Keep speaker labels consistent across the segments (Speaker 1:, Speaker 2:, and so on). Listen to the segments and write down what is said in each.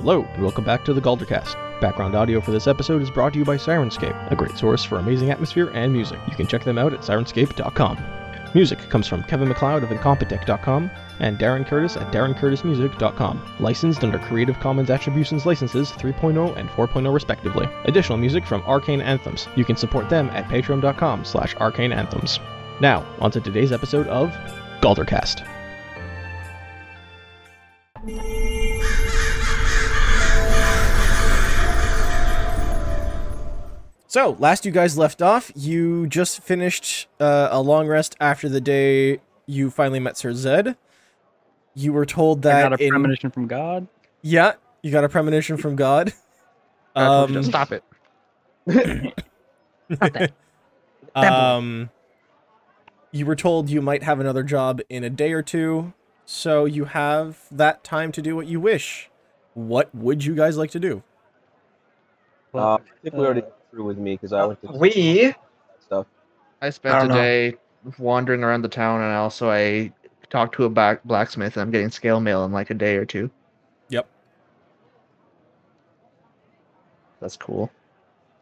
Speaker 1: Hello, and welcome back to the Galdercast. Background audio for this episode is brought to you by Sirenscape, a great source for amazing atmosphere and music. You can check them out at sirenscape.com. Music comes from Kevin McLeod of Incompetech.com and Darren Curtis at DarrenCurtisMusic.com, licensed under Creative Commons Attributions Licenses 3.0 and 4.0 respectively. Additional music from Arcane Anthems. You can support them at patreon.com slash arcaneanthems. Now, onto today's episode of Galdercast.
Speaker 2: So, last you guys left off, you just finished uh, a long rest after the day you finally met Sir Zed. You were told
Speaker 3: I
Speaker 2: that
Speaker 3: got a
Speaker 2: in-
Speaker 3: premonition from God.
Speaker 2: yeah, you got a premonition from God.
Speaker 3: I told you to
Speaker 2: Um,
Speaker 3: stop it.
Speaker 2: um, you were told you might have another job in a day or two, so you have that time to do what you wish. What would you guys like to do?
Speaker 4: Uh, I think we already went through with me because
Speaker 2: uh,
Speaker 4: I went to
Speaker 5: We
Speaker 4: stuff.
Speaker 6: I
Speaker 5: I
Speaker 6: spent
Speaker 5: don't
Speaker 6: a
Speaker 5: know.
Speaker 6: day wandering around the town, and also I talked to a black blacksmith, and I'm getting scale mail in like a day or two.
Speaker 2: Yep.
Speaker 6: That's cool.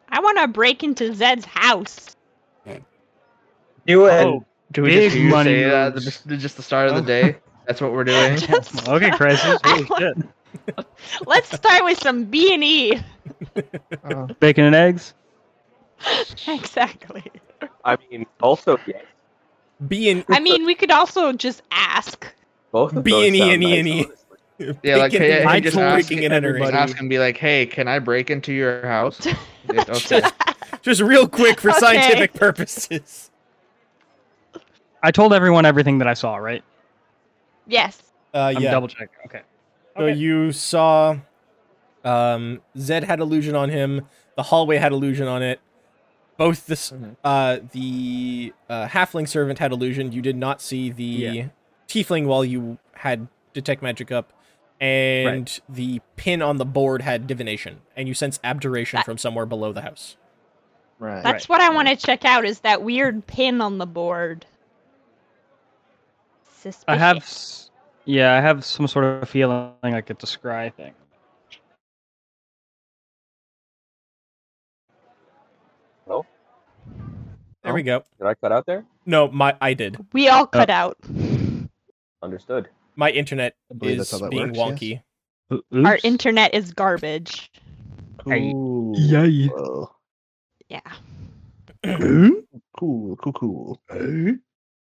Speaker 7: I want to break into Zed's house.
Speaker 5: do it.
Speaker 3: Oh,
Speaker 6: Do we
Speaker 3: Big
Speaker 6: just, do you
Speaker 3: money
Speaker 6: say that at the-
Speaker 3: moves.
Speaker 6: just- just the start of the day? That's what we're doing.
Speaker 7: Just-
Speaker 3: okay, crisis. Holy shit.
Speaker 7: Let's start with some B and E.
Speaker 6: Uh,
Speaker 3: Bacon and eggs.
Speaker 7: Exactly.
Speaker 4: I mean, also yes,
Speaker 2: B and
Speaker 7: I mean, we could also just ask.
Speaker 4: both of
Speaker 2: B
Speaker 4: those
Speaker 2: and E
Speaker 4: sound
Speaker 2: and E
Speaker 4: nice,
Speaker 2: and E.
Speaker 4: honestly.
Speaker 6: yeah, like
Speaker 2: Bacon
Speaker 6: hey,
Speaker 2: and
Speaker 6: hey,
Speaker 2: eggs
Speaker 6: just
Speaker 2: and
Speaker 6: ask,
Speaker 2: breaking and entering.
Speaker 6: just ask and be like, "Hey, can I break into your house?" Yeah, okay.
Speaker 2: just real quick for
Speaker 7: Okay.
Speaker 2: scientific purposes.
Speaker 3: I told everyone everything that I saw, right?
Speaker 7: yes.
Speaker 2: Uh,
Speaker 3: I'm
Speaker 2: yeah.
Speaker 3: double checking. Okay.
Speaker 2: So
Speaker 3: Okay.
Speaker 2: you saw um Zed had illusion on him, the hallway had illusion on it. Both this
Speaker 6: Mhm.
Speaker 2: uh the uh halfling servant had illusion. You did not see the
Speaker 3: Yeah.
Speaker 2: tiefling while you had detect magic up. And the pin on the board had divination, and you sense abjuration
Speaker 7: That-
Speaker 2: from somewhere below the house.
Speaker 6: right.
Speaker 7: That's what I want to check out is that weird pin on the board. Suspicious.
Speaker 3: I have. s- Yeah, I have some sort of feeling like it's a scry thing.
Speaker 2: There we go.
Speaker 4: Did I cut out there?
Speaker 2: No, my I did.
Speaker 7: We all cut out.
Speaker 4: Understood.
Speaker 2: My internet
Speaker 8: I believe that's
Speaker 2: is
Speaker 8: how that
Speaker 2: being
Speaker 8: works, yes.
Speaker 2: wonky.
Speaker 3: O-
Speaker 7: Our
Speaker 3: oops.
Speaker 7: internet is garbage.
Speaker 3: Hey.
Speaker 8: Cool.
Speaker 3: Yay.
Speaker 8: Well,
Speaker 7: Yeah.
Speaker 8: cool, cool, cool.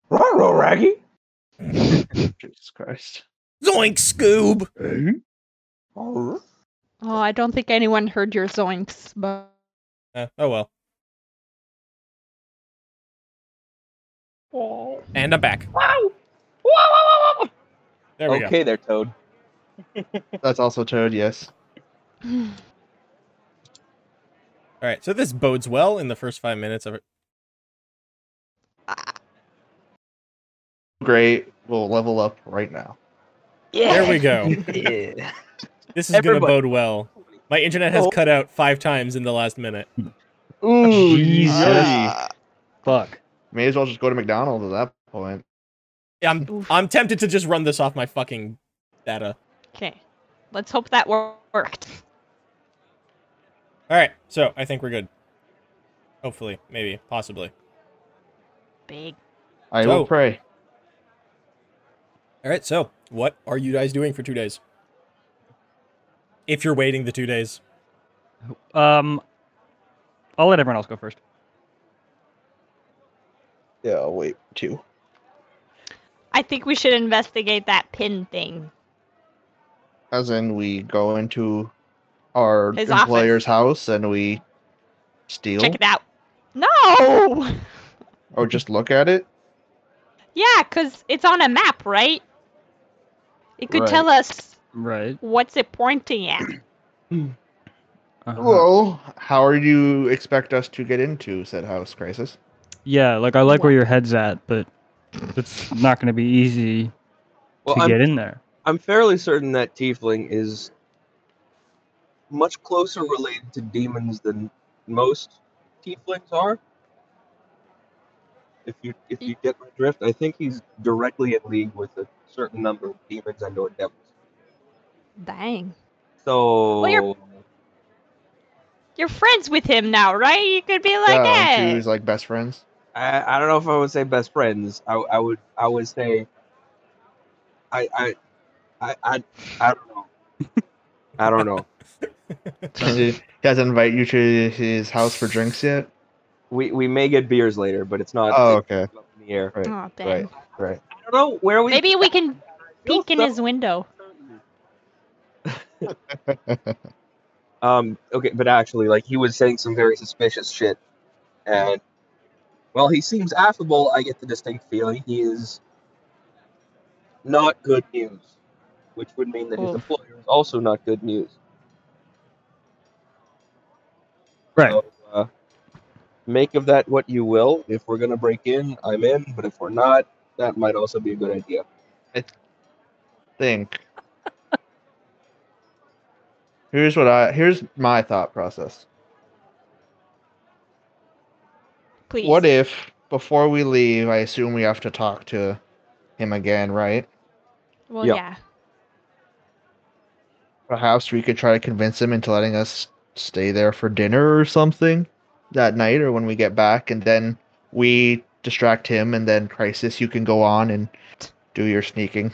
Speaker 4: Raro Raggy.
Speaker 8: Jesus Christ.
Speaker 2: Zoink Scoob!
Speaker 7: Oh, I don't think anyone heard your zoinks, but
Speaker 2: Uh, oh well. And I'm back. There we go.
Speaker 4: Okay, there, Toad.
Speaker 8: That's also Toad, yes.
Speaker 2: All right, so this bodes well in the first five minutes of it.
Speaker 8: Great. We'll level up right now.
Speaker 2: There we go. This is going to
Speaker 4: Everybody.
Speaker 2: bode well. My internet has
Speaker 4: Oh.
Speaker 2: cut out five times in the last minute.
Speaker 8: Ooh,
Speaker 3: Jesus. Fuck.
Speaker 8: May as well just go to McDonald's at that point.
Speaker 2: I'm I'm tempted to just run this off my fucking data.
Speaker 7: Okay. Let's hope that wor- worked.
Speaker 2: All right, so I think we're good. Hopefully, maybe, possibly.
Speaker 7: Big.
Speaker 8: I
Speaker 2: Oh.
Speaker 8: will pray.
Speaker 2: All right, so what are you guys doing for two days? If you're waiting the two days,
Speaker 3: Um, I'll let everyone else go first.
Speaker 8: Yeah, I'll wait too.
Speaker 7: I think we should investigate that pin thing.
Speaker 8: As in, we go into our
Speaker 7: His
Speaker 8: employer's house and we steal
Speaker 7: Check it out. No!
Speaker 8: or just look at it.
Speaker 7: Yeah, because it's on a map, right? It could
Speaker 8: Right.
Speaker 7: tell us
Speaker 3: Right.
Speaker 7: what's it pointing at.
Speaker 8: Uh-huh.
Speaker 3: Uh-huh.
Speaker 8: Well, how are you expect us to get into said house, Crisis?
Speaker 3: Yeah, like I like where your head's at, but it's not going to be easy
Speaker 4: Well,
Speaker 3: to
Speaker 4: I'm,
Speaker 3: get in there.
Speaker 4: I'm fairly certain that Tiefling is much closer related to demons than most Tieflings are. If you if you get my drift, I think he's directly in league with a certain number of demons and or devils.
Speaker 7: Dang.
Speaker 9: So
Speaker 7: you're- You're friends with him now, right? You could be like,
Speaker 8: yeah, aren't you
Speaker 7: hey.
Speaker 8: his, like best friends?
Speaker 9: I, I don't know if I would say best friends. I, I would I would say I I I I, I don't know. I don't know.
Speaker 8: And he doesn't invite you to his house for drinks yet.
Speaker 9: We we may get beers later, but it's not
Speaker 8: Oh, okay.
Speaker 9: it's up in the air.
Speaker 7: Aw, Ben.
Speaker 8: Right, right.
Speaker 9: I don't know where we
Speaker 7: Maybe we can
Speaker 9: feel
Speaker 7: peek in
Speaker 9: so-
Speaker 7: his window.
Speaker 9: Um, okay, but actually, like he was saying some very suspicious shit, and while he seems affable, I get the distinct feeling he is not good news, which would mean that his
Speaker 7: Oof.
Speaker 9: employer is also not good news.
Speaker 3: Right.
Speaker 9: So, uh, make of that what you will. If we're gonna break in, I'm in. But if we're not, that might also be a good idea.
Speaker 8: Think. here's what I here's my thought process.
Speaker 7: Please.
Speaker 8: What if before we leave, I assume we have to talk to him again, right?
Speaker 7: Well,
Speaker 9: Yeah.
Speaker 7: yeah.
Speaker 8: Perhaps we could try to convince him into letting us stay there for dinner or something that night or when we get back, and then we distract him, and then Crisis, you can go on and do your sneaking.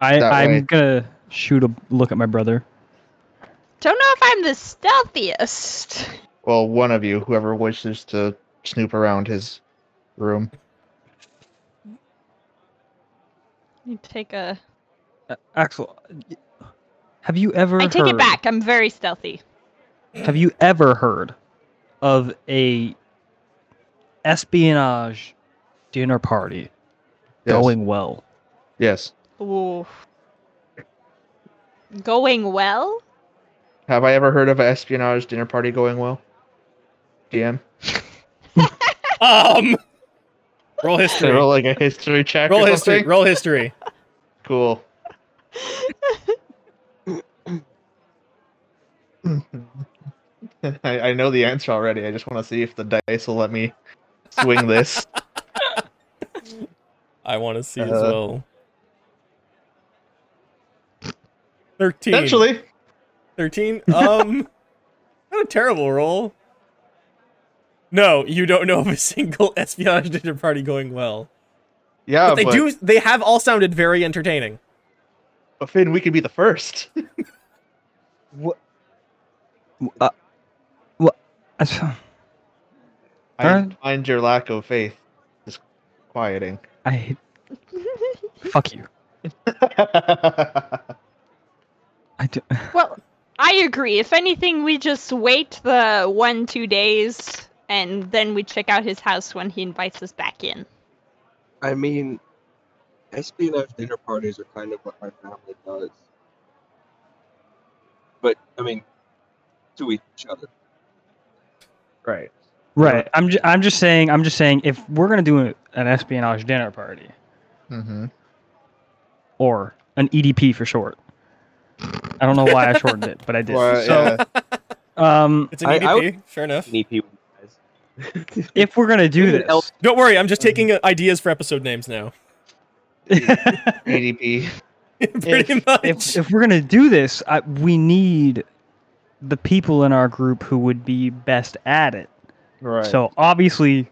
Speaker 3: I,
Speaker 8: That
Speaker 3: I'm
Speaker 8: way.
Speaker 3: gonna shoot a look at my brother.
Speaker 7: Don't know if I'm the stealthiest.
Speaker 8: Well, one of you, whoever wishes to snoop around his room.
Speaker 7: You take a.
Speaker 3: Uh, Axel, have you ever?
Speaker 7: I take
Speaker 8: Uh-huh.
Speaker 3: heard-
Speaker 7: it back. I'm very stealthy.
Speaker 3: Have you ever heard of a espionage dinner party
Speaker 8: Yes.
Speaker 3: going well?
Speaker 8: Yes.
Speaker 7: Ooh. Going well?
Speaker 8: Have I ever heard of an espionage dinner party going well? DM.
Speaker 2: Um. Roll
Speaker 8: Should I
Speaker 2: history.
Speaker 8: roll like a history check.
Speaker 2: Roll
Speaker 8: or
Speaker 2: history.
Speaker 8: something?
Speaker 2: Roll history.
Speaker 8: Cool. I, I know the answer already. I just want to see if the dice will let me swing this.
Speaker 2: I want to see as
Speaker 8: Uh,
Speaker 9: Uh-huh.
Speaker 2: well. Thirteen.
Speaker 8: Potentially.
Speaker 2: Thirteen. Um. not a terrible roll. No, you don't know of a single espionage dinner party going well.
Speaker 8: Yeah,
Speaker 9: Oh,
Speaker 2: but they do. They have all sounded very entertaining.
Speaker 8: but Finn, we could be the first.
Speaker 3: Uh, wha- I,
Speaker 8: I
Speaker 3: Alright.
Speaker 8: find your lack of faith is quieting.
Speaker 3: I fuck you.
Speaker 8: Mm-hmm.
Speaker 3: I do,
Speaker 7: well, I agree. If anything, we just wait the one, two days, and then we check out his house when he invites us back in.
Speaker 9: I mean, espionage dinner parties are kind of what my family does. But I mean, to each other.
Speaker 8: right.
Speaker 3: right. I'm ju- I'm just saying. I'm just saying. If we're gonna do a- an espionage dinner party
Speaker 8: Mm-hmm.
Speaker 3: or an EDP for short, I don't know why I shortened it, but I did.
Speaker 8: Well,
Speaker 3: so,
Speaker 8: yeah.
Speaker 3: um,
Speaker 2: It's an E
Speaker 9: I- I
Speaker 2: EDP.
Speaker 9: would-
Speaker 2: Sure enough.
Speaker 9: An EP with you guys.
Speaker 3: if we're gonna do
Speaker 9: Even
Speaker 3: this,
Speaker 2: Don't worry, I'm
Speaker 9: Mm-hmm.
Speaker 2: just taking uh, ideas for episode names now.
Speaker 8: ADP.
Speaker 2: Pretty
Speaker 3: if,
Speaker 2: much.
Speaker 3: if, if we're gonna do this, I, we need the people in our group who would be best at it.
Speaker 8: Right.
Speaker 3: So obviously,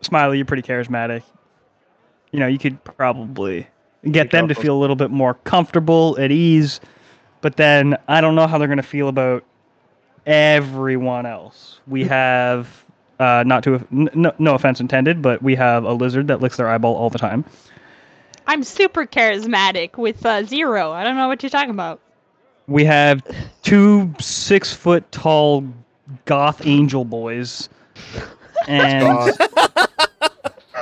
Speaker 3: Smiley, you're pretty charismatic. You know, you could probably get
Speaker 8: Take
Speaker 3: them to
Speaker 8: off those-
Speaker 3: feel a little bit more comfortable, at ease. But then I don't know how they're gonna feel about everyone else. We have. Uh, not to n- no, no offense intended, but we have a lizard that licks their eyeball all the time.
Speaker 7: I'm super charismatic with uh, zero. I don't know what you're talking about.
Speaker 3: We have two six foot tall goth angel boys. And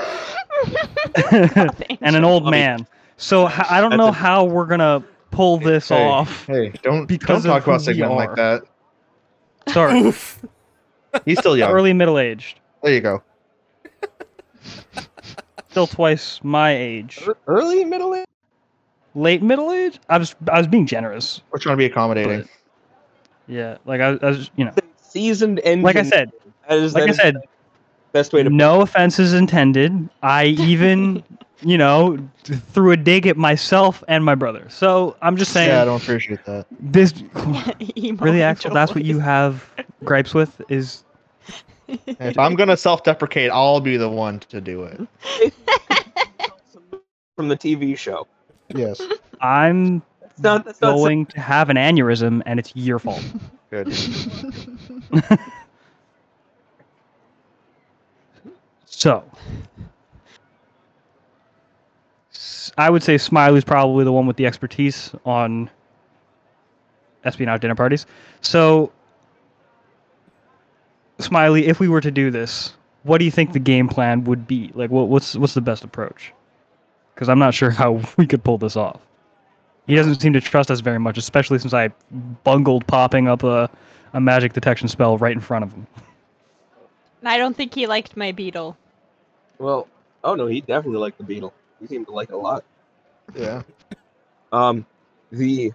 Speaker 3: and an old man. So h- I don't
Speaker 9: That's
Speaker 3: know
Speaker 9: a-
Speaker 3: how we're gonna pull this
Speaker 8: Hey,
Speaker 3: off.
Speaker 8: Hey, don't
Speaker 3: Because
Speaker 8: don't
Speaker 3: of
Speaker 8: talk about
Speaker 3: who we
Speaker 8: Sigmund
Speaker 3: are.
Speaker 8: like that.
Speaker 3: Sorry,
Speaker 2: Oof.
Speaker 8: He's still young.
Speaker 3: early middle aged,
Speaker 8: There you go.
Speaker 3: still twice my age,
Speaker 9: Ear- Early middle age?
Speaker 3: late middle age. I was I was being generous.
Speaker 8: We're trying to be accommodating.
Speaker 3: Yeah, like I, I was, you know,
Speaker 9: Seasoned engine.
Speaker 3: like I said,
Speaker 9: that is,
Speaker 3: like
Speaker 9: that
Speaker 3: I
Speaker 9: is
Speaker 3: said,
Speaker 9: the best way to
Speaker 3: no offenses intended. I even you know, th- threw a dig at myself and my brother. So I'm just saying,
Speaker 10: Yeah, I don't appreciate that.
Speaker 3: this
Speaker 7: Emo
Speaker 3: really, Axel, that's what
Speaker 7: joys.
Speaker 3: you have gripes with is
Speaker 10: If I'm gonna self-deprecate, I'll be the one to do it.
Speaker 9: from the TV show.
Speaker 10: Yes.
Speaker 3: I'm
Speaker 9: It's not, it's not
Speaker 3: going to have an aneurysm and it's your fault.
Speaker 10: Good.
Speaker 3: So, s- I would say Smiley's probably the one with the expertise on espionage dinner parties. So, Smiley, if we were to do this, what do you think the game plan would be? Like, what, what's what's the best approach? Because I'm not sure how we could pull this off. He doesn't seem to trust us very much, especially since I bungled popping up a, a magic detection spell right in front of him.
Speaker 7: I don't think he liked my beetle.
Speaker 9: Well, oh no, he definitely liked the Beetle. He seemed to like it a lot.
Speaker 10: Yeah.
Speaker 9: Um, the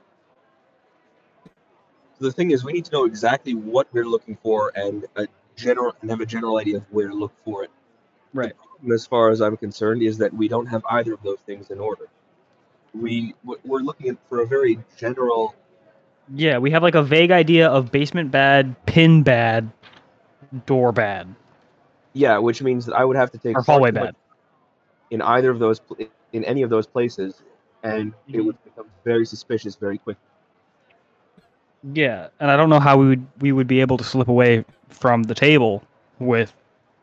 Speaker 9: the thing is, we need to know exactly what we're looking for and a general and have a general idea of where to look for it.
Speaker 3: Right.
Speaker 9: The problem, as far as I'm concerned, is that we don't have either of those things in order. We we- we're looking at- for a very general.
Speaker 3: Yeah, we have like a vague idea of basement bad, pin bad, door bad,
Speaker 9: Yeah, which means that I would have to take
Speaker 3: or hallway
Speaker 9: something
Speaker 3: bad.
Speaker 9: in either of those pl- in any of those places, and it
Speaker 3: Mm-hmm.
Speaker 9: would become very suspicious very quickly.
Speaker 3: Yeah, and I don't know how we would we would be able to slip away from the table with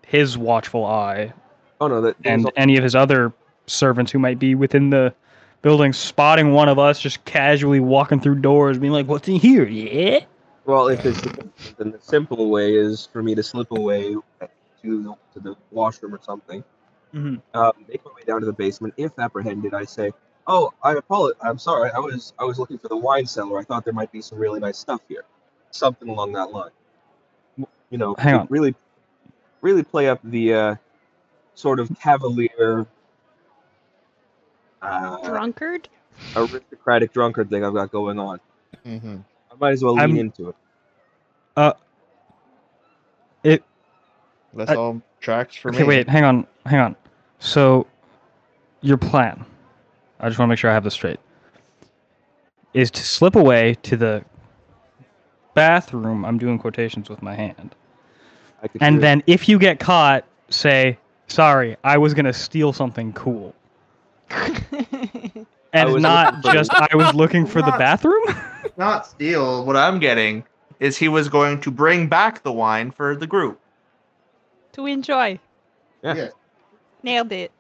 Speaker 3: his watchful eye
Speaker 9: Oh no, that there's
Speaker 3: and any of his other servants who might be within the building spotting one of us just casually walking through doors being like what's in here yeah
Speaker 9: Well, if it's the, then the simple way is for me to slip away to the, to the washroom or something,
Speaker 3: Mhm.
Speaker 9: um, make my way down to the basement. If apprehended, I say, "Oh, I apologize. I'm sorry. I was I was looking for the wine cellar. I thought there might be some really nice stuff here, something along that line." You know,
Speaker 3: Hang
Speaker 9: to
Speaker 3: on.
Speaker 9: really, really play up the uh, sort of cavalier, uh,
Speaker 7: Drunkard?
Speaker 9: aristocratic drunkard thing I've got going on.
Speaker 10: hmm
Speaker 9: I might as well lean
Speaker 3: I'm-
Speaker 9: into it.
Speaker 10: That's
Speaker 3: I-
Speaker 10: all tracks for
Speaker 3: okay
Speaker 10: me.
Speaker 3: wait hang on hang on so your plan i just want to make sure i have this straight is to slip away to the bathroom i'm doing quotations with my hand
Speaker 9: I could
Speaker 3: and
Speaker 9: do it.
Speaker 3: then if you get caught say sorry i was going to steal something cool and
Speaker 9: was
Speaker 3: not
Speaker 9: looking for-
Speaker 3: just i was looking for the bathroom
Speaker 8: Not steal. What I'm getting is he was going to bring back the wine for the group.
Speaker 7: to enjoy.
Speaker 9: Yeah.
Speaker 10: Yeah.
Speaker 7: Nailed it.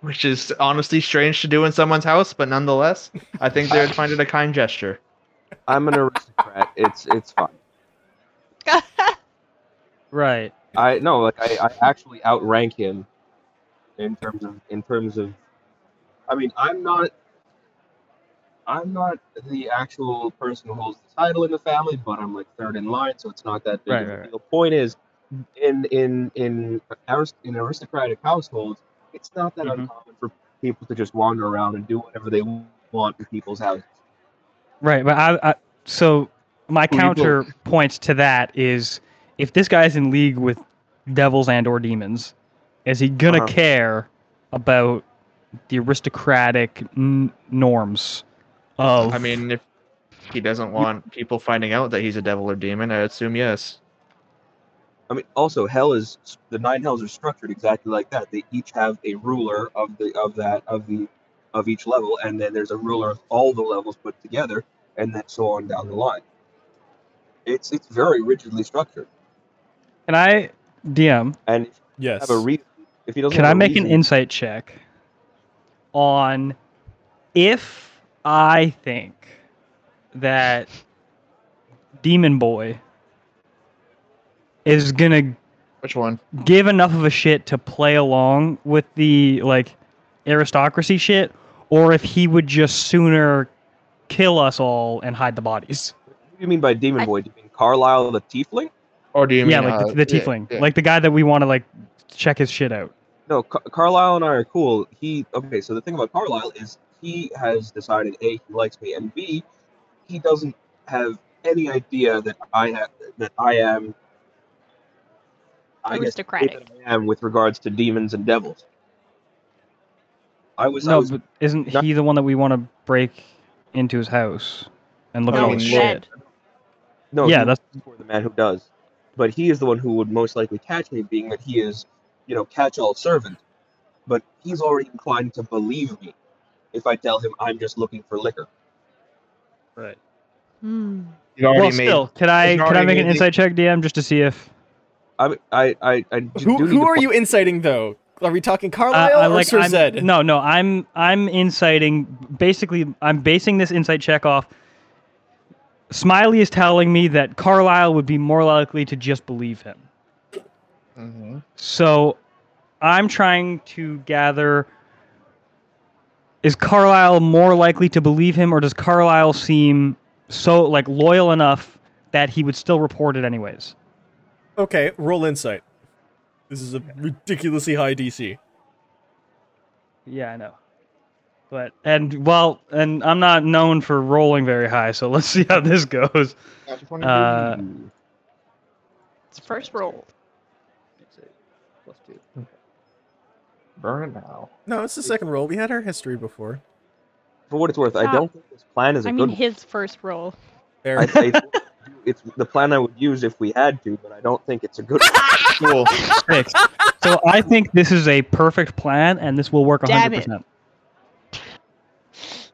Speaker 8: which is honestly strange to do in someone's house, but nonetheless, I think they would find it a kind gesture.
Speaker 9: I'm an aristocrat. it's it's fine.
Speaker 3: right
Speaker 9: I no, like I, I actually outrank him in terms of in terms of I mean I'm not I'm not the actual person who holds the title in the family, but I'm like third in line, so it's not that big
Speaker 3: Right,
Speaker 9: of a
Speaker 3: right, right.
Speaker 9: deal. Point is in in in arist- in aristocratic households, it's not that
Speaker 3: Mhm.
Speaker 9: uncommon for people to just wander around and do whatever they want in people's houses.
Speaker 3: Right, but I, I so my counter points to that is if this guy's in league with devils and or demons, is he gonna
Speaker 9: Uh-huh.
Speaker 3: care about the aristocratic n- norms of?
Speaker 8: I mean, if he doesn't want people finding out that he's a devil or demon, I assume yes.
Speaker 9: I mean, also hell is the nine hells are structured exactly like that. They each have a ruler of the of that of the of each level, and then there's a ruler of all the levels put together, and then so on down the line. It's it's very rigidly structured,
Speaker 3: can I DM?
Speaker 9: and if you
Speaker 2: Yes.
Speaker 9: have a reason. If he doesn't,
Speaker 3: Can
Speaker 9: have
Speaker 3: I
Speaker 9: a
Speaker 3: make an
Speaker 9: reason-
Speaker 3: insight check on if I think that Demon Boy is gonna
Speaker 10: Which one?
Speaker 3: give enough of a shit to play along with the like aristocracy shit, or if he would just sooner kill us all and hide the bodies.
Speaker 9: What do you mean by demon
Speaker 7: I-
Speaker 9: boy? Do you mean Carlisle the tiefling?
Speaker 8: Or do you
Speaker 3: yeah,
Speaker 8: mean
Speaker 3: like
Speaker 8: uh,
Speaker 3: the, the
Speaker 8: yeah,
Speaker 3: tiefling,
Speaker 8: yeah.
Speaker 3: like the guy that we want to like check his shit out.
Speaker 9: No, Car- Carlisle and I are cool. He okay. So the thing about Carlisle is he has decided a he likes me, and b he doesn't have any idea that I have that I am. I guess the way
Speaker 7: Aristocratic.
Speaker 9: that I am with regards to demons and devils. I was, I
Speaker 3: No,
Speaker 9: was
Speaker 3: but isn't
Speaker 9: No.
Speaker 3: he the one that we want to break into his house and look
Speaker 9: No,
Speaker 7: Oh,
Speaker 3: at all his
Speaker 9: he's
Speaker 3: shit?
Speaker 9: no,
Speaker 3: yeah,
Speaker 9: he-
Speaker 3: that's
Speaker 9: for the man who does. But he is the one who would most likely catch me, being that he is, you know, catch-all servant. But he's already inclined to believe me if I tell him I'm just looking for liquor.
Speaker 2: Right.
Speaker 7: Hmm.
Speaker 8: You've already
Speaker 3: well.
Speaker 8: made.
Speaker 3: Still, can I
Speaker 8: he's
Speaker 3: can I
Speaker 8: already
Speaker 3: make an
Speaker 8: made the-
Speaker 3: insight check, DM, just to see if
Speaker 9: I, I, I, I do
Speaker 2: Who,
Speaker 9: need to
Speaker 2: who are
Speaker 9: point-
Speaker 2: you inciting though? Are we talking
Speaker 3: I-
Speaker 2: Carlisle
Speaker 3: Uh, I
Speaker 2: or
Speaker 3: like
Speaker 2: Sir
Speaker 3: I'm-
Speaker 2: Zed?
Speaker 3: No, no, I'm I'm inciting. Basically, I'm basing this insight check off. Smiley is telling me that Carlisle would be more likely to just believe him. Mm-hmm.
Speaker 8: Mhm.
Speaker 3: So I'm trying to gather is Carlisle more likely to believe him or does Carlisle seem so like loyal enough that he would still report it anyways?
Speaker 2: Okay, roll insight. This is a ridiculously high DC.
Speaker 3: Yeah, I know. But and well, and I'm not known for rolling very high, so let's see how this goes. Uh,
Speaker 7: It's first roll.
Speaker 11: Plus two.
Speaker 8: Burn it now.
Speaker 2: No, it's the second roll. We had our history before.
Speaker 9: For what it's worth, I
Speaker 7: Ah.
Speaker 9: don't think this plan is a
Speaker 7: I
Speaker 9: good
Speaker 7: mean, his first roll.
Speaker 2: There.
Speaker 9: one. I, I think it's the plan I would use if we had to, but I don't think it's a good one.
Speaker 8: Cool.
Speaker 3: Six. so I think this is a perfect plan, and this will work
Speaker 7: Damn
Speaker 3: 100.
Speaker 7: it.
Speaker 3: percent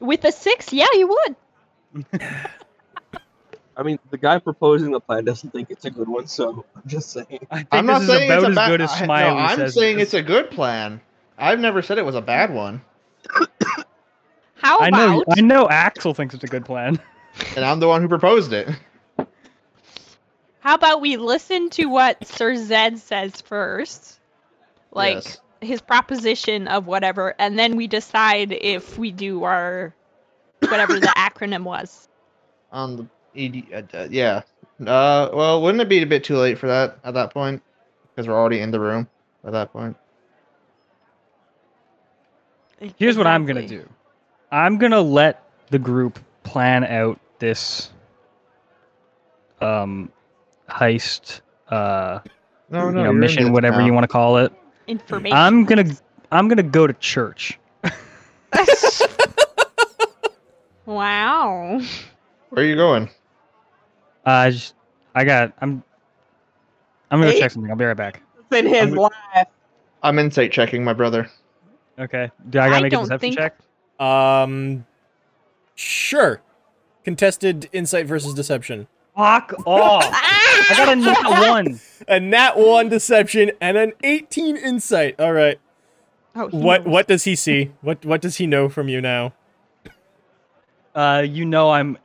Speaker 7: With a six, yeah, you would.
Speaker 9: I mean, the guy proposing the plan doesn't think it's a good one, so I'm just saying.
Speaker 3: I think
Speaker 8: I'm not
Speaker 3: this is
Speaker 8: saying
Speaker 3: about
Speaker 8: it's a
Speaker 3: as
Speaker 8: bad.
Speaker 3: good as
Speaker 8: I- no,
Speaker 3: Smiley
Speaker 8: I'm
Speaker 3: says
Speaker 8: saying
Speaker 3: it is.
Speaker 8: it's a good plan. I've never said it was a bad one,
Speaker 7: How
Speaker 3: I
Speaker 7: about
Speaker 3: know. I know. Axel thinks it's a good plan.
Speaker 8: and I'm the one who proposed it.
Speaker 7: how about we listen to what Sir Zed says first? Like
Speaker 8: Yes.
Speaker 7: his proposition of whatever, and then we decide if we do our whatever the acronym was.
Speaker 8: on the ED, uh, uh, yeah. Uh, well, wouldn't it be a bit too late for that at that point? Because we're already in the room at that point.
Speaker 3: Here's what I'm gonna
Speaker 7: Exactly.
Speaker 3: do. I'm gonna let the group plan out this um heist uh
Speaker 8: No,
Speaker 3: you
Speaker 8: no,
Speaker 3: know, mission whatever you want to call it.
Speaker 7: Information.
Speaker 3: I'm gonna I'm gonna go to church.
Speaker 7: wow.
Speaker 8: Where are you going?
Speaker 3: Uh, I just I got I'm I'm gonna go
Speaker 12: Hey.
Speaker 3: check something. I'll be right back.
Speaker 12: in his life.
Speaker 8: I'm insight checking my brother.
Speaker 3: Okay. Do I gotta
Speaker 7: I
Speaker 3: make a
Speaker 7: don't
Speaker 3: deception
Speaker 7: think-
Speaker 3: check?
Speaker 2: Um, sure. Contested insight versus deception.
Speaker 3: Fuck off! I got a nat one.
Speaker 2: A nat one deception and an 18 insight. All right.
Speaker 7: Oh, he
Speaker 2: What
Speaker 7: knows.
Speaker 2: what does he see? What what does he know from you now?
Speaker 3: Uh, you know I'm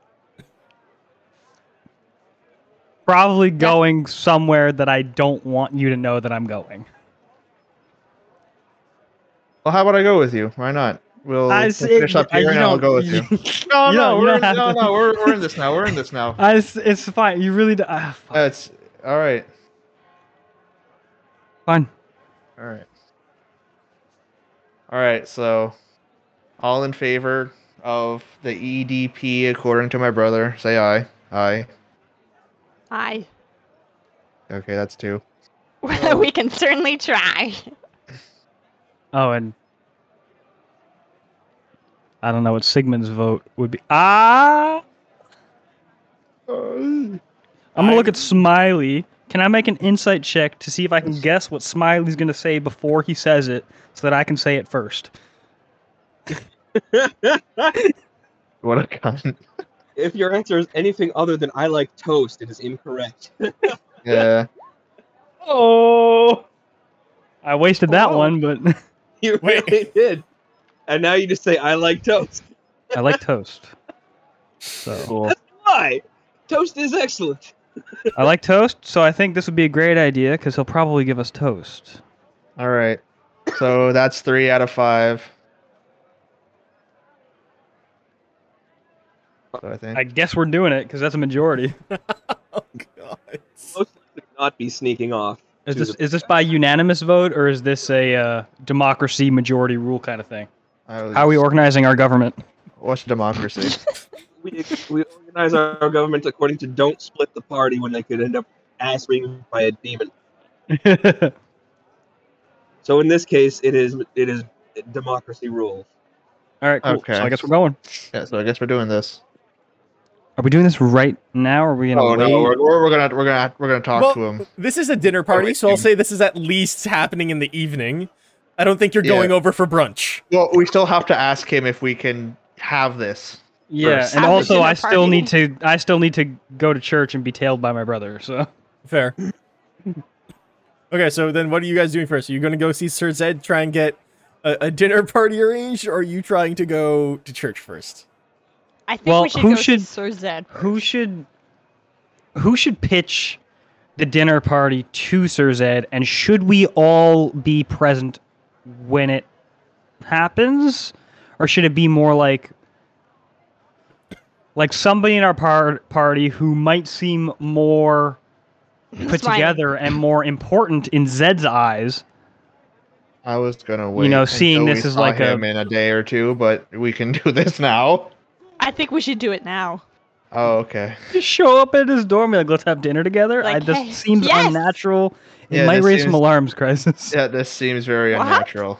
Speaker 3: probably going somewhere that I don't want you to know that I'm going.
Speaker 8: Well, how about I go with you? Why not? We'll
Speaker 3: I
Speaker 8: we'll
Speaker 3: s-
Speaker 8: finish up
Speaker 3: I-
Speaker 8: here and I'll
Speaker 3: don't-
Speaker 8: go with you. No,
Speaker 3: don't-
Speaker 8: no,
Speaker 3: you
Speaker 8: we're
Speaker 3: don't
Speaker 8: in,
Speaker 3: have
Speaker 8: no,
Speaker 3: to.
Speaker 8: no, we're, we're in this now. We're in this now.
Speaker 3: I s- it's fine. You really do. ah, fuck.
Speaker 8: That's all right.
Speaker 3: fine.
Speaker 8: All right. All right. So, all in favor of the EDP according to my brother, say aye. Aye.
Speaker 7: Hi.
Speaker 8: Okay, that's two.
Speaker 7: Well, we can certainly try.
Speaker 3: Oh, and I don't know what Sigmund's vote would be. Ah, I'm gonna look at Smiley. Can I make an insight check to see if I can guess what Smiley's gonna say before he says it, so that I can say it first?
Speaker 8: What a cunt.
Speaker 9: If your answer is anything other than I like toast, it is incorrect.
Speaker 8: Yeah.
Speaker 3: Oh, I wasted that
Speaker 9: Whoa.
Speaker 3: one, but
Speaker 9: you
Speaker 2: Wait.
Speaker 9: really did. And now you just say I like toast.
Speaker 3: I like toast. So
Speaker 9: Why? Toast is excellent.
Speaker 3: I like toast. So I think this would be a great idea because he'll probably give us toast.
Speaker 8: All right. So that's three out of five. So I think.
Speaker 3: I guess we're doing it because that's a majority.
Speaker 2: Oh god.
Speaker 9: Most likely not be sneaking off.
Speaker 3: Is
Speaker 9: to
Speaker 3: this
Speaker 9: the-
Speaker 3: is this by unanimous vote or is this a uh, democracy majority rule kind of thing?
Speaker 8: I was,
Speaker 3: How are we organizing our government?
Speaker 8: What's democracy?
Speaker 9: we, we organize our our government according to don't split the party when they could end up ass being by a demon. So in this case, it is it is
Speaker 4: democracy rules.
Speaker 3: All right, cool.
Speaker 8: Okay.
Speaker 3: So I guess we're going.
Speaker 8: Yeah, so I guess we're doing this.
Speaker 3: Are we doing this right now? Or are we gonna
Speaker 8: Oh
Speaker 3: wait?
Speaker 8: no, we're, we're, we're gonna we're gonna we're gonna talk
Speaker 2: Well-
Speaker 8: to him.
Speaker 2: This is a dinner party, so I'll say this is at least happening in the evening. I don't think you're
Speaker 8: Yeah.
Speaker 2: going over for brunch.
Speaker 8: Well, we still have to ask him if we can have this.
Speaker 3: yeah,
Speaker 8: first.
Speaker 3: and
Speaker 7: Have a
Speaker 3: also
Speaker 7: dinner
Speaker 3: I still
Speaker 7: party.
Speaker 3: need to I still need to go to church and be tailed by my brother. So
Speaker 2: Fair. okay, so then what are you guys doing first? Are you going to go see Sir Zed, try and get a, a dinner party arranged, or are you trying to go to church first?
Speaker 7: I think
Speaker 3: Well,
Speaker 7: we should
Speaker 3: who
Speaker 7: go
Speaker 3: should-
Speaker 7: to Sir Zed.
Speaker 3: who should who should pitch the dinner party to Sir Zed, and should we all be present when it happens, or should it be more like like somebody in our par- party who might seem more put
Speaker 7: Smiling.
Speaker 3: together and more important in Zed's eyes?
Speaker 8: I was gonna wait.
Speaker 3: know, seeing
Speaker 8: until
Speaker 3: this
Speaker 8: we
Speaker 3: is
Speaker 8: saw
Speaker 3: like a-
Speaker 8: him in a day or two, but we can do this now.
Speaker 7: I think we should do it now.
Speaker 8: Oh, okay.
Speaker 3: Just show up at his door and be like, let's have dinner together.
Speaker 7: Like,
Speaker 3: I just
Speaker 7: hey,
Speaker 3: seems
Speaker 7: yes!
Speaker 3: unnatural. It
Speaker 8: Yeah,
Speaker 3: might
Speaker 8: this
Speaker 3: raise some
Speaker 8: seems-
Speaker 3: alarms, crisis.
Speaker 8: Yeah, this seems very
Speaker 7: What?
Speaker 8: unnatural.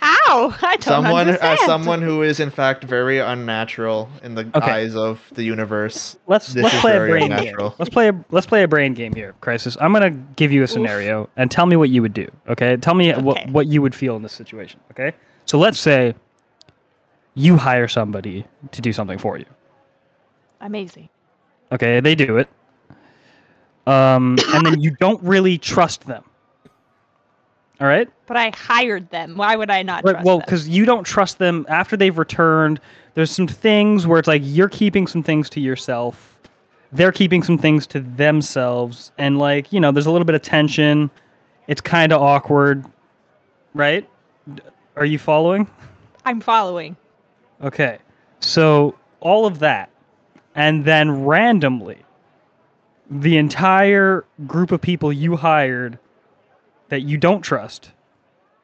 Speaker 7: How? I don't
Speaker 8: Someone, uh,
Speaker 7: understand.
Speaker 8: someone who is in fact very unnatural in the
Speaker 3: Okay.
Speaker 8: eyes of the universe.
Speaker 3: Let's
Speaker 8: This
Speaker 3: let's
Speaker 8: is
Speaker 3: play a
Speaker 8: very
Speaker 3: brain game.
Speaker 8: unnatural.
Speaker 3: Let's play a let's play a brain game here, crisis. I'm gonna give you a scenario and tell me what you would do. Okay, tell me what
Speaker 7: Okay.
Speaker 3: what you would feel in this situation. Okay, so let's say you hire somebody to do something for you.
Speaker 7: Amazing.
Speaker 3: Okay, they do it. Um, and then you don't really trust them. All right.
Speaker 7: But I hired them. Why would I not
Speaker 3: Right,
Speaker 7: trust
Speaker 3: well,
Speaker 7: them?
Speaker 3: because you don't trust them after they've returned. There's some things where it's like you're keeping some things to yourself. They're keeping some things to themselves. And, like, you know, there's a little bit of tension. It's kind of awkward, right? D- Are you following?
Speaker 7: I'm following.
Speaker 3: Okay. So, all of that. And then randomly, the entire group of people you hired that you don't trust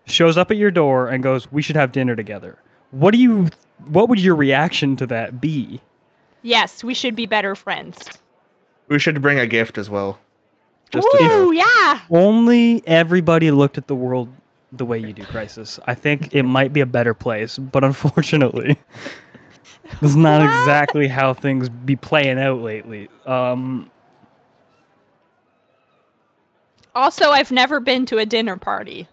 Speaker 3: shows up at your door and goes, "We should have dinner together." What do you what would your reaction to that be?
Speaker 7: Yes, we should be better friends.
Speaker 8: We should bring a gift as well. Just to
Speaker 7: Ooh, yeah.
Speaker 3: Only everybody looked at the world the way you do, Crisis. I think it might be a better place, but unfortunately, that's not
Speaker 7: What?
Speaker 3: exactly how things be playing out lately. Um,
Speaker 7: Also, I've never been to a dinner party.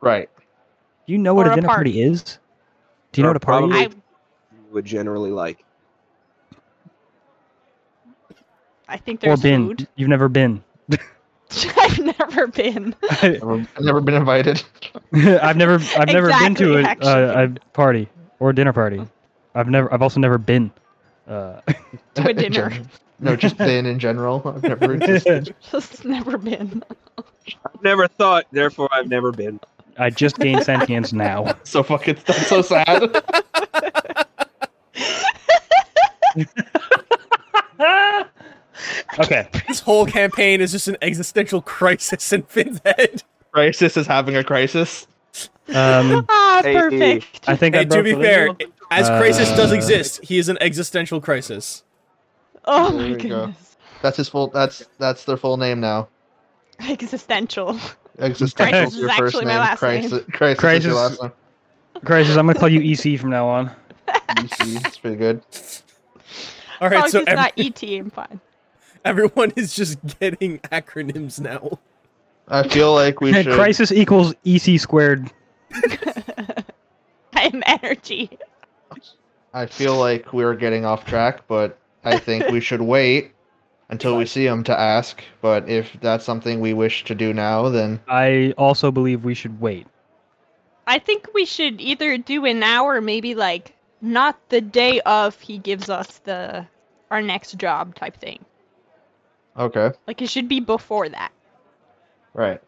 Speaker 8: Right.
Speaker 3: do you know what
Speaker 7: Or
Speaker 3: a
Speaker 7: a
Speaker 3: dinner party
Speaker 7: party.
Speaker 3: is? Do you know
Speaker 4: Or
Speaker 3: what a party
Speaker 4: probably-
Speaker 3: is?
Speaker 7: I
Speaker 4: Wait. You would generally like.
Speaker 7: I think
Speaker 3: Or
Speaker 7: there's
Speaker 3: been?
Speaker 7: food.
Speaker 3: You've never been.
Speaker 7: I've never been.
Speaker 8: Never, never been invited.
Speaker 3: I've never I've never
Speaker 7: Exactly,
Speaker 3: been to a, a, a
Speaker 7: actually. Oh.
Speaker 3: party or a dinner party. I've never I've also never been. Uh,
Speaker 7: To a
Speaker 8: In
Speaker 7: dinner.
Speaker 8: gen- no, just been in general. I've never existed.
Speaker 7: Just never been.
Speaker 4: I've never thought, therefore I've never been.
Speaker 3: I just gained sentience now.
Speaker 8: so fucking that's so sad.
Speaker 3: okay.
Speaker 2: This whole campaign is just an existential crisis in Finn's head.
Speaker 8: Crisis is having a crisis.
Speaker 3: Um,
Speaker 7: Ah,
Speaker 4: Hey,
Speaker 7: perfect.
Speaker 3: I think I
Speaker 2: Hey,
Speaker 3: broke
Speaker 2: to be
Speaker 3: the
Speaker 2: fair,
Speaker 3: label.
Speaker 2: as crisis does
Speaker 3: Uh,
Speaker 2: exist, he is an existential crisis.
Speaker 7: Oh
Speaker 8: There
Speaker 7: my
Speaker 8: we go.
Speaker 7: goodness.
Speaker 8: That's his full. That's that's their full name now.
Speaker 7: Existential.
Speaker 8: Existential
Speaker 7: Crisis
Speaker 8: is your
Speaker 7: is
Speaker 8: first
Speaker 7: actually
Speaker 8: name.
Speaker 7: my last
Speaker 8: crisis,
Speaker 7: name.
Speaker 8: crisis. is
Speaker 3: Crisis-
Speaker 8: your last name.
Speaker 3: Crisis, I'm gonna call you EC from now on.
Speaker 8: DC, it's pretty good.
Speaker 2: All
Speaker 7: As long
Speaker 2: right,
Speaker 7: as
Speaker 2: so
Speaker 7: it's
Speaker 2: ev-
Speaker 7: Oh, not ET, I'm fine.
Speaker 2: everyone is just getting acronyms now.
Speaker 8: I feel like we should.
Speaker 3: Crisis equals EC squared.
Speaker 7: I'm energy.
Speaker 8: I feel like we're getting off track, but I think we should wait until we see him to ask. But if that's something we wish to do now, then
Speaker 3: I also believe we should wait.
Speaker 7: I think we should either do an hour, maybe like not the day of he gives us the our next job type thing.
Speaker 8: okay,
Speaker 7: Like it should be before that.
Speaker 8: right.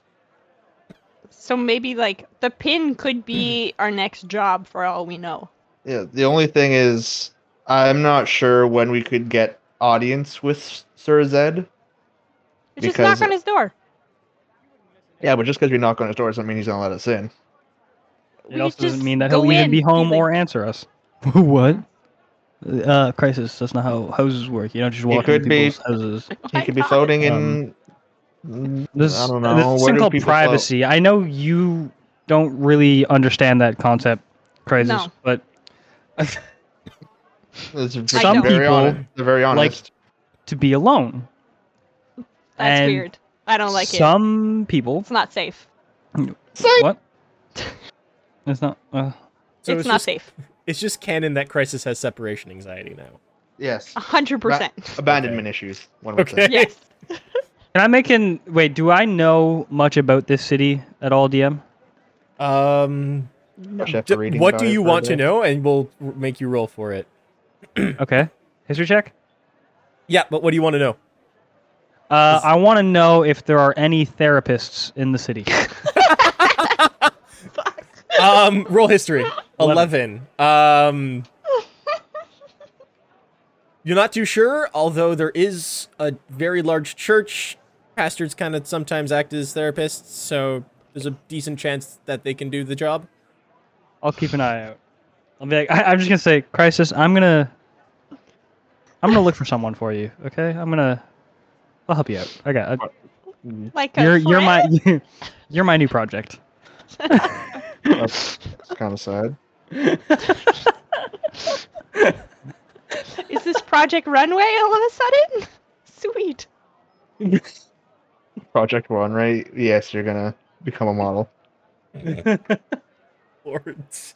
Speaker 7: So maybe like the pin could be our next job for all we know.
Speaker 8: Yeah. The only thing is, I'm not sure when we could get audience with Sir Zed.
Speaker 7: We Just
Speaker 8: Because-
Speaker 7: knock on his door.
Speaker 8: Yeah, but just because we knock on his door doesn't mean he's gonna let us in.
Speaker 3: It
Speaker 7: We
Speaker 3: also doesn't
Speaker 7: just
Speaker 3: mean that
Speaker 7: go
Speaker 3: he'll even
Speaker 7: in,
Speaker 3: be home
Speaker 7: like,
Speaker 3: or answer us. what? Uh, Crisis, that's not how houses work. You don't just
Speaker 8: He
Speaker 3: walk into
Speaker 8: could be-
Speaker 3: people's houses.
Speaker 8: He
Speaker 7: "Why
Speaker 8: could be
Speaker 7: not?"
Speaker 8: floating
Speaker 3: Um,
Speaker 8: in.
Speaker 3: This,
Speaker 8: I don't
Speaker 3: uh,
Speaker 8: know.
Speaker 3: This
Speaker 8: Where
Speaker 3: thing
Speaker 8: do
Speaker 3: called
Speaker 8: people float?
Speaker 3: privacy. I know you don't really understand that concept, Crisis.
Speaker 7: No.
Speaker 3: But
Speaker 8: It's
Speaker 7: don't.
Speaker 8: very
Speaker 3: Some
Speaker 8: honest. They're very honest.
Speaker 3: to be alone,
Speaker 7: That's
Speaker 3: And
Speaker 7: weird. I don't like it.
Speaker 3: some people.
Speaker 7: It's not safe.
Speaker 3: What? It's not. Uh,
Speaker 2: So
Speaker 7: it's,
Speaker 2: it's
Speaker 7: not
Speaker 2: just-
Speaker 7: safe.
Speaker 2: It's just canon that Crisis has separation anxiety now.
Speaker 8: yes.
Speaker 7: A hundred percent.
Speaker 8: Abandonment issues. One would
Speaker 2: Okay.
Speaker 8: say.
Speaker 7: Yes.
Speaker 3: can I make an wait? Do I know much about this city at all, DM?
Speaker 2: Um,
Speaker 7: No.
Speaker 8: Especially after
Speaker 2: d-
Speaker 8: reading
Speaker 2: what
Speaker 8: about
Speaker 2: do
Speaker 8: it
Speaker 2: you
Speaker 8: for a
Speaker 2: want to
Speaker 8: bit.
Speaker 2: know? And we'll r- make you roll for it.
Speaker 3: Okay, history check.
Speaker 2: Yeah, but what do you want to know?
Speaker 3: Uh, I want to know if there are any therapists in the city.
Speaker 2: Um, roll history. Eleven.
Speaker 3: Eleven.
Speaker 2: Um, you're not too sure, although there is a very large church. Pastors kind of sometimes act as therapists, so there's a decent chance that they can do the job.
Speaker 3: I'll keep an eye out. I'll be like, I, I'm just gonna say, crisis. I'm gonna, I'm gonna look for someone for you. Okay, I'm gonna, I'll help you out. I got. I-
Speaker 7: Like a
Speaker 3: You're you're my
Speaker 7: friend?
Speaker 3: you're my new project.
Speaker 8: That's kind of sad.
Speaker 7: Is this Project Runway all of a sudden? Sweet.
Speaker 8: Project One, right? Yes, you're gonna become a model.
Speaker 2: Lords.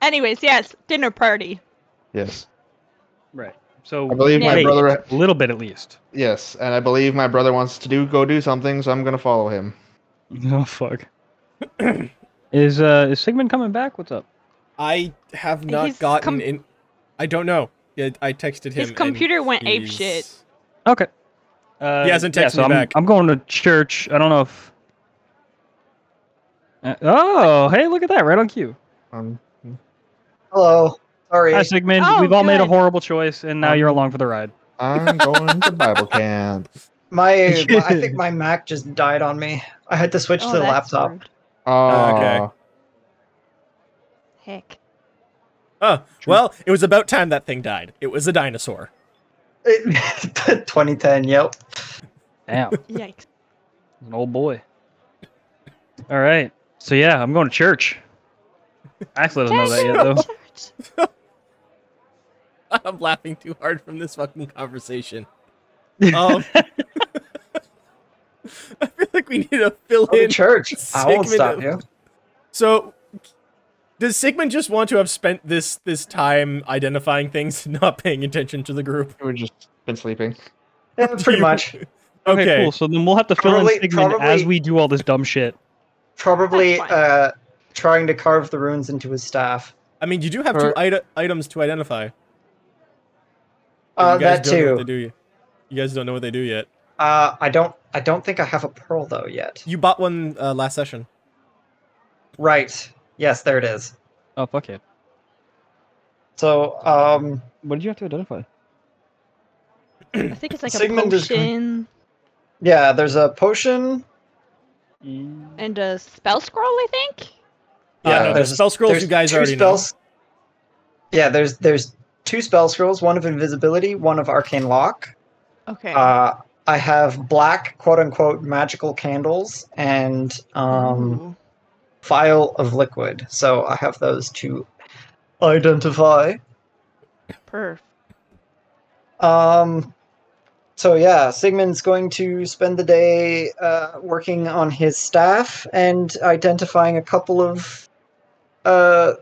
Speaker 7: Anyways, yes, dinner party.
Speaker 8: Yes.
Speaker 3: Right. So
Speaker 8: I believe my
Speaker 7: Wait.
Speaker 8: brother.
Speaker 3: a little bit at least.
Speaker 8: Yes, and I believe my brother wants to do go do something, so I'm gonna follow him.
Speaker 3: Oh fuck. is uh is Sigmund coming back? What's up?
Speaker 2: I have not
Speaker 7: His
Speaker 2: gotten
Speaker 7: com-
Speaker 2: in. I don't know. Yeah, I texted him.
Speaker 7: His
Speaker 2: and
Speaker 7: computer went
Speaker 2: he's-
Speaker 7: apeshit.
Speaker 3: Okay. Uh,
Speaker 2: He hasn't
Speaker 3: yeah,
Speaker 2: texted
Speaker 3: so
Speaker 2: me
Speaker 3: I'm,
Speaker 2: back.
Speaker 3: I'm going to church. I don't know if. Uh, oh hey, look at that! Right on cue.
Speaker 8: Um,
Speaker 5: Hello. Sorry.
Speaker 3: Hi Sigmund.
Speaker 7: Oh,
Speaker 3: We've all made a
Speaker 7: good.
Speaker 3: horrible choice, and
Speaker 2: Um,
Speaker 3: now you're along for the ride.
Speaker 8: I'm going to Bible camp.
Speaker 5: My, my- I think my Mac just died on me. I had to switch
Speaker 7: Oh,
Speaker 5: to the
Speaker 7: that's
Speaker 5: laptop.
Speaker 7: rude.
Speaker 8: Oh,
Speaker 2: Okay.
Speaker 7: Heck.
Speaker 2: Oh, well, it was about time that thing died. It was a dinosaur.
Speaker 5: It- 2010. Yep.
Speaker 3: Damn.
Speaker 7: Yikes.
Speaker 3: An old boy. All right. So yeah, I'm going to church. Axel doesn't know that yet though.
Speaker 7: Church.
Speaker 2: I'm laughing too hard from this fucking conversation. Um, I feel like we need to fill
Speaker 5: Oh,
Speaker 2: in.
Speaker 5: church. I won't
Speaker 2: Sigmund-
Speaker 5: stop you.
Speaker 2: So, does Sigmund just want to have spent this this time identifying things, not paying attention to the group?
Speaker 8: we were just been sleeping.
Speaker 5: Yeah, pretty much.
Speaker 2: Okay.
Speaker 3: cool. So then we'll have to fill
Speaker 5: Probably-
Speaker 3: in Sigmund as
Speaker 5: probably-
Speaker 3: we do all this dumb shit.
Speaker 5: Probably
Speaker 7: That's fine.
Speaker 5: uh, trying to carve the runes into his staff.
Speaker 2: I mean, you do have two
Speaker 8: Or-
Speaker 2: ite- items to identify.
Speaker 5: Uh,
Speaker 2: you guys
Speaker 5: that
Speaker 2: don't know what they
Speaker 5: too.
Speaker 2: do. yet. You guys don't know what they do yet.
Speaker 5: Uh, I don't. I don't think I have a pearl though yet.
Speaker 2: You bought one uh, last session.
Speaker 5: Right. Yes, there it is.
Speaker 3: Oh fuck it.
Speaker 5: So, um,
Speaker 3: What did you have to identify?
Speaker 7: I think it's like
Speaker 5: Sigmund
Speaker 7: a
Speaker 5: is com-
Speaker 7: potion
Speaker 5: yeah, there's a potion.
Speaker 4: Mm.
Speaker 7: and a spell scroll, I think.
Speaker 2: Yeah,
Speaker 8: Yeah,
Speaker 2: Uh, no, the
Speaker 5: there's a-
Speaker 2: spell scrolls
Speaker 5: there's
Speaker 2: you guys
Speaker 5: two
Speaker 2: already
Speaker 5: spells. Yeah, there's there's two spell scrolls. One of invisibility. One of arcane lock.
Speaker 7: Okay.
Speaker 5: Uh, I have black quote unquote magical candles and um,
Speaker 7: Ooh.
Speaker 5: vial of liquid. So I have those to identify.
Speaker 7: Perf.
Speaker 5: Um, so yeah, Sigmund's going to spend the day uh, working on his staff and identifying a couple of uh,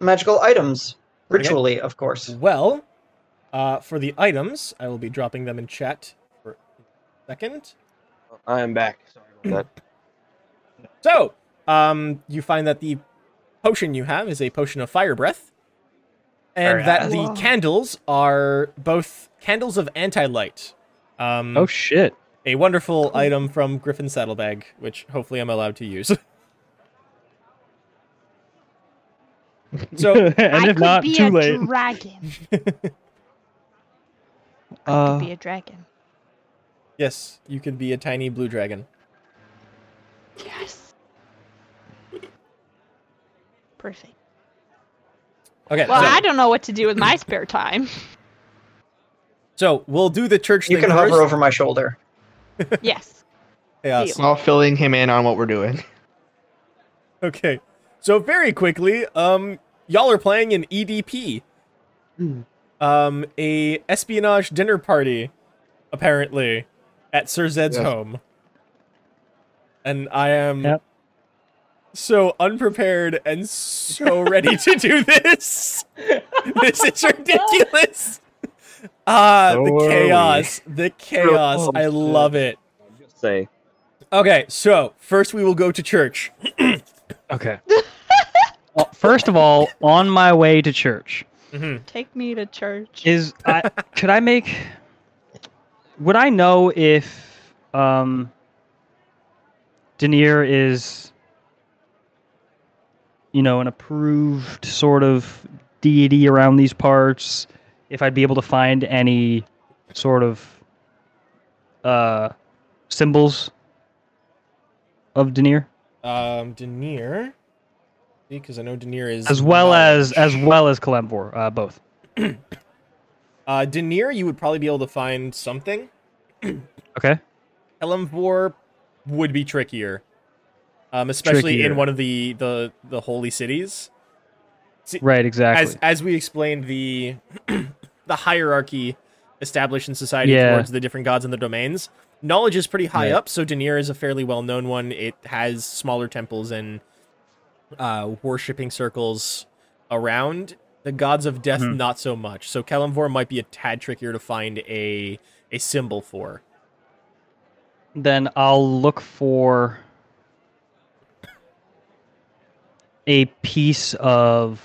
Speaker 5: magical items,
Speaker 2: Okay.
Speaker 5: ritually, of course.
Speaker 2: know. Well, uh, for the items, I will be dropping them in chat for a second.
Speaker 4: I am back. Sorry about that.
Speaker 2: So, um, you find that the potion you have is a potion of fire breath, and
Speaker 5: Very
Speaker 2: that
Speaker 7: nice.
Speaker 2: the
Speaker 7: Whoa.
Speaker 2: candles are both candles of anti light. Um,
Speaker 3: Oh shit.
Speaker 2: a wonderful item from Griffin Saddlebag, which hopefully I'm allowed to use. so,
Speaker 3: and
Speaker 7: I
Speaker 3: if
Speaker 7: could
Speaker 3: not,
Speaker 7: be
Speaker 3: too
Speaker 7: a
Speaker 3: late.
Speaker 7: dragon.
Speaker 3: Uh,
Speaker 7: be a dragon.
Speaker 2: yes, you could be a tiny blue dragon.
Speaker 7: Yes. Perfect.
Speaker 2: Okay,
Speaker 7: Well,
Speaker 2: so,
Speaker 7: I don't know what to do with my spare time.
Speaker 2: so we'll do the church
Speaker 5: You
Speaker 2: thing
Speaker 5: can
Speaker 2: first.
Speaker 5: hover over my shoulder.
Speaker 7: Yes.
Speaker 2: Chaos.
Speaker 7: Deal.
Speaker 8: While filling him in on what we're doing.
Speaker 2: Okay. So very quickly, um, y'all are playing an EDP, um, a espionage dinner party, apparently, at Sir Zed's
Speaker 8: Yes.
Speaker 2: home. And I am
Speaker 3: Yep.
Speaker 2: so unprepared and so ready to do this. this is ridiculous. Ah,
Speaker 8: So
Speaker 2: the
Speaker 8: are we.
Speaker 2: chaos, the chaos. I love it.
Speaker 4: Just say.
Speaker 2: Okay, so first we will go to church.
Speaker 3: Okay. well, first of all, on my way to church
Speaker 2: Mhm.
Speaker 7: Take me to church.
Speaker 3: is I could I make would I know if um Denier is you know an approved sort of deity around these parts if I'd be able to find any sort of uh symbols of Denier
Speaker 2: um Denier. Because I know Denier is
Speaker 3: as well as as
Speaker 2: knowledge.
Speaker 3: well as Kalembor, uh both.
Speaker 2: uh Denier, you would probably be able to find something.
Speaker 3: Okay.
Speaker 2: Elmvor would be trickier. Um, especially
Speaker 3: Trickier.
Speaker 2: in one of the the the holy cities.
Speaker 3: Right, exactly.
Speaker 2: As as we explained the the hierarchy established in society
Speaker 3: Yeah.
Speaker 2: towards the different gods and the domains. Knowledge is pretty high
Speaker 3: Right.
Speaker 2: up, so Denier is a fairly well known one. It has smaller temples and uh worshipping circles around. The gods of death
Speaker 3: Mhm.
Speaker 2: not so much. So Kelimvor might be a tad trickier to find a a symbol for.
Speaker 3: then I'll look for a piece of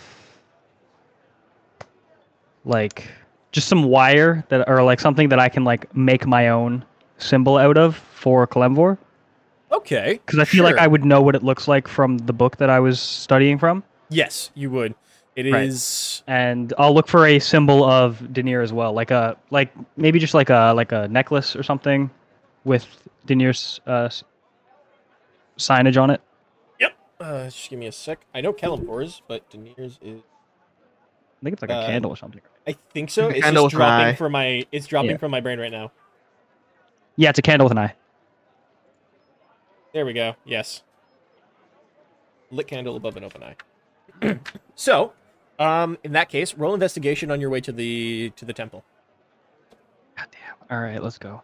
Speaker 3: like just some wire that or like something that I can like make my own symbol out of for Clemvor
Speaker 2: Okay.
Speaker 3: because I feel like
Speaker 2: sure.
Speaker 3: I would know what it looks like from the book that I was studying from
Speaker 2: Yes, you would. It is
Speaker 3: Right. and I'll look for a symbol of Denier as well like a like maybe just like a like a necklace or something with Denier's uh, s- signage on it
Speaker 2: Uh, just give me a sec. I know Calibor's, but Denier's is.
Speaker 3: I think it's like a
Speaker 2: Uh,
Speaker 3: candle or something.
Speaker 2: I think so.
Speaker 8: The
Speaker 2: It's
Speaker 8: candle
Speaker 2: just
Speaker 8: with an
Speaker 2: dropping
Speaker 8: eye.
Speaker 2: from my. It's dropping
Speaker 3: Yeah.
Speaker 2: from my brain right now.
Speaker 3: Yeah, it's a candle with an eye.
Speaker 2: There we go. Yes. Lit candle above an open eye. so, um, in that case, roll investigation on your way to the to the temple.
Speaker 3: God damn. All right, let's go.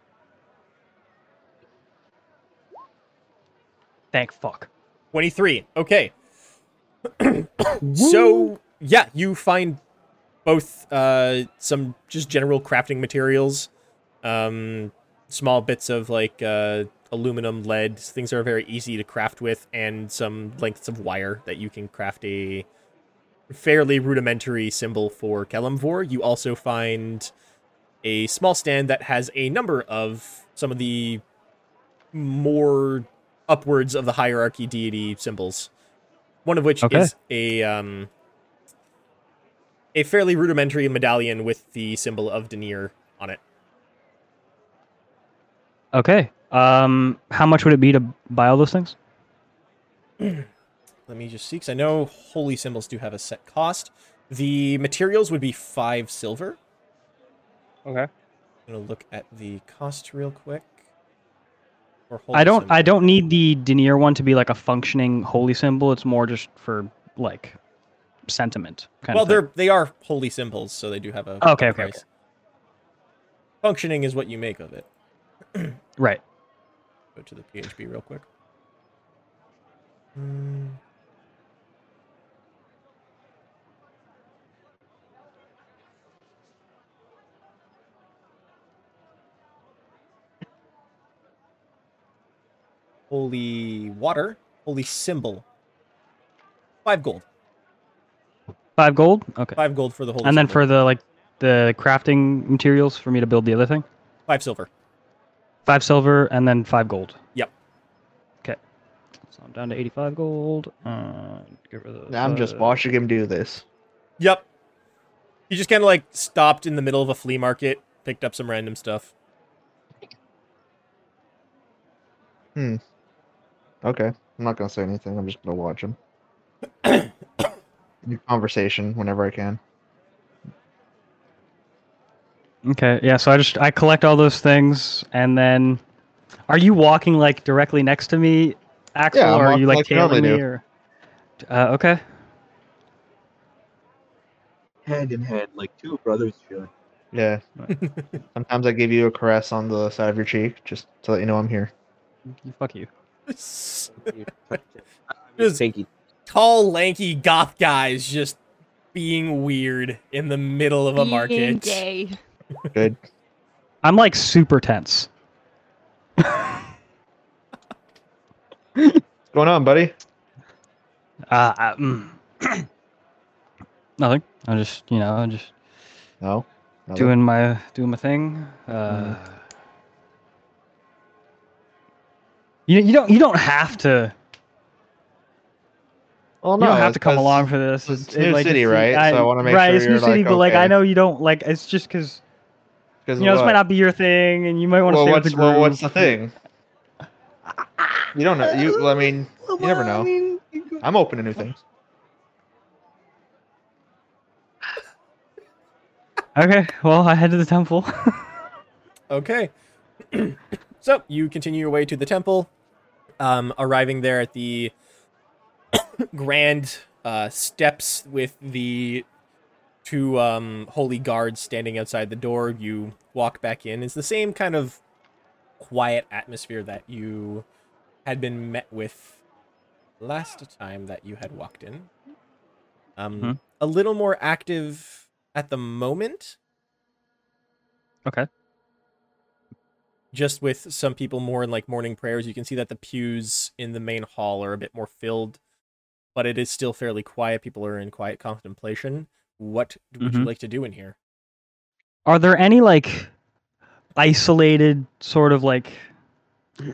Speaker 3: Thank fuck.
Speaker 2: 23. Okay. so, yeah, you find both uh, some just general crafting materials, um, small bits of like uh, aluminum, lead, things that are very easy to craft with, and some lengths of wire that you can craft a fairly rudimentary symbol for Kelimvor. You also find a small stand that has a number of some of the more upwards of the hierarchy deity symbols. One of which
Speaker 3: Okay.
Speaker 2: is a um, a fairly rudimentary medallion with the symbol of Denier on it.
Speaker 3: Okay. Um, how much would it be to buy all those things?
Speaker 2: Let me just see, because I know holy symbols do have a set cost. The materials would be five silver.
Speaker 3: Okay.
Speaker 2: I'm gonna look at the cost real quick. Or holy
Speaker 3: I don't. I
Speaker 2: symbol.
Speaker 3: don't need the denier one to be like a functioning holy symbol. It's more just for like sentiment. Kind
Speaker 2: Well,
Speaker 3: of thing.
Speaker 2: they're they are holy symbols, so they do have a
Speaker 3: Okay, okay,
Speaker 2: price. Functioning is what you make of it.
Speaker 3: right.
Speaker 2: go to the PHP real quick. Mm. Holy water, holy symbol. Five gold.
Speaker 3: Five gold. Okay.
Speaker 2: Five gold for the holy.
Speaker 3: and then
Speaker 2: symbol.
Speaker 3: for the like the crafting materials for me to build the other thing,
Speaker 2: five silver.
Speaker 3: five silver and then five gold.
Speaker 2: Yep.
Speaker 3: Okay. So I'm down to 85 gold. Uh, get rid of.
Speaker 8: Now I'm just
Speaker 2: Uh,
Speaker 3: the-
Speaker 8: watching him do this.
Speaker 2: Yep. He just kind of like stopped in the middle of a flea market, picked up some random stuff.
Speaker 8: Okay. I'm not gonna say anything. I'm just gonna watch him. New conversation whenever I can.
Speaker 3: Okay, yeah. So I just I collect all those things, and then Are you walking like directly next to me, Axel,
Speaker 8: Yeah, I'm
Speaker 3: or are
Speaker 8: walking
Speaker 3: you like
Speaker 8: like I normally
Speaker 3: tailing me?
Speaker 8: do.
Speaker 3: Or uh, okay,
Speaker 4: hand in hand, like two brothers should.
Speaker 8: Yeah. Sometimes I give you a caress on the side of your cheek just to let you know I'm here.
Speaker 3: fuck you.
Speaker 2: Just-
Speaker 4: Pinky.
Speaker 2: Tall, lanky goth guys just being weird in the middle of a
Speaker 7: Being
Speaker 2: market.
Speaker 7: gay.
Speaker 8: Good.
Speaker 3: I'm like super tense.
Speaker 8: What's going on, buddy?
Speaker 3: Uh, I, mm. Nothing. I'm just you know I'm just
Speaker 8: No. Nothing?
Speaker 3: doing my doing my thing. Uh, You you don't you don't have to
Speaker 8: Well,
Speaker 3: you don't have to come
Speaker 8: because-
Speaker 3: along for this.
Speaker 8: it's new city, right? So I wanna make
Speaker 3: right,
Speaker 8: sure
Speaker 3: it's new
Speaker 8: you're,
Speaker 3: city,
Speaker 8: like,
Speaker 3: but like I
Speaker 8: okay.
Speaker 3: know you don't like. It's just because
Speaker 8: because
Speaker 3: you know this
Speaker 8: what?
Speaker 3: might not be your thing, and you might want to
Speaker 8: well,
Speaker 3: stay
Speaker 8: what's,
Speaker 3: with the group.
Speaker 8: well, what's the thing? You don't know. You, well, I mean, you never know. I'm open to new things.
Speaker 3: Okay, well I head to the temple.
Speaker 2: Okay. so you continue your way to the temple, um, arriving there at the grand uh, steps with the two um, holy guards standing outside the door. You walk back in. It's the same kind of quiet atmosphere that you had been met with last time that you had walked in. Um,
Speaker 3: Hmm.
Speaker 2: A little more active at the moment, just with some people more in like morning prayers. You can see that the pews in the main hall are a bit more filled, but it is still fairly quiet. People are in quiet contemplation. What d- would you
Speaker 3: Mhm.
Speaker 2: like to do in here?
Speaker 3: Are there any like isolated sort of like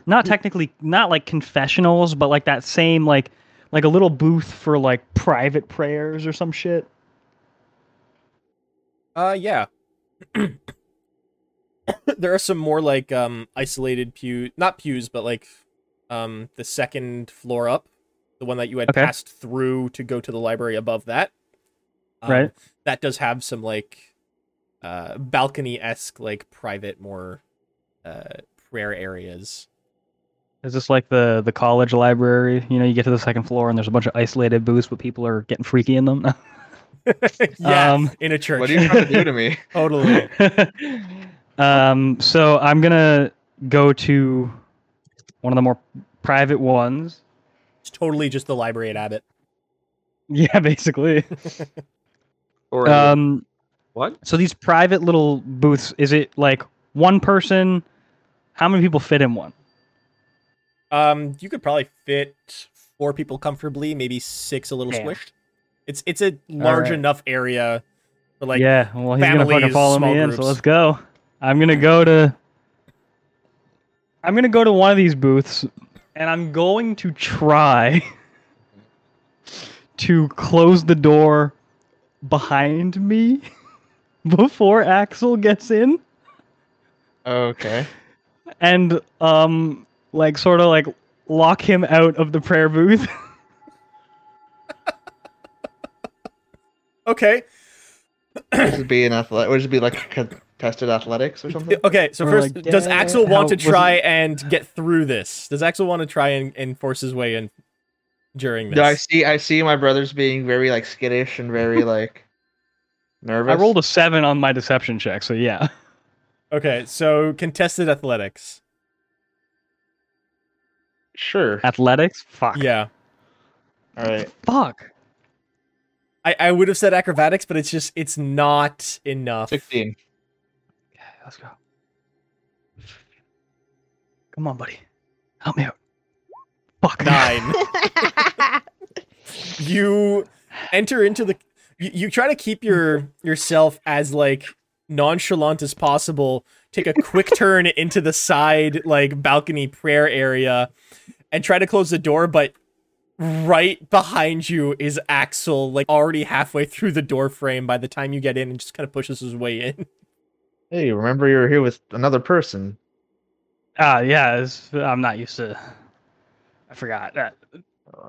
Speaker 3: not technically not like confessionals, but like that same like like a little booth for like private prayers or some shit?
Speaker 2: Uh yeah. there are some more like um isolated pew not pews, but like um the second floor up, the one that you had
Speaker 3: Okay.
Speaker 2: passed through to go to the library above that. Um,
Speaker 3: Right.
Speaker 2: That does have some like uh balcony esque like private more uh prayer areas.
Speaker 3: Is this like the the college library? You know, you get to the second floor and there's a bunch of isolated booths, but people are getting freaky in them.
Speaker 2: yeah,
Speaker 3: Um,
Speaker 2: in a church.
Speaker 8: What are you trying to do to me?
Speaker 2: totally.
Speaker 3: um, so I'm gonna go to one of the more private ones.
Speaker 2: It's totally just the library at Abbott.
Speaker 3: Yeah, basically.
Speaker 4: Or
Speaker 3: Um,
Speaker 4: what?
Speaker 3: so these private little booths, is it like one person? How many people fit in one?
Speaker 2: Um, you could probably fit four people comfortably, maybe six a little
Speaker 3: Damn.
Speaker 2: squished. It's it's a large
Speaker 3: right.
Speaker 2: enough area for like
Speaker 3: yeah, well, he's gonna fucking
Speaker 2: families,
Speaker 3: follow me
Speaker 2: small
Speaker 3: in, so
Speaker 2: groups.
Speaker 3: let's go. I'm gonna go to. I'm gonna go to one of these booths, and I'm going to try to close the door behind me before Axel gets in.
Speaker 8: Okay.
Speaker 3: and um like sort of like lock him out of the prayer booth.
Speaker 2: okay.
Speaker 8: This would be an athletic. Would it be like contested athletics or something?
Speaker 2: Okay, so
Speaker 3: Or
Speaker 2: first
Speaker 3: like,
Speaker 2: does
Speaker 3: uh,
Speaker 2: Axel want
Speaker 3: how-
Speaker 2: to
Speaker 3: was
Speaker 2: try and get through this? Does Axel want to try and, and force his way in during this?
Speaker 8: No, I see. I see my brothers being very like skittish and very like
Speaker 3: I
Speaker 8: nervous.
Speaker 3: rolled a 7 on my deception check, so yeah.
Speaker 2: Okay, so contested athletics.
Speaker 8: sure.
Speaker 3: Athletics? Fuck.
Speaker 2: Yeah.
Speaker 8: All right.
Speaker 3: Fuck.
Speaker 2: I, I would have said acrobatics, but it's just it's not enough.
Speaker 8: Sixteen.
Speaker 3: Okay, let's go. Come on, buddy. Help me out. Fuck.
Speaker 2: Nine. you enter into the you, you try to keep your yourself as like nonchalant as possible take a quick turn into the side like balcony prayer area and try to close the door but right behind you is axel like already halfway through the door frame by the time you get in and just kind of pushes his way in
Speaker 8: Hey, remember you were here with another person.
Speaker 3: Ah, yeah, it's, I'm not used to I forgot that.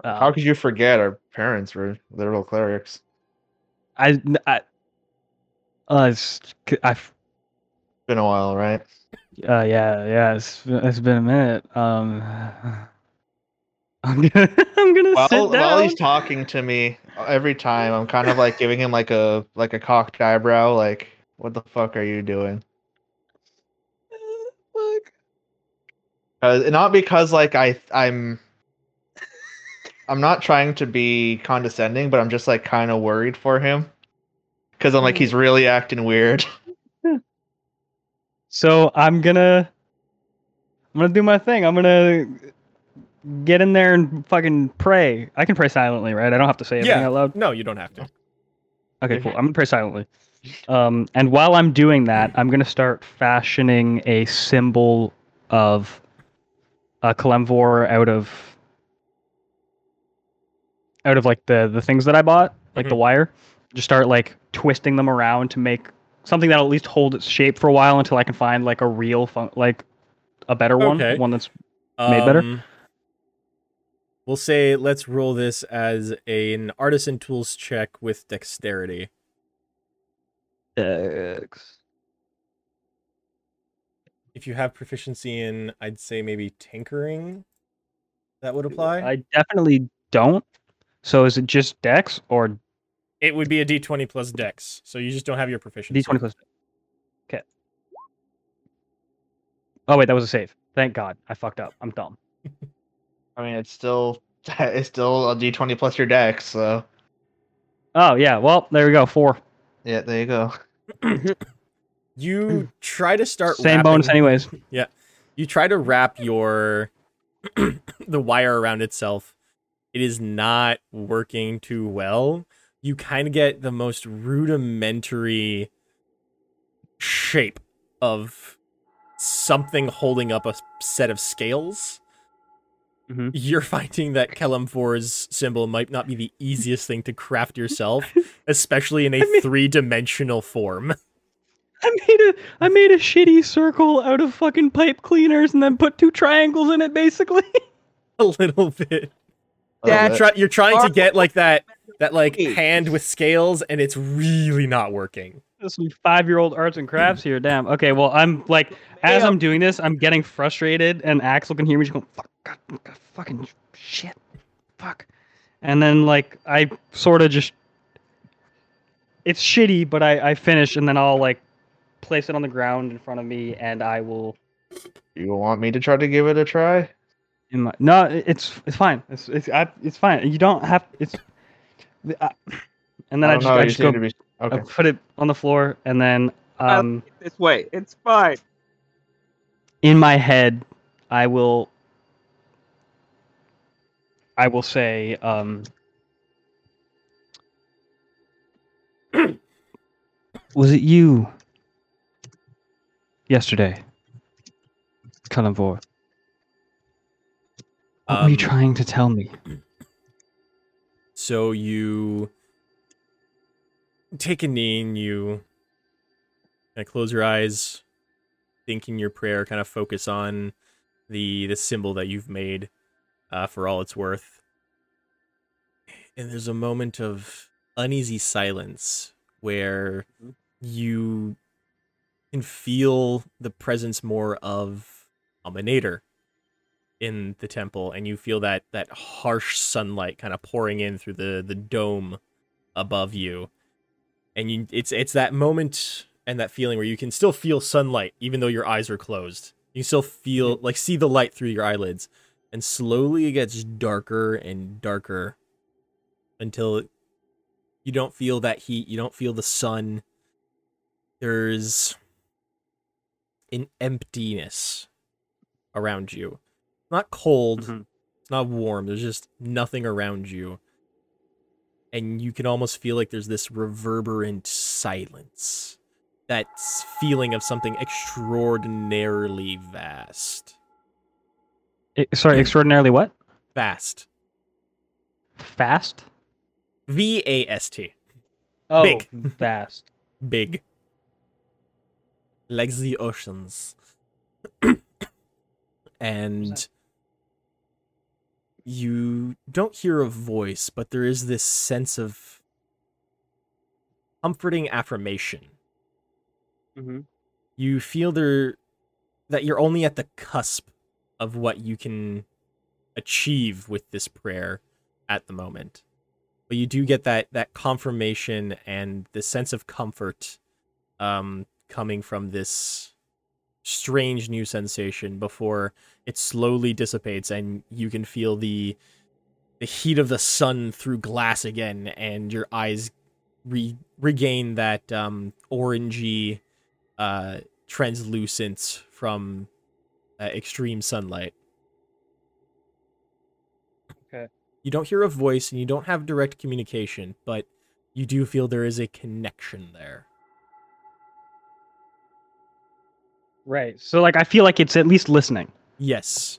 Speaker 3: Uh,
Speaker 8: How could you forget? Our parents were literal clerics.
Speaker 3: I I uh, it's, I f-
Speaker 8: Been a while, right?
Speaker 3: Uh, yeah, yeah. It's it's been a minute. Um, I'm gonna I'm gonna
Speaker 8: While,
Speaker 3: sit down.
Speaker 8: while he's talking to me, every time I'm kind of like giving him like a like a cocked eyebrow, like what the fuck are you doing?
Speaker 3: Look.
Speaker 8: Uh, not because like I I'm I'm not trying to be condescending, but I'm just like kind of worried for him because I'm like
Speaker 3: Hmm.
Speaker 8: he's really acting weird.
Speaker 3: So I'm gonna I'm gonna do my thing. I'm gonna get in there and fucking pray. I can pray silently, right? I don't have to say anything
Speaker 2: Yeah.
Speaker 3: out loud.
Speaker 2: No, you don't have to.
Speaker 3: Okay, cool. I'm gonna pray silently. Um, and while I'm doing that, I'm gonna start fashioning a symbol of a Kalemvor out of out of like the the things that I bought, like the wire. Just start like twisting them around to make something that'll at least hold its shape for a while until I can find like a real fun, like a better
Speaker 2: Okay.
Speaker 3: one, one that's Made better?
Speaker 2: Um, We'll say let's roll this as an artisan tools check with dexterity. If you have proficiency in, I'd say maybe tinkering, that would apply.
Speaker 3: I definitely don't. So is it just Dex or
Speaker 2: It would be a d20 plus dex, so you just don't have your proficiency.
Speaker 3: D20 plus. Okay. Oh wait, that was a save. Thank God, I fucked up. I'm dumb.
Speaker 8: I mean, it's still it's still a d20 plus your dex, so
Speaker 3: Oh yeah, well there we go. Four.
Speaker 8: yeah, there you go.
Speaker 2: You try to start
Speaker 3: Same bonus,
Speaker 2: wrapping-
Speaker 3: anyways.
Speaker 2: You try to wrap your the wire around itself. It is not working too well. You kind of get the most rudimentary shape of something holding up a s- set of scales.
Speaker 3: Mhm.
Speaker 2: You're finding that Kellum 4's symbol might not be the easiest thing to craft yourself, especially in a
Speaker 3: I mean-
Speaker 2: three dimensional form.
Speaker 3: I made a I made a shitty circle out of fucking pipe cleaners and then put two triangles in it, basically.
Speaker 2: a little bit.
Speaker 8: A little
Speaker 5: Yeah,
Speaker 8: bit.
Speaker 2: try, you're trying to get like that that like
Speaker 5: Wait.
Speaker 2: hand with scales and it's really not working
Speaker 3: Some five year old arts and crafts here. Damn. Okay, well I'm like as I'm doing this, I'm getting frustrated, and Axel can hear me just going, "Fuck, God, God, fucking shit, fuck," and then like I sort of just, it's shitty, but I I finish, and then I'll like place it on the ground in front of me, and I will.
Speaker 8: You want me to try to give it a try?
Speaker 3: In my, no, it- it's it's fine. It's it's I, it's fine. You don't have it's. I, and then I,
Speaker 8: don't
Speaker 3: just,
Speaker 8: know,
Speaker 3: I
Speaker 8: you
Speaker 3: just
Speaker 8: seem
Speaker 3: go
Speaker 8: to be-
Speaker 3: I
Speaker 8: okay.
Speaker 3: put it on the floor, and then
Speaker 4: I'll
Speaker 3: um.
Speaker 4: take this way. It's fine.
Speaker 3: in my head i will i will say um was it you yesterday Cullenvor? what were
Speaker 2: Um,
Speaker 3: you trying to tell me
Speaker 2: so you take a knee and you kind of close your eyes thinking your prayer kind of focus on the the symbol that you've made uh, for all it's worth and there's a moment of uneasy silence where you can feel the presence more of Aminator in the temple and you feel that that harsh sunlight kind of pouring in through the the dome above you and you it's it's that moment and that feeling where you can still feel sunlight even though your eyes are closed you can still feel like see the light through your eyelids and slowly it gets darker and darker until it, you don't feel that heat you don't feel the sun there's an emptiness around you not cold
Speaker 3: Mhm.
Speaker 2: it's not warm there's just nothing around you and you can almost feel like there's this reverberant silence that s- feeling of something extraordinarily vast
Speaker 3: I- E, sorry extraordinarily what
Speaker 2: vast
Speaker 3: fast
Speaker 2: V A S T.
Speaker 3: oh
Speaker 2: Big.
Speaker 3: fast
Speaker 2: Big. Like the oceans. and you don't hear a voice, but there is this sense of comforting affirmation.
Speaker 3: Mhm.
Speaker 2: you feel there that you're only at the cusp of what you can achieve with this prayer at the moment but you do get that that confirmation and the sense of comfort um coming from this strange new sensation before it slowly dissipates and you can feel the the heat of the sun through glass again and your eyes re- regain that um orangey uh translucence from uh, extreme sunlight
Speaker 3: Okay.
Speaker 2: you don't hear a voice and you don't have direct communication but you do feel there is a connection there
Speaker 3: Right. So like I feel like it's at least listening.
Speaker 2: yes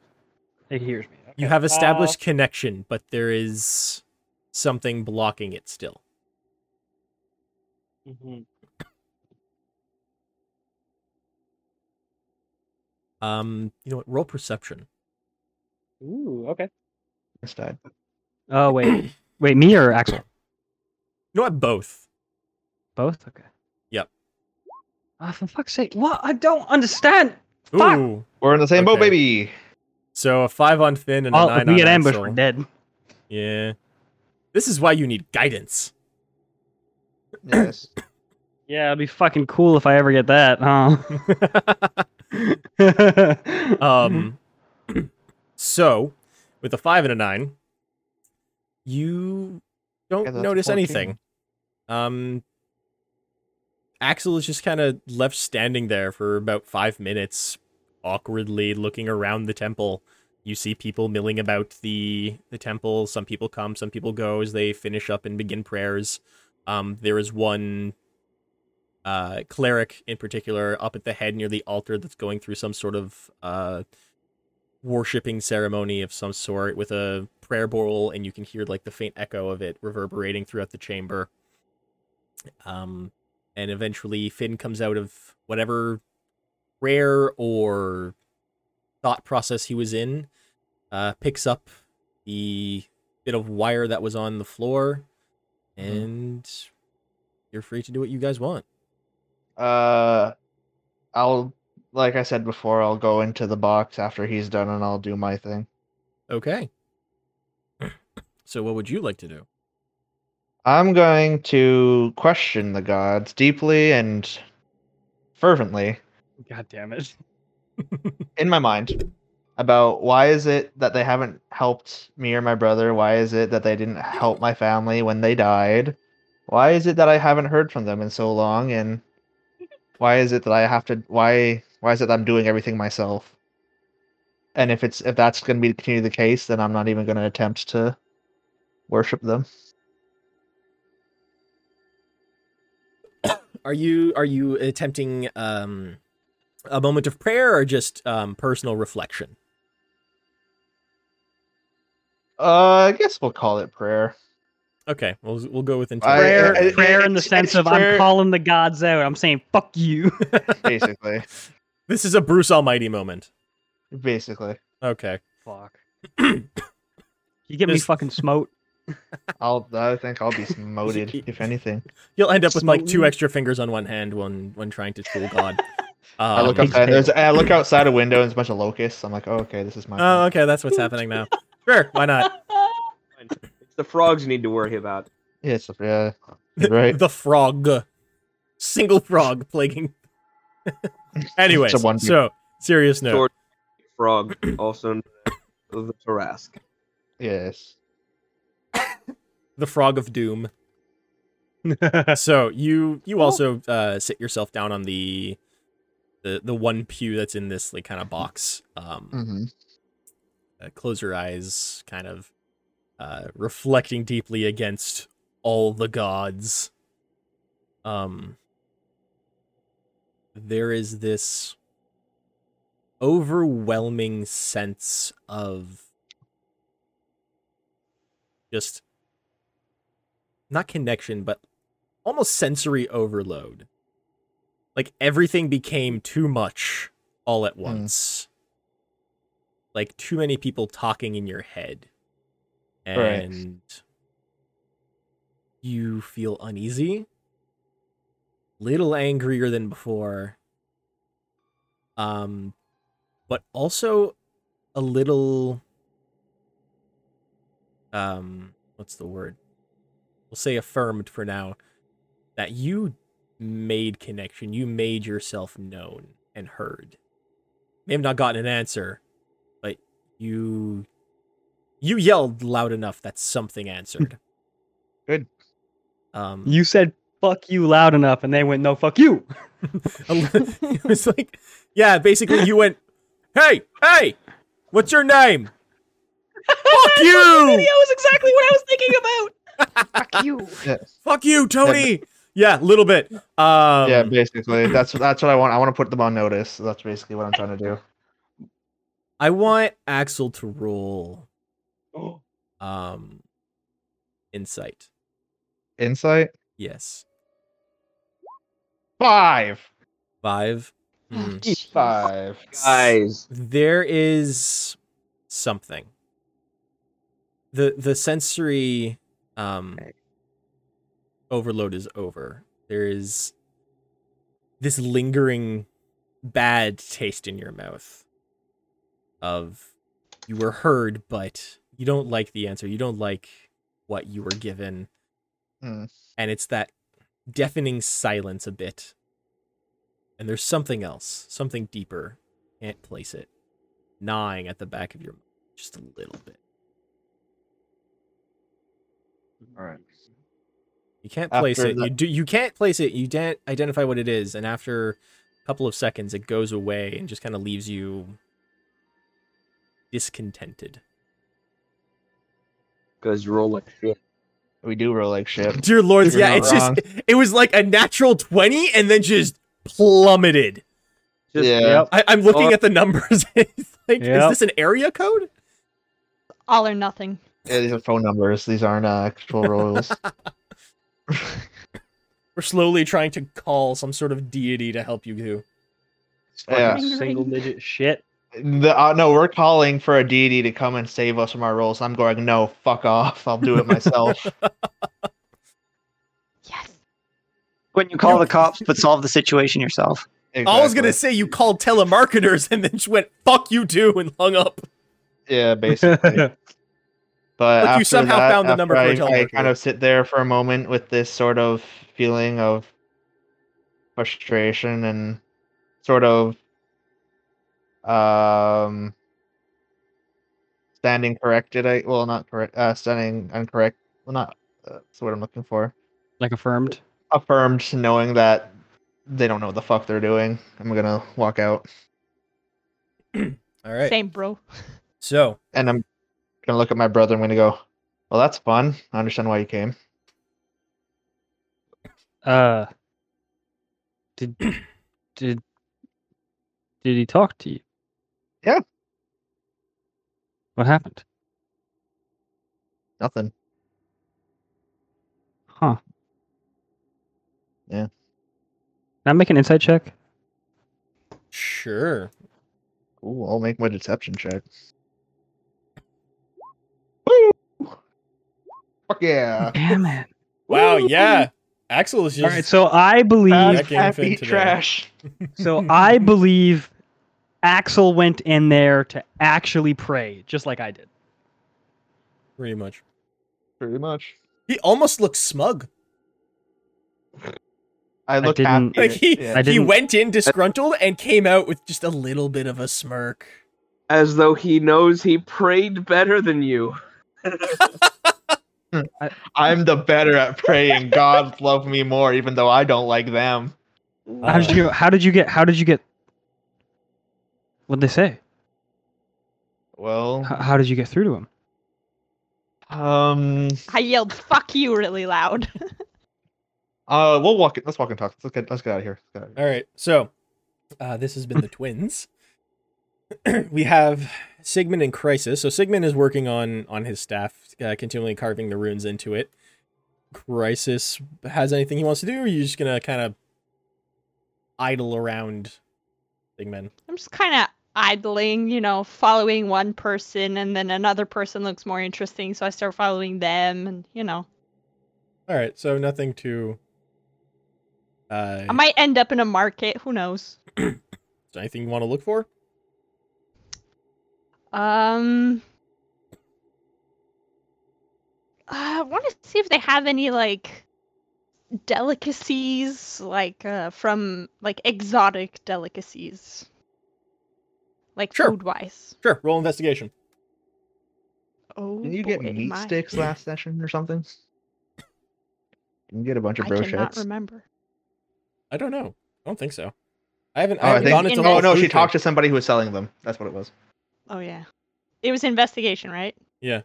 Speaker 3: It hears me. Okay.
Speaker 2: You have established
Speaker 3: Uh,
Speaker 2: connection, but there is something blocking it still.
Speaker 3: mhm.
Speaker 2: Um, you know what? Roll perception.
Speaker 3: Ooh. Okay.
Speaker 8: This time.
Speaker 3: Oh wait, wait, me or Axel?
Speaker 2: You know what? Both.
Speaker 3: Both. Okay.
Speaker 2: Yep.
Speaker 3: Ah, for fuck's sake! What? I don't understand. Fuck.
Speaker 2: Ooh.
Speaker 8: We're in the same boat,
Speaker 2: Okay.
Speaker 8: baby.
Speaker 2: So a five on Finn and a
Speaker 3: Oh,
Speaker 2: nine
Speaker 3: if we
Speaker 2: on
Speaker 3: get ambushed,
Speaker 2: Axel.
Speaker 3: we're dead.
Speaker 2: Yeah. This is why you need guidance.
Speaker 8: Yes.
Speaker 3: Yeah, it'd be fucking cool if I ever get that. Huh?
Speaker 2: Um, so with a five and a nine, you don't
Speaker 8: Yeah, that's
Speaker 2: notice
Speaker 8: 14.
Speaker 2: anything. Um, Axel is just kind of left standing there for about five minutes, awkwardly looking around the temple. You see people milling about the the temple. Some people come, some people go as they finish up and begin prayers. Um, there is one uh, cleric in particular up at the head near the altar that's going through some sort of uh, worshipping ceremony of some sort with a prayer bowl, and you can hear like the faint echo of it reverberating throughout the chamber. Um, and eventually Finn comes out of whatever prayer or thought process he was in, uh, picks up the bit of wire that was on the floor, Mm-hmm. and you're free to do what you guys want.
Speaker 8: Uh, I'll like I said before, I'll go into the box after he's done, and I'll do my thing.
Speaker 2: Okay. So what would you like to do?
Speaker 8: I'm going to question the gods deeply and fervently
Speaker 3: God damn it.
Speaker 8: in my mind about why is it that they haven't helped me or my brother? Why is it that they didn't help my family when they died? Why is it that I haven't heard from them in so long? And why is it that I have to why why is it that I'm doing everything myself? And if it's if that's going to be continue the case, then I'm not even going to attempt to worship them.
Speaker 2: Are you are you attempting um a moment of prayer or just um personal reflection?
Speaker 8: Uh, I guess we'll call it prayer.
Speaker 2: Okay, we'll we'll go with
Speaker 8: I-
Speaker 3: prayer,
Speaker 8: I- I-
Speaker 3: prayer in the
Speaker 8: it's-
Speaker 3: sense
Speaker 8: it's
Speaker 3: of
Speaker 8: prayer-
Speaker 3: I'm calling the gods out. I'm saying fuck you.
Speaker 8: basically
Speaker 2: This is a Bruce Almighty moment.
Speaker 8: basically
Speaker 2: Okay.
Speaker 3: Fuck. you get me
Speaker 2: This-
Speaker 3: fucking smote.
Speaker 8: i'll i think i'll be smoted if anything
Speaker 2: You'll end up with like two
Speaker 3: Smooth.
Speaker 2: extra fingers on one hand when when trying to fool God. Um,
Speaker 8: i look outside there's i look outside a window and it's a bunch of locusts i'm like oh, okay this is my
Speaker 2: Oh,
Speaker 8: fault.
Speaker 2: okay, that's what's happening now. Sure, why not?
Speaker 4: It's the frogs you need to worry about.
Speaker 8: yeah it's yeah you're right
Speaker 2: the frog single frog plaguing anyways
Speaker 8: It's a one-
Speaker 2: so serious note
Speaker 4: Short frog, also known as the Tarask.
Speaker 8: yes
Speaker 2: the frog of doom so you you also uh sit yourself down on the the the one pew that's in this like kind of box um
Speaker 8: hmm
Speaker 2: uh, close your eyes, kind of uh, reflecting deeply against all the gods. Um, there is this overwhelming sense of just not connection, but almost sensory overload. Like everything became too much all at once like too many people talking in your head
Speaker 8: Right.
Speaker 2: and you feel uneasy little angrier than before um, but also a little. Um, what's the word? We'll say affirmed for now that you made connection. You made yourself known and heard. May have not gotten an answer, but you you yelled loud enough that something answered.
Speaker 8: Good.
Speaker 2: Um,
Speaker 3: You said "fuck you" loud enough, and they went, "No, fuck you."
Speaker 2: a li- it was like, yeah, basically you went, hey, hey, what's your name? Fuck you!
Speaker 7: was exactly what I was thinking about. Fuck you.
Speaker 2: Fuck you, Tony! Yeah, a little bit. Um,
Speaker 8: yeah, basically. That's that's what I want. I want to put them on notice. So that's basically what I'm trying to do.
Speaker 2: I want Axel to roll um, insight.
Speaker 8: Insight
Speaker 2: Yes.
Speaker 8: five.
Speaker 2: Five.
Speaker 7: Oh,
Speaker 2: Hmm.
Speaker 8: Five.
Speaker 9: Guys,
Speaker 2: there is something the the sensory um overload is over there is this lingering bad taste in your mouth of you were heard but you don't like the answer you don't like what you were given
Speaker 8: Hmm.
Speaker 2: and it's that deafening silence a bit and there's something else something deeper can't place it gnawing at the back of your mouth just a little bit.
Speaker 8: All right.
Speaker 2: You can't place
Speaker 8: After
Speaker 2: it.
Speaker 8: the-
Speaker 2: You do. You can't place it. You can't identify what it is. And after a couple of seconds, it goes away and just kind of leaves you discontented.
Speaker 9: because you're all like shit.
Speaker 8: We do roll like shit.
Speaker 2: Dear lords,
Speaker 8: You're
Speaker 2: yeah,
Speaker 8: not
Speaker 2: it's just it was like a natural twenty and then just plummeted.
Speaker 9: Just-
Speaker 8: yeah.
Speaker 3: Yep.
Speaker 2: I, I'm looking
Speaker 9: Oh.
Speaker 2: at the numbers. it's like,
Speaker 3: Yep.
Speaker 2: is this an area code?
Speaker 7: All or nothing.
Speaker 8: Yeah, these are phone numbers. These aren't uh, actual rolls.
Speaker 2: We're slowly trying to call some sort of deity to help you do.
Speaker 8: yeah.
Speaker 7: Ring, ring.
Speaker 3: Single digit shit.
Speaker 8: The, uh, no, we're calling for a deity to come and save us from our rolls. I'm going, no, fuck off. I'll do it myself.
Speaker 7: Yes.
Speaker 5: When you call the cops, but solve the situation yourself.
Speaker 2: I was gonna
Speaker 8: Exactly.
Speaker 2: say you called telemarketers and then just went "fuck you too" and hung up.
Speaker 8: Yeah, basically. But
Speaker 2: Look, you
Speaker 8: after
Speaker 2: somehow
Speaker 8: that,
Speaker 2: found the number
Speaker 8: after
Speaker 2: for a
Speaker 8: I, I
Speaker 2: telemarketer.
Speaker 8: kind of sit there for a moment with this sort of feeling of frustration and sort of um standing corrected. I well, not correct. Uh, standing uncorrect. Well, not uh, that's what I'm looking for.
Speaker 3: Like affirmed.
Speaker 8: Affirmed, knowing that they don't know what the fuck they're doing. I'm gonna walk out,
Speaker 2: All right.
Speaker 7: Same, bro.
Speaker 2: So
Speaker 8: and I'm gonna look at my brother. I'm gonna go. Well, that's fun. I understand why you came.
Speaker 3: Uh, did did did he talk to you?
Speaker 8: Yeah.
Speaker 3: What happened?
Speaker 8: Nothing.
Speaker 3: Huh.
Speaker 8: Yeah.
Speaker 3: Can I make an insight check?
Speaker 2: sure.
Speaker 8: Ooh, I'll make my deception check. Woo! Fuck yeah!
Speaker 3: Damn it.
Speaker 2: Wow. Yeah. Axel is just.
Speaker 3: All right, so I believe
Speaker 2: That game fit today.
Speaker 8: trash.
Speaker 3: so I believe Axel went in there to actually pray, just like I did.
Speaker 2: pretty much.
Speaker 8: Pretty much.
Speaker 2: He almost looks smug.
Speaker 8: I look
Speaker 3: didn't-
Speaker 8: happy.
Speaker 2: Like he
Speaker 8: yeah.
Speaker 3: I
Speaker 2: he
Speaker 3: didn't-
Speaker 2: went in disgruntled and came out with just a little bit of a smirk.
Speaker 9: As though he knows he prayed better than you.
Speaker 8: I'm the better at praying. God love me more, even though I don't like them.
Speaker 3: How did
Speaker 8: Uh.
Speaker 3: you how did you get how did you get what they say? H-
Speaker 8: Well,
Speaker 3: how did you get through to him?
Speaker 8: um,
Speaker 7: I yelled "fuck you" really loud.
Speaker 8: uh, we'll walk. Let's walk and talk. Let's get. Let's get out of here. Let's get out of here.
Speaker 2: All right. So uh, this has been the twins. we have Sigmund and Crisis. So Sigmund is working on on his staff, uh, continually carving the runes into it. Crisis has anything he wants to do, or are you just gonna kind of idle around Sigmund?
Speaker 7: I'm just kind of idling, you know, following one person, and then another person looks more interesting, so I start following them, and you know,
Speaker 2: All right, so nothing to. Uh,
Speaker 7: I might end up in a market. Who knows?
Speaker 2: Anything you want to look for?
Speaker 7: Um, uh, I want to see if they have any like delicacies, like uh, from like exotic delicacies, like
Speaker 2: Sure.
Speaker 7: food wise.
Speaker 2: Sure. Roll investigation.
Speaker 7: Oh,
Speaker 8: Didn't you get
Speaker 7: boy,
Speaker 8: meat
Speaker 7: my-
Speaker 8: sticks last session or something?
Speaker 6: You can get a bunch of
Speaker 7: I cannot
Speaker 6: brochettes.
Speaker 7: remember.
Speaker 2: I don't know. I don't think so. I haven't. I
Speaker 8: Oh, I
Speaker 2: haven't
Speaker 8: think-
Speaker 2: gone into
Speaker 7: Oh,
Speaker 8: Oh no,
Speaker 2: food
Speaker 8: she
Speaker 2: thing.
Speaker 8: talked to somebody who was selling them. That's what it was.
Speaker 7: Oh yeah, it was investigation, right?
Speaker 2: Yeah.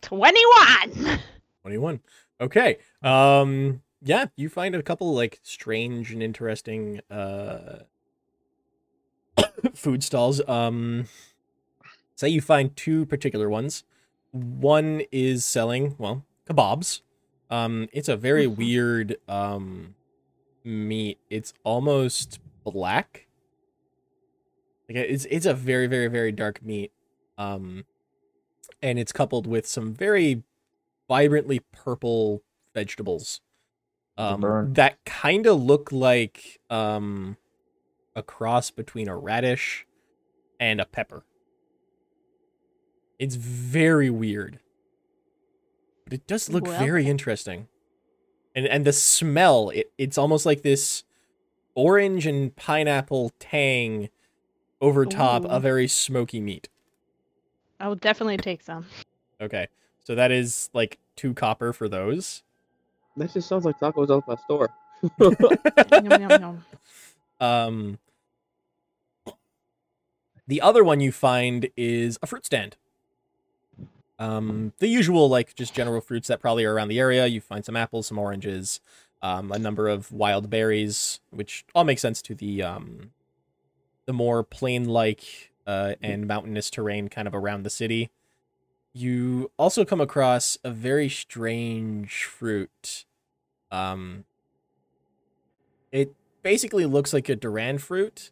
Speaker 7: Twenty-one.
Speaker 2: 21 okay um yeah you find a couple like strange and interesting uh food stalls um say you find two particular ones one is selling well kebabs um it's a very weird um meat it's almost black like it's it's a very very very dark meat um and it's coupled with some very vibrantly purple vegetables um,
Speaker 6: burn.
Speaker 2: that kind of look like um, a cross between a radish and a pepper. It's very weird, but it does look
Speaker 7: Well.
Speaker 2: very interesting, and and the smell it it's almost like this orange and pineapple tang over top
Speaker 7: Ooh.
Speaker 2: a very smoky meat.
Speaker 7: I will definitely take some.
Speaker 2: Okay, so that is like two copper for those.
Speaker 4: That just sounds like tacos out of my store. Uh,
Speaker 7: Yum, yum, yum.
Speaker 2: Um, the other one you find is a fruit stand. Um, the usual, like just general fruits that probably are around the area. You find some apples, some oranges, um, a number of wild berries, which all make sense to the um, the more plain-like uh, and mountainous terrain kind of around the city. You also come across a very strange fruit. Um, it basically looks like a Duran fruit,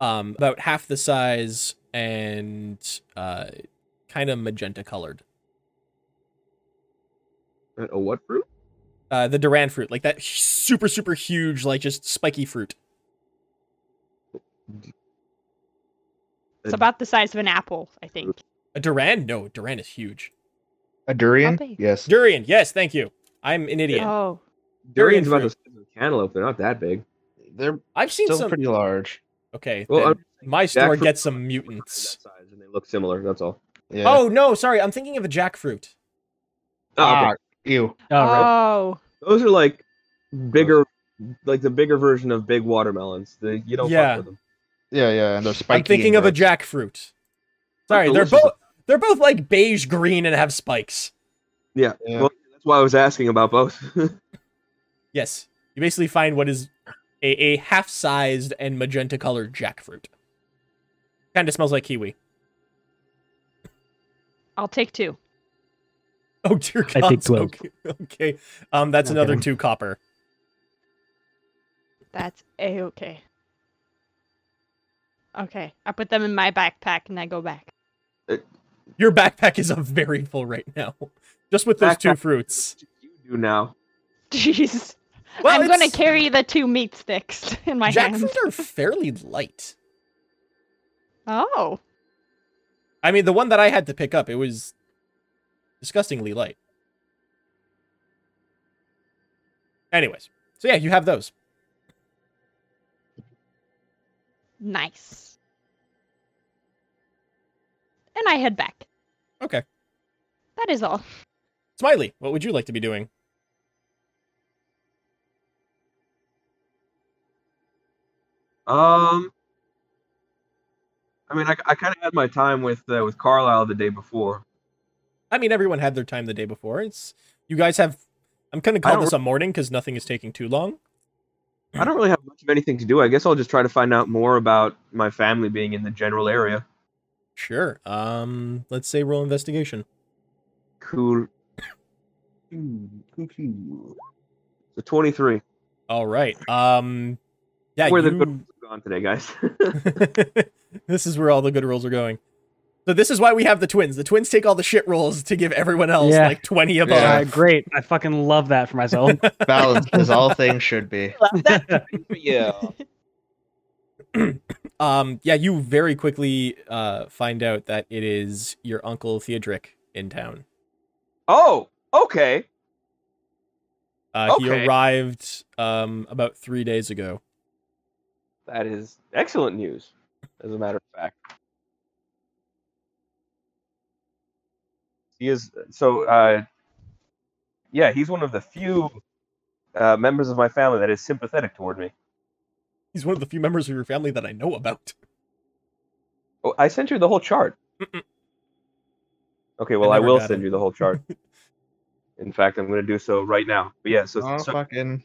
Speaker 2: um, about half the size and uh, kind of magenta colored.
Speaker 4: A what fruit?
Speaker 2: Uh, the Duran fruit, like that h- super super huge, like just spiky fruit.
Speaker 7: It's about the size of an apple, I think.
Speaker 2: A Duran? No, Duran is huge.
Speaker 7: Oh,
Speaker 6: A durian?
Speaker 7: big?
Speaker 6: Yes.
Speaker 2: Durian. Yes, thank you. I'm an idiot.
Speaker 7: Oh,
Speaker 2: Durian
Speaker 4: Durian's about the size of a cantaloupe. They're not that big.
Speaker 6: They're
Speaker 2: I've seen
Speaker 6: still
Speaker 2: some.
Speaker 6: pretty uh, large.
Speaker 2: Okay,
Speaker 4: Well,
Speaker 2: then
Speaker 4: I'm just saying
Speaker 2: my store
Speaker 4: jackfruit-
Speaker 2: gets some mutants.
Speaker 4: That size, and they look similar. That's all.
Speaker 6: Yeah.
Speaker 2: Oh no, sorry, I'm thinking of a jackfruit.
Speaker 8: Uh,
Speaker 4: Ah, okay.
Speaker 6: ew.
Speaker 3: All right.
Speaker 7: oh,
Speaker 4: Those are like bigger, like the bigger version of big watermelons. The, you don't fuck
Speaker 2: Yeah.
Speaker 4: with them.
Speaker 6: Yeah, yeah. And they're spiky.
Speaker 2: I'm thinking of
Speaker 6: and
Speaker 2: a jackfruit. Sorry, they're
Speaker 4: delicious.
Speaker 2: both they're both like beige green and have spikes.
Speaker 4: Yeah.
Speaker 6: Yeah.
Speaker 4: Well, that's why I was asking about both.
Speaker 2: Yes. You basically find what is a, a half sized and magenta colored jackfruit. Kind of smells like kiwi.
Speaker 7: I'll take two.
Speaker 2: Oh dear
Speaker 3: I
Speaker 2: God.
Speaker 3: take 12.
Speaker 2: Okay. okay. Um, that's another two copper.
Speaker 7: That's a okay. Okay, I put them in my backpack and I go back.
Speaker 2: Your backpack is uh, very full right now, just with those two
Speaker 4: Backpack.
Speaker 2: fruits.
Speaker 4: you do now.
Speaker 7: Jeez,
Speaker 2: Well,
Speaker 7: I'm gonna
Speaker 2: it's-
Speaker 7: carry the two meat sticks in my hand.
Speaker 2: Jackfruit are fairly light.
Speaker 7: Oh,
Speaker 2: I mean, the one that I had to pick up, it was disgustingly light. Anyways, so yeah, you have those.
Speaker 7: nice. And I head back.
Speaker 2: Okay.
Speaker 7: That is all.
Speaker 2: Smiley, what would you like to be doing?
Speaker 4: Um, I mean, I, I kind of had my time with uh, with Carlisle the day before.
Speaker 2: I mean, everyone had their time the day before. It's you guys have. I'm gonna
Speaker 4: I
Speaker 2: call
Speaker 4: don't
Speaker 2: this a morning because nothing is taking too long.
Speaker 4: I don't really have much of anything to do. I guess I'll just try to find out more about my family being in the general area.
Speaker 2: Sure. Um, let's say roll investigation.
Speaker 4: Cool. So 23.
Speaker 2: All right. Um, yeah.
Speaker 4: Where the
Speaker 2: you-
Speaker 4: good ones have gone today, guys.
Speaker 2: this is where all the good rolls are going. So this is why we have the twins. The twins take all the shit rolls to give everyone else
Speaker 3: Yeah.
Speaker 2: like twenty above.
Speaker 8: Yeah.
Speaker 3: Uh, great. I fucking love that for myself.
Speaker 8: Balance is all things should be.
Speaker 9: yeah.
Speaker 2: Um, yeah, you very quickly uh, find out that it is your uncle Theodric in town.
Speaker 9: Oh, okay.
Speaker 2: Uh, He
Speaker 9: Okay.
Speaker 2: arrived um, about three days ago.
Speaker 9: That is excellent news, as a matter of fact. He is so. Uh, yeah, he's one of the few uh, members of my family that is sympathetic toward me.
Speaker 2: He's one of the few members of your family that I know about.
Speaker 9: Oh, I sent you the whole chart.
Speaker 2: Mm-mm.
Speaker 9: Okay, well,
Speaker 2: I
Speaker 9: I,
Speaker 2: never
Speaker 9: will
Speaker 2: got
Speaker 9: send
Speaker 2: it.
Speaker 9: you the whole chart. In fact, I'm going to do so right now. But yeah, so,
Speaker 8: Oh,
Speaker 9: so
Speaker 8: fucking.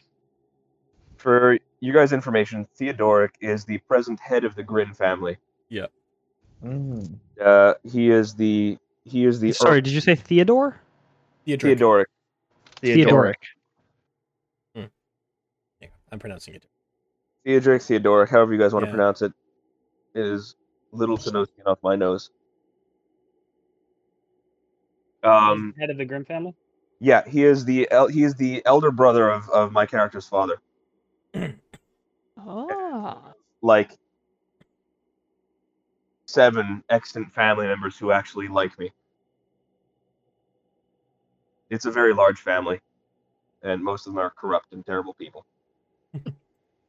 Speaker 9: for you guys' information, Theodoric is the present head of the Grin family.
Speaker 8: Mm.
Speaker 9: Uh, he is the he is the
Speaker 3: Sorry, did you say Theodore?
Speaker 2: Theodric.
Speaker 9: Theodoric.
Speaker 8: Theodoric.
Speaker 2: Yeah, I'm pronouncing it.
Speaker 9: Theodric, Theodoric, however you guys want
Speaker 2: Yeah.
Speaker 9: to pronounce it, is little to no skin off my nose. Um,
Speaker 3: Head of the Grim family?
Speaker 9: yeah, he is the el- he is the elder brother of, of my character's father.
Speaker 7: Oh.
Speaker 9: Like seven extant family members who actually like me. It's a very large family, and most of them are corrupt and terrible people.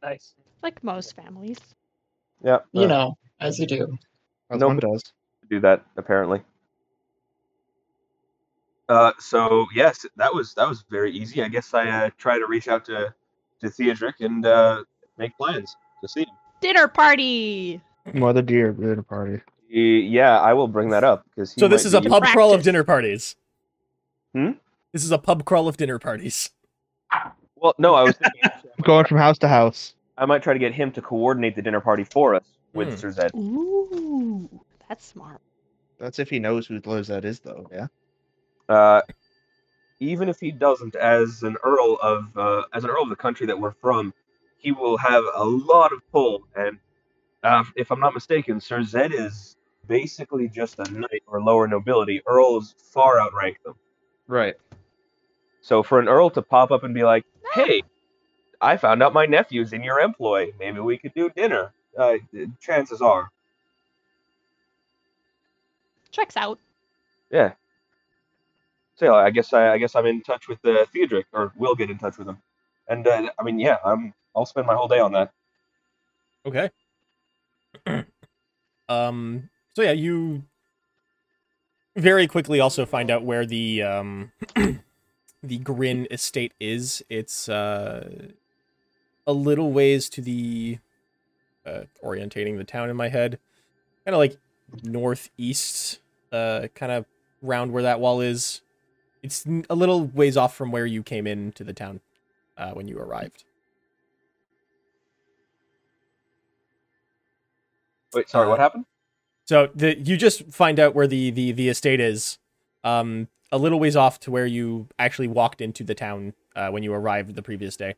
Speaker 3: Nice.
Speaker 7: Like most families.
Speaker 9: Yeah,
Speaker 5: You know, as you do.
Speaker 8: As
Speaker 9: Nope.
Speaker 8: one does.
Speaker 9: do that apparently. Uh, so yes, that was that was very easy. I guess I uh, try to reach out to to Theodric and uh, make plans to see him.
Speaker 7: Dinner party!
Speaker 8: Mother dear, we're in a party.
Speaker 9: He- yeah, I will bring that up because
Speaker 2: So this is a pub crawl of
Speaker 7: Practice.
Speaker 2: dinner parties.
Speaker 9: Hmm?
Speaker 2: This is a pub crawl of dinner parties.
Speaker 9: Well, no, I was thinking actually, I, might,
Speaker 8: Going from house to house.
Speaker 9: I might try to get him to coordinate the dinner party for us with
Speaker 2: Hmm.
Speaker 9: Sir Zed.
Speaker 7: Ooh, that's smart.
Speaker 8: That's if he knows who lives that is, though. Yeah.
Speaker 9: Uh, even if he doesn't, as an earl of uh, as an earl of the country that we're from, he will have a lot of pull. And uh, if I'm not mistaken, Sir Zed is basically just a knight or lower nobility. Earls far outrank them.
Speaker 8: Right.
Speaker 9: So for an earl to pop up and be like, "Hey, I found out my nephew's in your employ. Maybe we could do dinner." Uh, chances are,
Speaker 7: Checks out.
Speaker 9: yeah. So yeah, I guess I, I guess I'm in touch with uh, Theodric, or will get in touch with him. And uh, I mean, yeah, I'm. I'll spend my whole day on that.
Speaker 2: Okay. um. So yeah, you very quickly also find out where the um the Grin estate is. It's uh a little ways to the uh, orientating the town in my head, kind of like northeast, uh, kind of round where that wall is. It's n- a little ways off from where you came in to the town uh, when you arrived.
Speaker 9: Wait, sorry, what
Speaker 2: Uh,
Speaker 9: happened?
Speaker 2: So the you just find out where the the the estate is, um, a little ways off to where you actually walked into the town uh, when you arrived the previous day.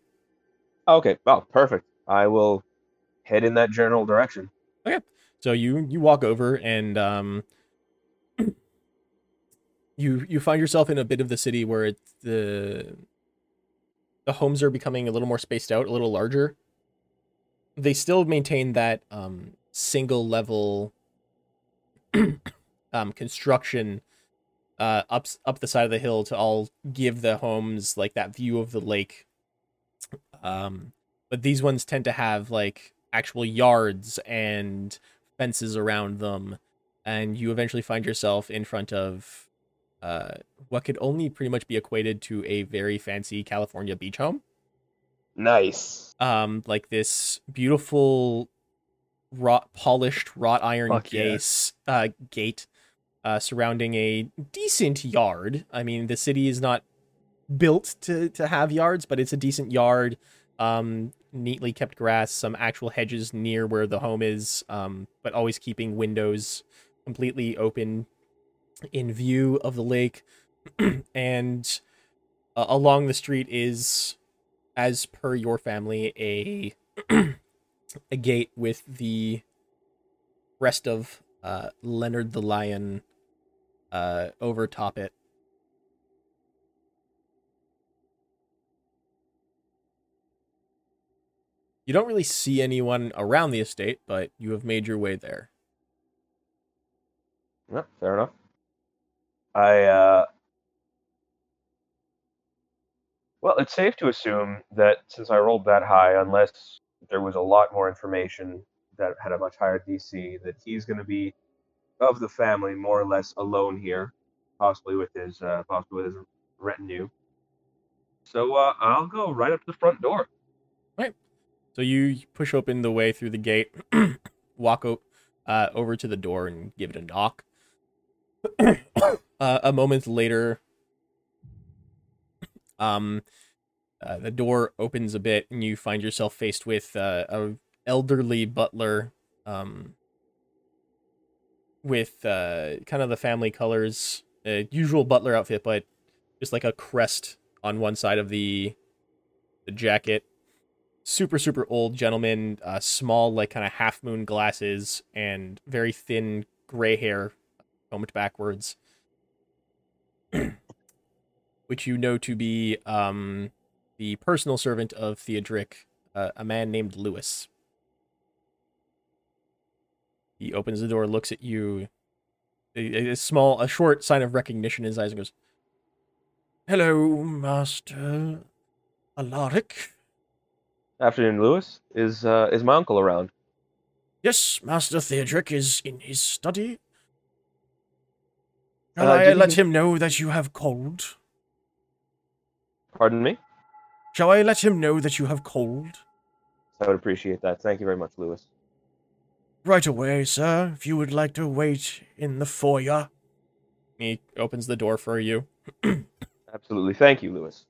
Speaker 9: Oh, okay, well, perfect. I will head in that general direction.
Speaker 2: So you you walk over and um, you you find yourself in a bit of the city where it's the the homes are becoming a little more spaced out, a little larger. They still maintain that um, single level um, construction uh, up s- up the side of the hill to all give the homes like that view of the lake. Um, but these ones tend to have like actual yards and fences around them, and you eventually find yourself in front of uh, what could only pretty much be equated to a very fancy California beach home.
Speaker 9: Nice.
Speaker 2: Um, like this beautiful, wrought, polished wrought iron
Speaker 3: Fuck yeah.
Speaker 2: gate, uh, gate uh, surrounding a decent yard. I mean, the city is not built to to have yards, but it's a decent yard. Um, neatly kept grass, some actual hedges near where the home is, um, but always keeping windows completely open in view of the lake. and uh, along the street is, as per your family, a a gate with the rest of uh, uh, Leonard the Lion uh, over top it. You don't really see anyone around the estate, but you have made your way there.
Speaker 9: Yeah, fair enough. I uh Well, it's safe to assume that since I rolled that high, unless there was a lot more information that had a much higher DC, that he's going to be of the family more or less alone here, possibly with his uh, possibly with his retinue. So uh, I'll go right up to the front door.
Speaker 2: So you push open the way through the gate, walk o- uh, over to the door and give it a knock. uh, a moment later, um, uh, the door opens a bit and you find yourself faced with uh, a elderly butler, um, with uh, kind of the family colors, uh, usual butler outfit, but just like a crest on one side of the the jacket super super old gentleman uh, small like kind of half moon glasses and very thin gray hair combed backwards which you know to be um, the personal servant of theodric uh, a man named lewis he opens the door looks at you a, a small a short sign of recognition in his eyes and goes hello master alaric
Speaker 9: Afternoon, Lewis. Is uh, is my uncle around?
Speaker 2: Yes, Master Theodric is in his study.
Speaker 8: Uh, did he-
Speaker 2: him know that you have cold?
Speaker 9: Pardon me.
Speaker 2: Shall I let him know that you have cold?
Speaker 9: I would appreciate that. Thank you very much, Lewis.
Speaker 2: Right away, sir, if you would like to wait in the foyer. He opens the door for you,
Speaker 9: Absolutely. Thank you, Lewis.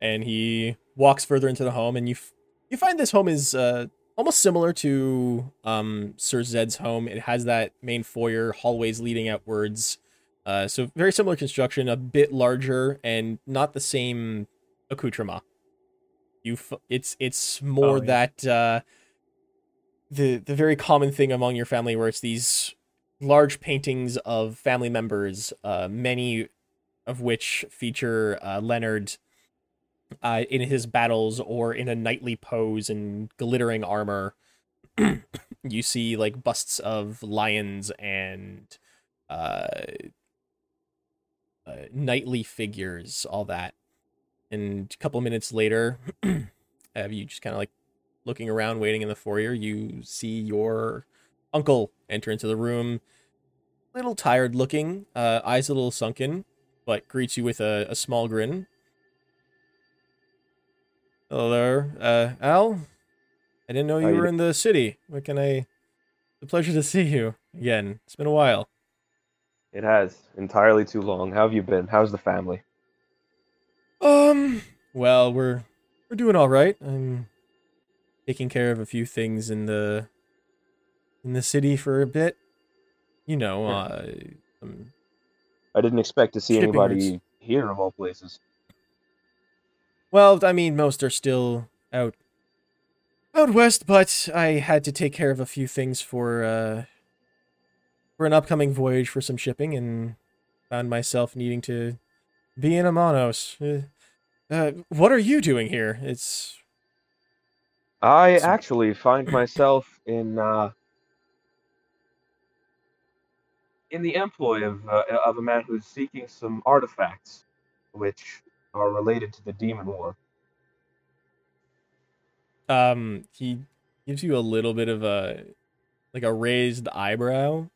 Speaker 2: and he walks further into the home, and you f- you find this home is uh, almost similar to um, Sir Zed's home. It has that main foyer, hallways leading outwards. Uh, so very similar construction, a bit larger, and not the same accoutrement. You, f- it's it's more
Speaker 3: Oh, yeah.
Speaker 2: that uh, the the very common thing among your family, where it's these large paintings of family members, uh, many of which feature uh, Leonard uh, in his battles or in a knightly pose and glittering armor. you see like busts of lions and uh, uh, knightly figures, all that. And a couple minutes later, uh, you just kind of like looking around, waiting in the foyer. You see your uncle enter into the room, a little tired looking, uh, eyes a little sunken, but greets you with a, a small grin. Hello there, uh, Al. I didn't know
Speaker 9: How
Speaker 2: you
Speaker 9: you
Speaker 2: were in the city. What can I? It's a pleasure to see you again. It's been a while.
Speaker 9: It has entirely too long. How have you been? How's the family?
Speaker 2: Um. Well, we're we're doing all right. I'm Hmm. taking care of a few things in the in the city for a bit. You know,
Speaker 9: Sure.
Speaker 2: uh, um,
Speaker 9: I didn't expect to see
Speaker 2: Shipping
Speaker 9: anybody
Speaker 2: routes.
Speaker 9: here of all places.
Speaker 2: well, I mean, most are still out out west, but I had to take care of a few things for uh for an upcoming voyage for some shipping, and found myself needing to be in Amanos. Uh, uh, what are you doing here? It's
Speaker 9: I
Speaker 2: So-
Speaker 9: actually find myself in uh, in the employ of uh, of a man who's seeking some artifacts, which are related to the demon war.
Speaker 2: um he gives you a little bit of a like a raised eyebrow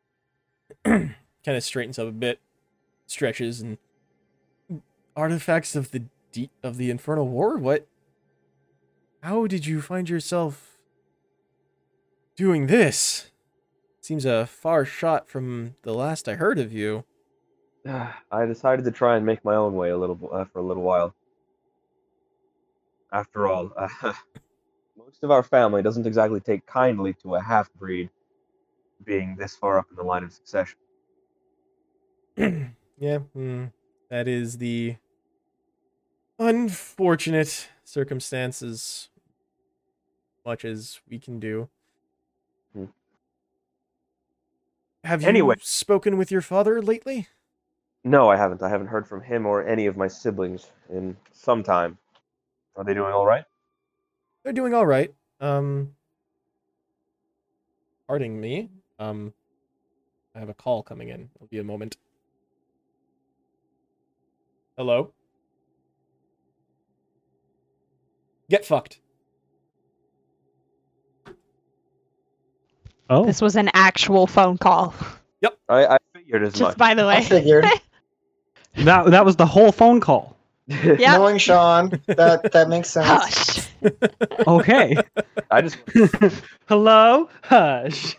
Speaker 2: kind of straightens up a bit stretches and artifacts of the de- of the infernal war what how did you find yourself doing this seems a far shot from the last i heard of you
Speaker 9: I decided to try and make my own way a little uh, for a little while. After all, uh, most of our family doesn't exactly take kindly to a half breed being this far up in the line of succession.
Speaker 2: yeah, mm, that is the unfortunate circumstances. Much as we can do.
Speaker 9: Hmm.
Speaker 2: Have you
Speaker 9: Anyway.
Speaker 2: spoken with your father lately?
Speaker 9: No, I haven't. I haven't heard from him or any of my siblings in some time. Are they doing all right?
Speaker 2: They're doing all right. Um, pardon me. Um, I have a call coming in. It'll be a moment. Hello. Get fucked.
Speaker 3: Oh,
Speaker 7: This was an actual phone call.
Speaker 9: I, I figured as much.
Speaker 7: Just by the
Speaker 5: I
Speaker 7: way.
Speaker 5: figured.
Speaker 3: that that was the whole phone call.
Speaker 7: Yep.
Speaker 5: Knowing Sean, that that makes sense.
Speaker 7: Hush.
Speaker 3: Okay.
Speaker 9: I just
Speaker 3: Hello, hush.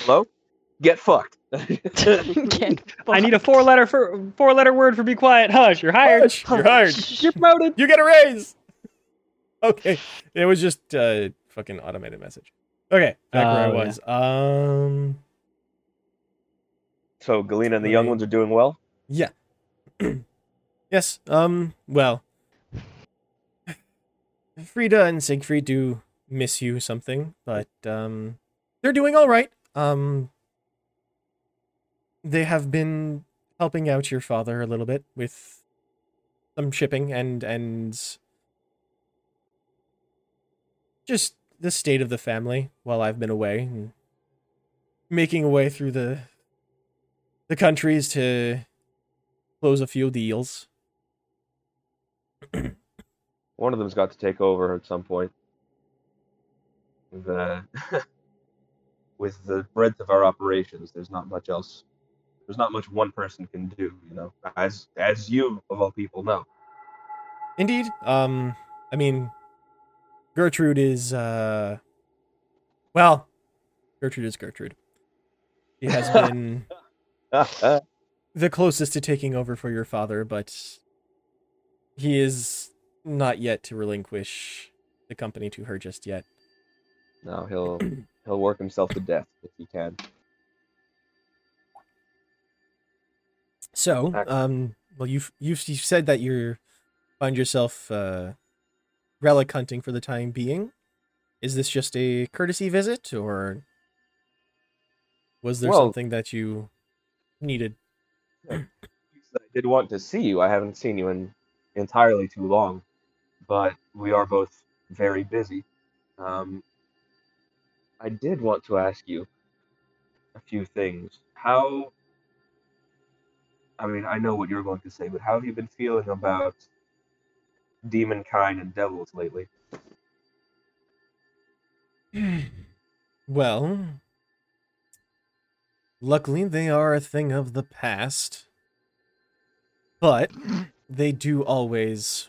Speaker 9: hello. Get fucked.
Speaker 7: Get
Speaker 3: I need a four-letter for four-letter word for be quiet. Hush. You're hired.
Speaker 2: Hush, You're hired.
Speaker 7: Hush.
Speaker 3: You're promoted.
Speaker 2: You get a raise. Okay. It was just uh fucking automated message. Okay, back where I
Speaker 3: Oh, yeah.
Speaker 2: was. Um
Speaker 9: So Galena and the young
Speaker 2: Right.
Speaker 9: ones are doing well.
Speaker 2: yes, um well. Frida and Siegfried do miss you something, but um they're doing all right. Um they have been helping out your father a little bit with some shipping and and just the state of the family while I've been away and making a way through the the countries to close a few deals.
Speaker 9: One of them's got to take over at some point. The with the breadth of our operations, there's not much else. There's not much one person can do. You know, as as you of all people know.
Speaker 2: Indeed. Um I mean Gertrude is uh well, Gertrude is Gertrude. She has been the closest to taking over for your father, but he is not yet to relinquish the company to her just yet.
Speaker 9: no, he'll he'll work himself to death if he can.
Speaker 2: So,
Speaker 9: Ac-
Speaker 2: um, well, you've you've, you've said that you find yourself uh, relic hunting for the time being. Is this just a courtesy visit, or was there
Speaker 9: Well-
Speaker 2: something that you needed?
Speaker 9: I did want to see you. I haven't seen you in entirely too long, but we are both very busy. Um, I did want to ask you a few things. How, I mean, I know what you're going to say, but how have you been feeling about demon kind and devils lately?
Speaker 2: Well, luckily they are a thing of the past, but they do always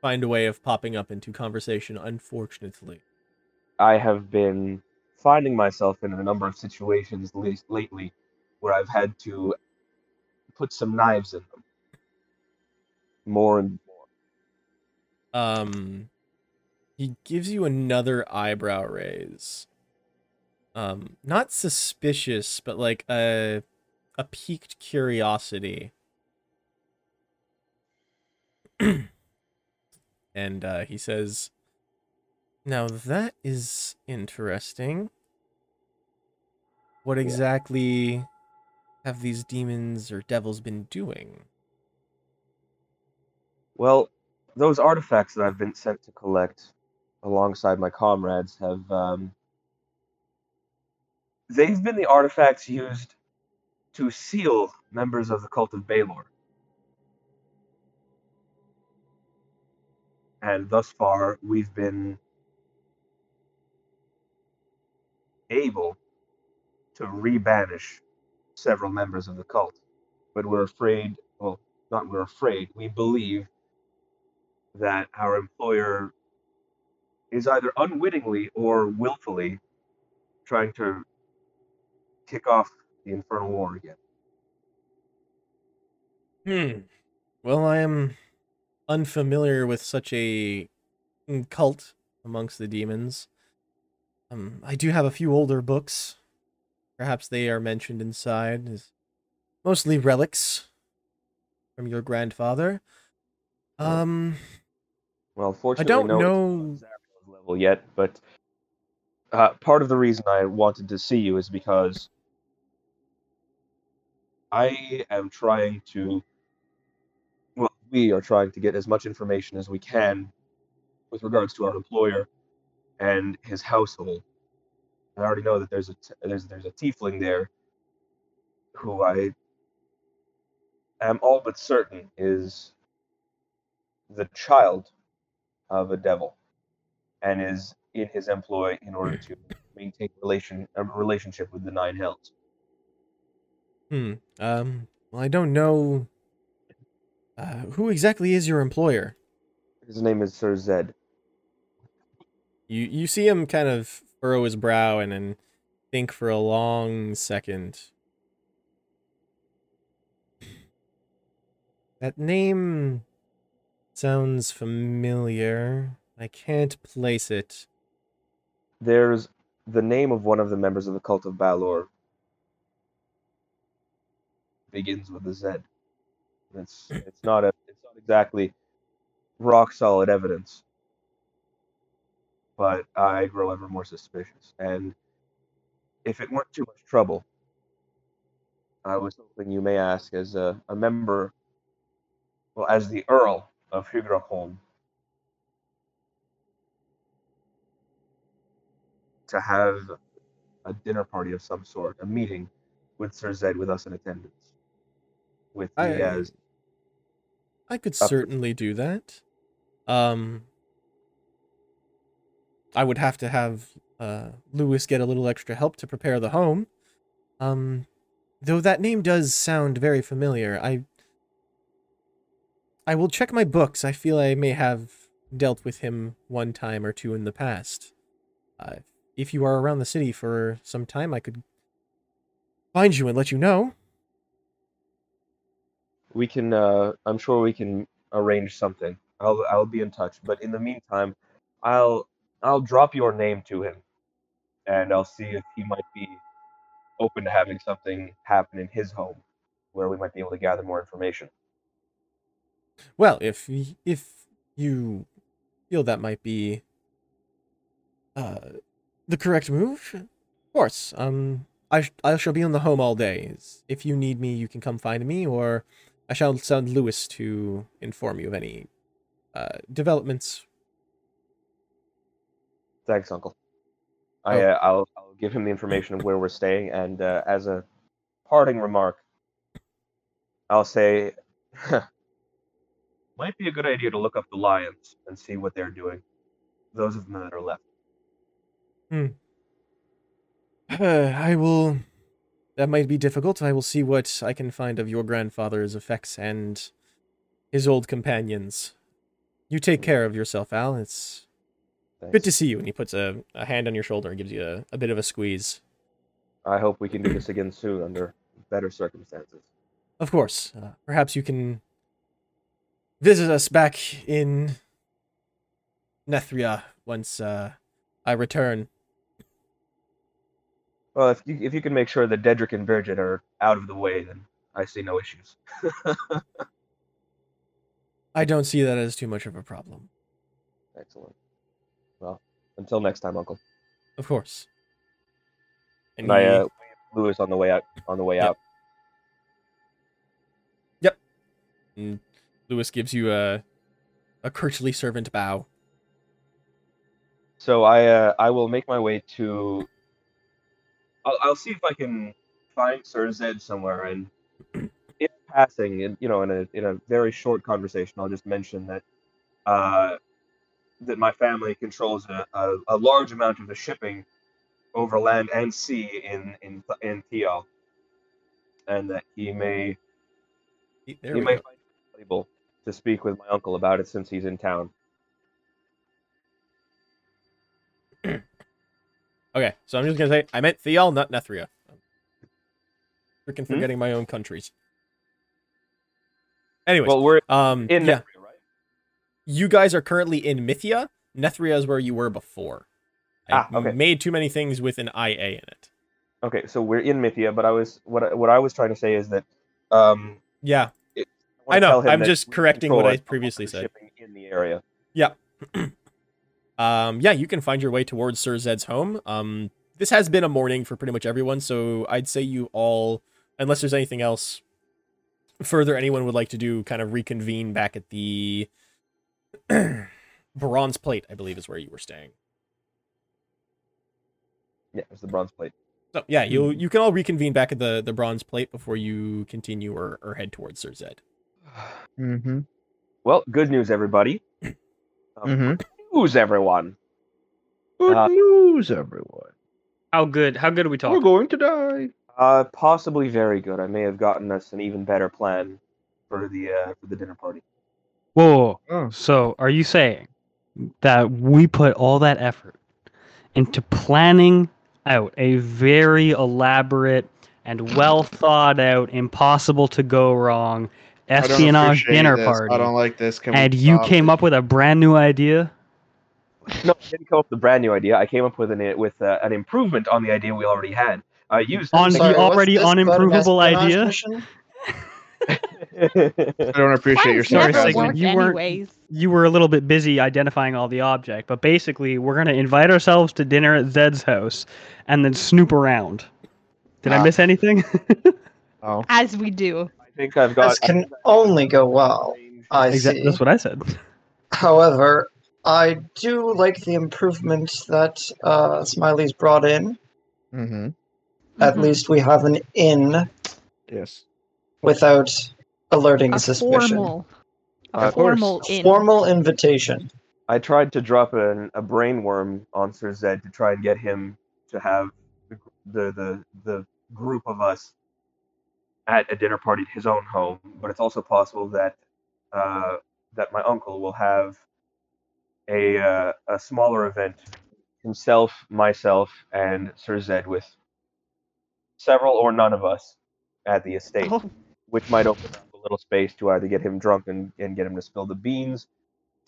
Speaker 2: find a way of popping up into conversation, unfortunately.
Speaker 9: I have been finding myself in a number of situations le- lately where I've had to put some knives in them more and more.
Speaker 2: Um, he gives you another eyebrow raise. Um, not suspicious, but like a a piqued curiosity. and uh, he says, "Now that is interesting. What exactly have these demons or devils been doing?"
Speaker 9: Well, those artifacts that I've been sent to collect alongside my comrades have um, they've been the artifacts used to seal members of the cult of Baylor. And thus far, we've been able to rebanish several members of the cult. But we're afraid, well, not we're afraid, we believe that our employer is either unwittingly or willfully trying to kick off the infernal war again.
Speaker 2: Hmm. Well, I am unfamiliar with such a mm, cult amongst the demons. Um, I do have a few older books. Perhaps they are mentioned inside as mostly relics from your grandfather. Um,
Speaker 9: Well, fortunately,
Speaker 2: don't
Speaker 9: no, it's
Speaker 2: know-
Speaker 9: not Zario's level yet, but uh, part of the reason I wanted to see you is because I am trying to, well, we are trying to get as much information as we can with regards to our employer and his household. I already know that there's a t- there's there's a tiefling there who I am all but certain is the child of a devil and is in his employ in order to maintain relation a relationship with the nine hells.
Speaker 2: Hmm. Um. Well, I don't know. Uh, who exactly is your employer?
Speaker 9: His name is Sir Zed.
Speaker 2: You you see him kind of furrow his brow and then think for a long second. That name sounds familiar. I can't place it.
Speaker 9: There's the name of one of the members of the cult of Balor begins with a Z. It's it's not a it's not exactly rock solid evidence, but I grow ever more suspicious. And if it weren't too much trouble, I was hoping you may ask as a, a member, well, as the Earl of Hugraholm, to have a dinner party of some sort, a meeting with Sir Zed with us in attendance, with me
Speaker 2: I-
Speaker 9: as
Speaker 2: I could
Speaker 9: Up-
Speaker 2: certainly do that. Um, I would have to have uh, Lewis get a little extra help to prepare the home. Um, though that name does sound very familiar. I I will check my books. I feel I may have dealt with him one time or two in the past. Uh, if you are around the city for some time, I could find you and let you know.
Speaker 9: We can, uh, I'm sure we can arrange something. I'll, I'll be in touch. But in the meantime, I'll, I'll drop your name to him, and I'll see if he might be open to having something happen in his home, where we might be able to gather more information.
Speaker 2: Well, if y- if you feel that might be uh, the correct move, of course. Um, I sh- I shall be on the home all day. If you need me, you can come find me, or I shall send Lewis to inform you of any uh, developments.
Speaker 9: Thanks, Uncle. I,
Speaker 2: Oh.
Speaker 9: uh, I'll, I'll give him the information of where we're staying, and uh, as a parting remark, I'll say, might be a good idea to look up the lions and see what they're doing. Those of them that are left.
Speaker 2: Uh, I will. That might be difficult. I will see what I can find of your grandfather's effects and his old companions. You take care of yourself, Al. It's good
Speaker 9: Thanks.
Speaker 2: to see you. And he puts a, a hand on your shoulder and gives you a, a bit of a squeeze.
Speaker 9: I hope we can do this again soon under better circumstances.
Speaker 2: Of course. Uh, perhaps you can visit us back in Nethria once uh, I return.
Speaker 9: Well, if you, if you can make sure that Dedrick and Bridget are out of the way, then I see no issues.
Speaker 2: I don't see that as too much of a problem.
Speaker 9: Excellent. Well, until next time, Uncle.
Speaker 2: Of course. And
Speaker 9: And I
Speaker 2: he-
Speaker 9: uh, waved to Lewis on the way out. On the way
Speaker 2: Yep.
Speaker 9: out.
Speaker 2: Lewis gives you a a curtly servant bow.
Speaker 9: So I uh, I will make my way to. I'll, I'll see if I can find Sir Zed somewhere, and in passing, in, you know, in a in a very short conversation, I'll just mention that uh, that my family controls a, a, a large amount of the shipping over land and sea in in in Theo, and that he may
Speaker 2: There we
Speaker 9: he may
Speaker 2: go.
Speaker 9: find it valuable to speak with my uncle about it since he's in town.
Speaker 2: Okay, so I'm just gonna say I meant Theal, not Nethria. I'm freaking
Speaker 9: Hmm?
Speaker 2: forgetting my own countries. Anyways,
Speaker 9: Well, we're
Speaker 2: um,
Speaker 9: in
Speaker 2: yeah,
Speaker 9: Nethria, right?
Speaker 2: you guys are currently in Mythia. Nethria is where you were before. I
Speaker 9: Ah, okay.
Speaker 2: made too many things with an IA in it.
Speaker 9: Okay, so we're in Mythia, but I was what I- what I was trying to say is that um
Speaker 2: Yeah,
Speaker 9: wanna
Speaker 2: I know,
Speaker 9: tell him
Speaker 2: I'm
Speaker 9: that
Speaker 2: just
Speaker 9: we
Speaker 2: correcting what
Speaker 9: control
Speaker 2: I
Speaker 9: a lot of
Speaker 2: previously
Speaker 9: the
Speaker 2: said.
Speaker 9: shipping in the area.
Speaker 2: Um, yeah, you can find your way towards Sir Zed's home. Um, this has been a morning for pretty much everyone, so I'd say you all, unless there's anything else further anyone would like to do, kind of reconvene back at the Bronze Plate, I believe is where you were staying.
Speaker 9: Yeah, it was the bronze plate.
Speaker 2: So yeah, you
Speaker 9: Hmm.
Speaker 2: you can all reconvene back at the the Bronze Plate before you continue or, or head towards Sir Zed.
Speaker 6: Mm-hmm.
Speaker 9: Well, good news, everybody. Um,
Speaker 6: Mm-hmm.
Speaker 9: News, everyone.
Speaker 8: Good
Speaker 9: Uh,
Speaker 8: news, everyone.
Speaker 3: How good? How good are we talking?
Speaker 8: We're going to die.
Speaker 9: Uh, possibly very good. I may have gotten us an even better plan for the uh, for the dinner party.
Speaker 3: Whoa, whoa, whoa.
Speaker 8: Oh.
Speaker 3: So are you saying that we put all that effort into planning out a very elaborate and well thought out, impossible to go wrong
Speaker 8: I don't
Speaker 3: espionage
Speaker 8: appreciate
Speaker 3: dinner
Speaker 8: this.
Speaker 3: party?
Speaker 8: I don't like this. Can we
Speaker 3: and you
Speaker 8: stop
Speaker 3: came
Speaker 8: it?
Speaker 3: up with a brand new idea?
Speaker 9: No, I didn't come up with a brand new idea. I came up with an with uh, an improvement on the idea we already had. I used.
Speaker 3: On
Speaker 5: Sorry,
Speaker 3: the
Speaker 5: what's
Speaker 3: already
Speaker 5: this about an
Speaker 3: unimprovable
Speaker 5: espionage
Speaker 3: idea?
Speaker 5: mission?
Speaker 8: I don't appreciate your
Speaker 7: Plans never
Speaker 3: Sorry,
Speaker 8: sarcasm.
Speaker 3: Sigmund,
Speaker 7: work
Speaker 3: you weren't-
Speaker 7: anyways.
Speaker 3: You were a little bit busy identifying all the object, but basically, we're going to invite ourselves to dinner at Zed's house and then snoop around. Did I
Speaker 8: Ah.
Speaker 3: miss anything?
Speaker 8: Oh.
Speaker 7: As we do.
Speaker 9: I think I've got.
Speaker 5: This can only go well. I
Speaker 3: Exactly.
Speaker 5: see.
Speaker 3: That's what I said.
Speaker 5: However, I do like the improvement that uh, Smiley's brought in.
Speaker 8: Mm-hmm.
Speaker 5: At
Speaker 7: Mhm.
Speaker 5: least we have an in
Speaker 8: Yes.
Speaker 5: without alerting
Speaker 7: a
Speaker 5: suspicion.
Speaker 7: formal, a
Speaker 9: Uh, of
Speaker 8: course.
Speaker 7: formal
Speaker 5: A
Speaker 7: in.
Speaker 5: formal invitation.
Speaker 9: I tried to drop an, a brain worm on Sir Zed to try and get him to have the gr- the the, the group of us at a dinner party at his own home, but it's also possible that uh, that my uncle will have a uh, a smaller event himself, myself, and Sir Zed with several or none of us at the estate,
Speaker 7: Oh,
Speaker 9: which might open up a little space to either get him drunk and, and get him to spill the beans,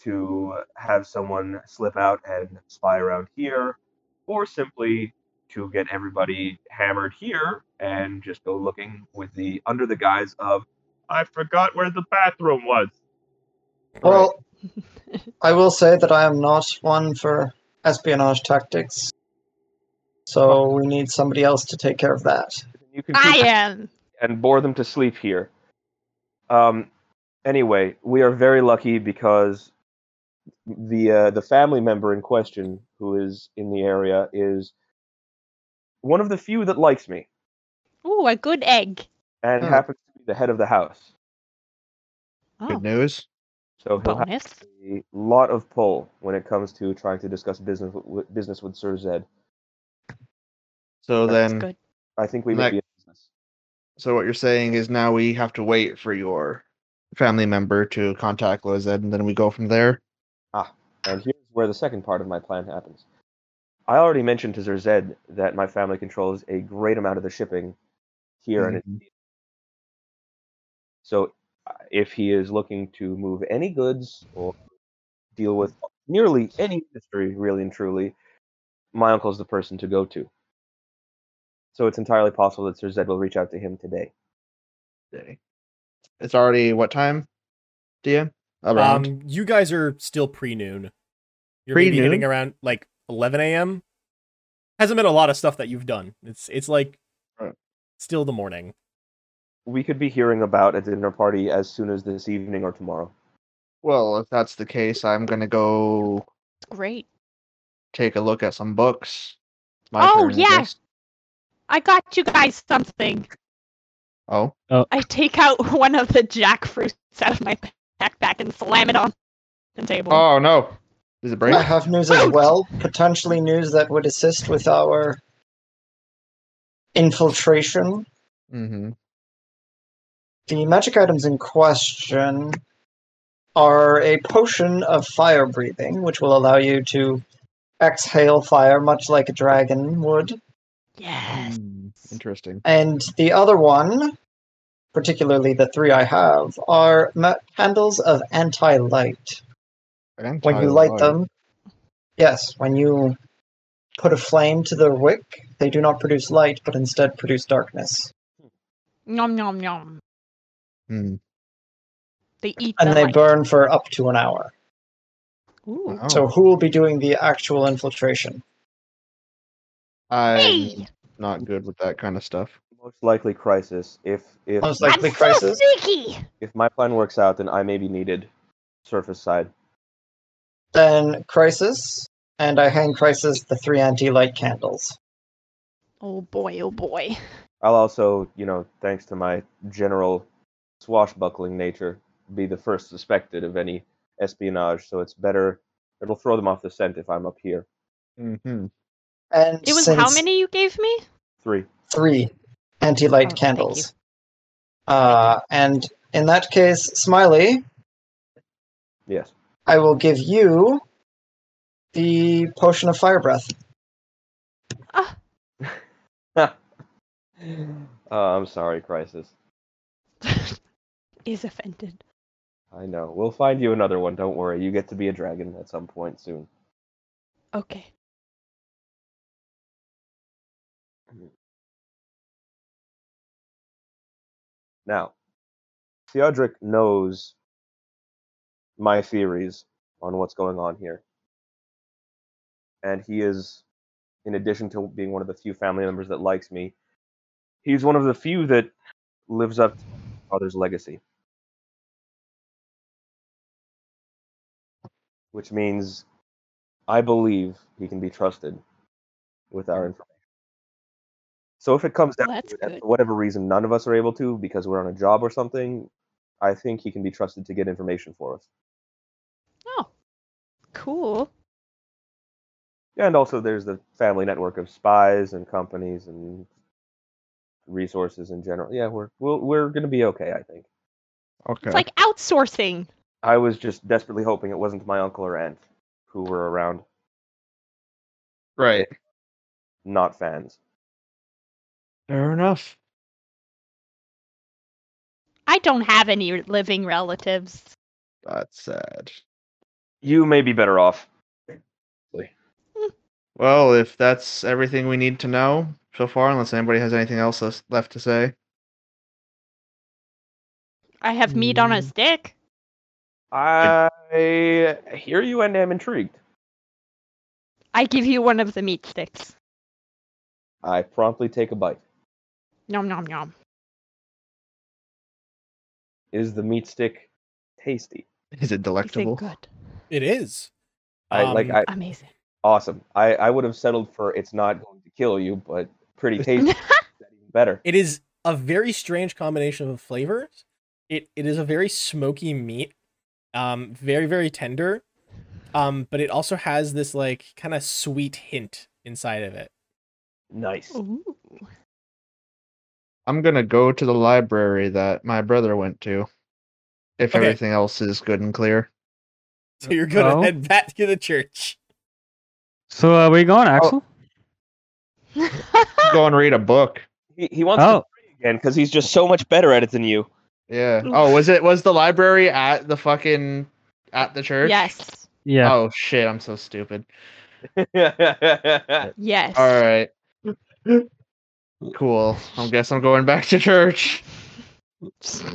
Speaker 9: to have someone slip out and spy around here, or simply to get everybody hammered here and just go looking with the under the guise of I forgot where the bathroom was.
Speaker 5: Well, I will say that I am not one for espionage tactics, so we need somebody else to take care of that.
Speaker 9: You can
Speaker 7: I
Speaker 9: keep
Speaker 7: am.
Speaker 9: and bore them to sleep here. Um, anyway, we are very lucky because the uh, the family member in question, who is in the area, is one of the few that likes me
Speaker 7: Ooh, a good egg.
Speaker 9: and
Speaker 8: Oh.
Speaker 9: happens to be the head of the house.
Speaker 7: Oh,
Speaker 8: Good news.
Speaker 9: So he'll have
Speaker 7: bonus.
Speaker 9: a lot of pull when it comes to trying to discuss business w- business with Sir Zed.
Speaker 8: So
Speaker 7: That's
Speaker 8: then,
Speaker 7: good.
Speaker 9: I think we may
Speaker 8: Like-
Speaker 9: be in business.
Speaker 8: so what you're saying is now we have to wait for your family member to contact Lizette, and then we go from there.
Speaker 9: And here's where the second part of my plan happens. I already mentioned to Sir Zed that my family controls a great amount of the shipping here and
Speaker 5: Mm-hmm.
Speaker 9: in
Speaker 8: Mhm.
Speaker 9: India. So uh, if he is looking to move any goods or deal with nearly any industry, really and truly, my uncle's the person to go to. So it's entirely possible that Sir Zed will reach out to him today.
Speaker 8: Day. It's already what time, DM? Around.
Speaker 2: Um, you guys are still pre noon. You're maybe
Speaker 8: Pre-noon?
Speaker 2: hitting around like 11 a.m. Hasn't been a lot of stuff that you've done. It's it's like
Speaker 8: Right.
Speaker 2: still the morning.
Speaker 9: We could be hearing about a dinner party as soon as this evening or tomorrow.
Speaker 8: well, if that's the case, I'm gonna go
Speaker 7: It's great.
Speaker 8: take a look at some books. My
Speaker 7: Oh,
Speaker 8: turn, I
Speaker 7: yeah.
Speaker 8: guess.
Speaker 7: I got you guys something.
Speaker 8: Oh,
Speaker 7: I take out one of the jackfruits out of my backpack and slam it on the table.
Speaker 8: oh no! Is it break?
Speaker 5: I have news as well, potentially news that would assist with our infiltration.
Speaker 8: mm-hmm.
Speaker 5: The magic items in question are a potion of fire breathing, which will allow you to exhale fire much like a dragon would.
Speaker 7: yes.
Speaker 8: Hmm, Interesting.
Speaker 5: And the other one, particularly the three I have, are ma- candles of anti light. When you light them, yes, when you put a flame to their wick, they do not produce light, but instead produce darkness.
Speaker 7: Nom nom nom.
Speaker 8: Hmm.
Speaker 7: They eat
Speaker 5: And
Speaker 7: the
Speaker 5: they
Speaker 7: light.
Speaker 5: burn for up to an hour.
Speaker 7: Ooh.
Speaker 8: Wow.
Speaker 5: So who will be doing the actual infiltration?
Speaker 8: I'm
Speaker 7: Hey!
Speaker 8: not good with that kind of stuff.
Speaker 9: Most likely crisis. If if
Speaker 5: Most
Speaker 7: I'm
Speaker 5: likely
Speaker 7: so
Speaker 5: crisis.
Speaker 7: sneaky!
Speaker 9: if my plan works out, then I may be needed. Surface side.
Speaker 5: Then crisis, and I hand crisis the three anti-light candles.
Speaker 7: Oh boy, oh boy.
Speaker 9: I'll also, you know, thanks to my general swashbuckling nature, be the first suspected of any espionage. So it's better. It'll throw them off the scent if I'm up here.
Speaker 8: Mm-hmm.
Speaker 5: And
Speaker 7: It was
Speaker 5: since
Speaker 7: how many you gave me?
Speaker 9: Three.
Speaker 5: Three
Speaker 7: Oh,
Speaker 5: anti-light
Speaker 7: thank
Speaker 5: candles. Uh, and in that case, Smiley,
Speaker 9: Yes.
Speaker 5: I will give you the potion of fire breath.
Speaker 9: Uh, I'm sorry, crisis.
Speaker 7: Is offended.
Speaker 9: I know. We'll find you another one. Don't worry. You get to be a dragon at some point soon.
Speaker 7: Okay.
Speaker 9: Now, Theodric knows my theories on what's going on here. And he is, in addition to being one of the few family members that likes me, he's one of the few that lives up to my father's legacy. Which means I believe he can be trusted with our information. So if it comes down
Speaker 7: Well, that's
Speaker 9: to it, and
Speaker 7: good.
Speaker 9: for whatever reason none of us are able to because we're on a job or something, I think he can be trusted to get information for us.
Speaker 7: Oh. Cool.
Speaker 9: And also, there's the family network of spies and companies and resources in general. Yeah, we're we'll, we're going to be okay, I think.
Speaker 8: Okay.
Speaker 7: It's like outsourcing.
Speaker 9: I was just desperately hoping it wasn't my uncle or aunt who were around,
Speaker 8: right.
Speaker 9: not fans.
Speaker 8: Fair enough.
Speaker 7: I don't have any living relatives.
Speaker 8: That's sad.
Speaker 9: You may be better off.
Speaker 8: Well, if that's everything we need to know so far, unless anybody has anything else les- left to say.
Speaker 7: I have meat on
Speaker 8: Mm.
Speaker 7: a stick.
Speaker 9: I hear you and am intrigued.
Speaker 7: I give you one of the meat sticks.
Speaker 9: I promptly take a bite.
Speaker 7: Nom nom nom.
Speaker 9: Is the meat stick tasty?
Speaker 8: Is it
Speaker 7: Is it
Speaker 8: delectable?
Speaker 7: good?
Speaker 2: It is.
Speaker 9: I like
Speaker 2: Um,
Speaker 9: I
Speaker 7: Amazing.
Speaker 9: awesome. I I would have settled for it's not going to kill you, but pretty tasty. That even better.
Speaker 2: It is a very strange combination of flavors. It it is a very smoky meat, um, very very tender, um, but it also has this like kind of sweet hint inside of it.
Speaker 9: Nice.
Speaker 7: Ooh.
Speaker 8: I'm gonna go to the library that my brother went to. If
Speaker 2: Okay.
Speaker 8: everything else is good and clear.
Speaker 2: So you're gonna
Speaker 3: Oh.
Speaker 2: head back to the church.
Speaker 3: So uh, where you going, Axel?
Speaker 8: go and read a book.
Speaker 9: He, he wants
Speaker 3: Oh,
Speaker 9: to again because he's just so much better at it than you.
Speaker 8: Yeah.
Speaker 7: Oof.
Speaker 8: Oh, was it was the library at the fucking at the church?
Speaker 7: yes.
Speaker 3: yeah.
Speaker 8: Oh shit, I'm so stupid.
Speaker 9: yeah,
Speaker 7: Yes.
Speaker 8: All right. Cool. I guess I'm going back to church.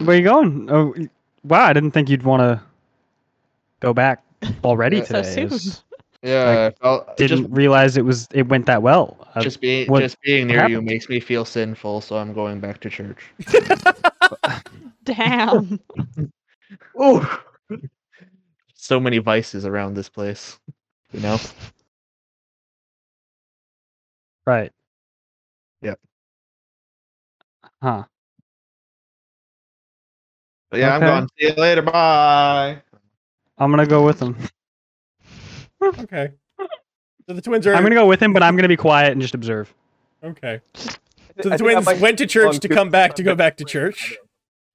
Speaker 3: Where you going? Oh, y- wow. I didn't think you'd want to go back already
Speaker 8: So
Speaker 3: today.
Speaker 7: soon.
Speaker 3: It's-
Speaker 8: Yeah. I felt-
Speaker 3: didn't
Speaker 8: just
Speaker 3: realize it was it went that well. Uh,
Speaker 8: just being
Speaker 3: what-
Speaker 8: just
Speaker 3: what
Speaker 8: being near you
Speaker 3: happened?
Speaker 8: makes me feel sinful, so I'm going back to church.
Speaker 7: Damn.
Speaker 8: Oh. so many vices around this place. You know.
Speaker 3: right.
Speaker 8: Yep.
Speaker 3: Huh.
Speaker 8: But yeah,
Speaker 3: Okay.
Speaker 8: I'm going. See you later. Bye.
Speaker 3: I'm gonna go with him.
Speaker 2: Okay. So the twins are
Speaker 3: I'm gonna go with him, but I'm gonna be quiet and just observe.
Speaker 2: okay.
Speaker 9: I
Speaker 2: So
Speaker 9: think I
Speaker 2: the twins
Speaker 9: might-
Speaker 2: went to
Speaker 9: Oh,
Speaker 2: church to
Speaker 9: good.
Speaker 2: come back to go back to church.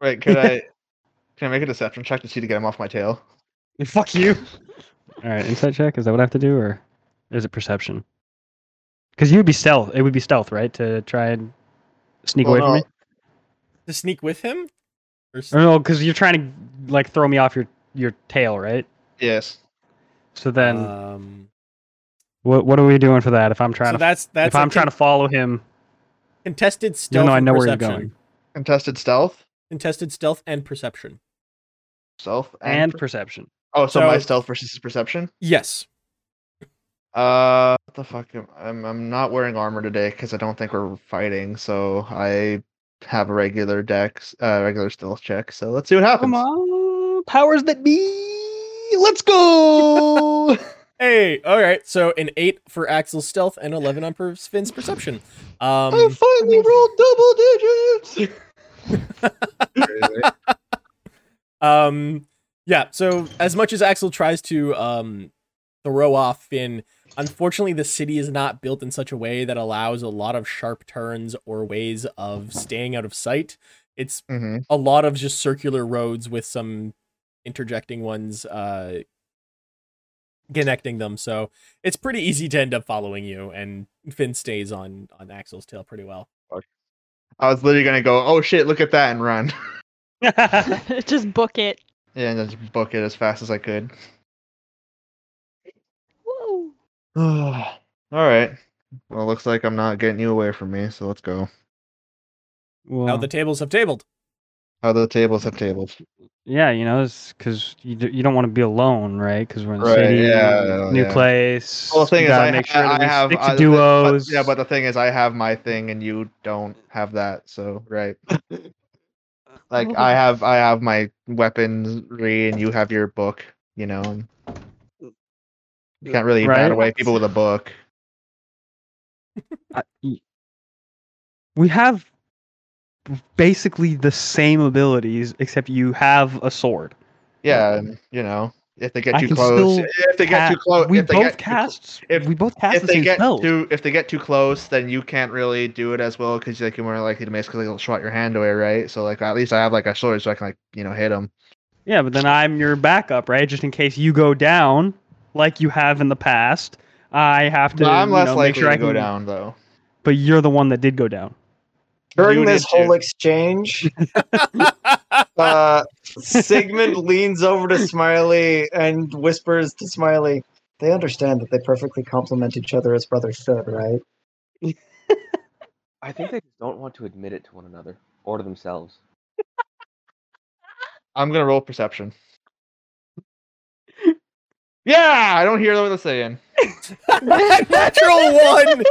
Speaker 8: Wait, could I? Can I make a deception check to see to get him off my tail?
Speaker 3: Fuck you. All right, insight check. Is that what I have to do, or is it perception? Because you would be stealth. It would be stealth, right? To try and sneak
Speaker 8: Well,
Speaker 3: away from
Speaker 8: no,
Speaker 3: me.
Speaker 2: To sneak with him? Or s-
Speaker 3: Or no, because you're trying to like throw me off your your tail, right?
Speaker 8: Yes.
Speaker 3: So then,
Speaker 2: um,
Speaker 3: what what are we doing for that? If I'm trying
Speaker 2: so
Speaker 3: to
Speaker 2: that's that's
Speaker 3: if I'm trying to follow him,
Speaker 2: contested
Speaker 3: even
Speaker 2: stealth
Speaker 3: though I
Speaker 2: and
Speaker 3: know where he's
Speaker 2: perception.
Speaker 3: going,
Speaker 8: Contested stealth,
Speaker 2: Contested stealth and perception.
Speaker 8: stealth,
Speaker 3: and
Speaker 8: per-
Speaker 3: perception.
Speaker 8: Oh, so,
Speaker 2: So-
Speaker 8: my stealth versus his perception.
Speaker 2: Yes.
Speaker 8: Uh, what the fuck? am- I'm I'm not wearing armor today because I don't think we're fighting. So I have a regular dex, uh, regular stealth check. So let's see what happens.
Speaker 3: Come on, powers that be.
Speaker 8: Let's go.
Speaker 2: Hey, all right. So an eight for Axel's stealth and eleven on per- Finn's perception. Um,
Speaker 8: finally rolled double digits.
Speaker 2: um, yeah. So as much as Axel tries to um throw off Finn, unfortunately the city is not built in such a way that allows a lot of sharp turns or ways of staying out of sight. It's
Speaker 8: hmm
Speaker 2: a lot of just circular roads with some interjecting ones uh connecting them so it's pretty easy to end up following you and finn stays on on axel's tail pretty well
Speaker 8: I was literally gonna go. Oh shit! Look at that and run.
Speaker 7: just book it.
Speaker 8: Yeah, and then just book it as fast as I could.
Speaker 7: Woo.
Speaker 8: All right. Well, looks like I'm not getting you away from me. So let's go.
Speaker 2: how
Speaker 3: well,
Speaker 2: the tables have tabled
Speaker 8: How the tables have tables.
Speaker 3: yeah, you know, it's because you, d- you don't want to be alone, right? Because we're in the
Speaker 8: Right,
Speaker 3: city,
Speaker 8: yeah,
Speaker 3: new
Speaker 8: yeah.
Speaker 3: place.
Speaker 8: Well, the thing
Speaker 3: we
Speaker 8: is,
Speaker 3: gotta
Speaker 8: I,
Speaker 3: make sure
Speaker 8: I,
Speaker 3: that we
Speaker 8: have
Speaker 3: stick
Speaker 8: I-
Speaker 3: to
Speaker 8: but-
Speaker 3: duos.
Speaker 8: yeah, but the thing is, I have my thing, and you don't have that. So right. Like I have, I have my weaponry, and you have your book. You know, and you can't really
Speaker 3: Right.
Speaker 8: bat away people with a book.
Speaker 3: we have basically the same abilities, except you have a sword.
Speaker 8: Yeah, and, you know, if they get
Speaker 3: I
Speaker 8: too
Speaker 3: can
Speaker 8: close,
Speaker 3: still
Speaker 8: if they get too
Speaker 3: Ca-
Speaker 8: close,
Speaker 3: we
Speaker 8: if they
Speaker 3: both
Speaker 8: get too cl-
Speaker 3: cast.
Speaker 8: if-
Speaker 3: we both cast
Speaker 8: if
Speaker 3: the
Speaker 8: they
Speaker 3: same
Speaker 8: get
Speaker 3: spells.
Speaker 8: too if they get too close, then you can't really do it as well because they can more likely to basically shot your hand away, right? So like at least I have like a sword, so I can like you know hit them.
Speaker 3: Yeah, but then I'm your backup, right? Just in case you go down, like you have in the past. I have to.
Speaker 8: But I'm
Speaker 3: you
Speaker 8: less
Speaker 3: know, make
Speaker 8: likely
Speaker 3: sure I
Speaker 8: to go
Speaker 3: can-
Speaker 8: down though.
Speaker 3: But you're the one that did go down.
Speaker 5: During
Speaker 8: You
Speaker 5: this
Speaker 8: did
Speaker 5: whole
Speaker 8: too.
Speaker 5: exchange, uh, Sigmund leans over to Smiley and whispers to Smiley, "They understand that they perfectly complement each other as brothers should, right?"
Speaker 9: I think they just don't want to admit it to one another or to themselves.
Speaker 8: I'm gonna roll perception. yeah, I don't hear what they're saying.
Speaker 2: natural one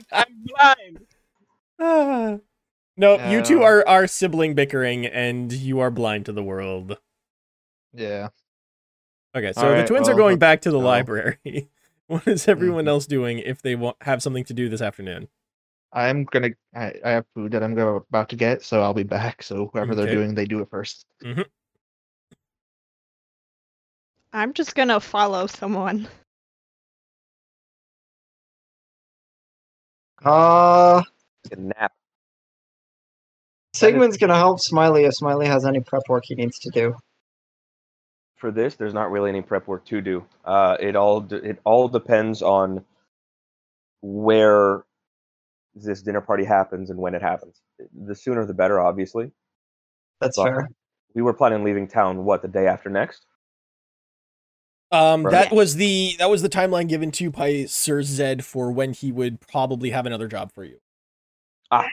Speaker 2: Ah. no you two
Speaker 8: Uh.
Speaker 2: are are sibling bickering and you are blind to the world
Speaker 8: Yeah.
Speaker 2: okay so
Speaker 8: All
Speaker 2: the
Speaker 8: right,
Speaker 2: twins are
Speaker 8: well,
Speaker 2: going back to the
Speaker 8: no.
Speaker 2: library what is everyone
Speaker 8: Mhm.
Speaker 2: else doing if they want have something to do this afternoon
Speaker 8: I'm gonna. I, I have food that I'm gonna, about to get, so I'll be back. So whatever
Speaker 2: Okay.
Speaker 8: they're doing, they do it first.
Speaker 7: I'm just gonna follow someone.
Speaker 5: Uh,
Speaker 9: Get a nap.
Speaker 5: Sigmund's gonna help Smiley if Smiley has any prep work he needs to do.
Speaker 9: For this, there's not really any prep work to do. Uh, it all d- it all depends on where this dinner party happens and when it happens. The sooner the better, obviously.
Speaker 5: That's
Speaker 9: Well,
Speaker 5: fair.
Speaker 9: We were planning on leaving town what the day after next.
Speaker 2: Um,
Speaker 9: Right.
Speaker 2: that was the that was the timeline given to you by Sir Zed for when he would probably have another job for you.
Speaker 9: Ah.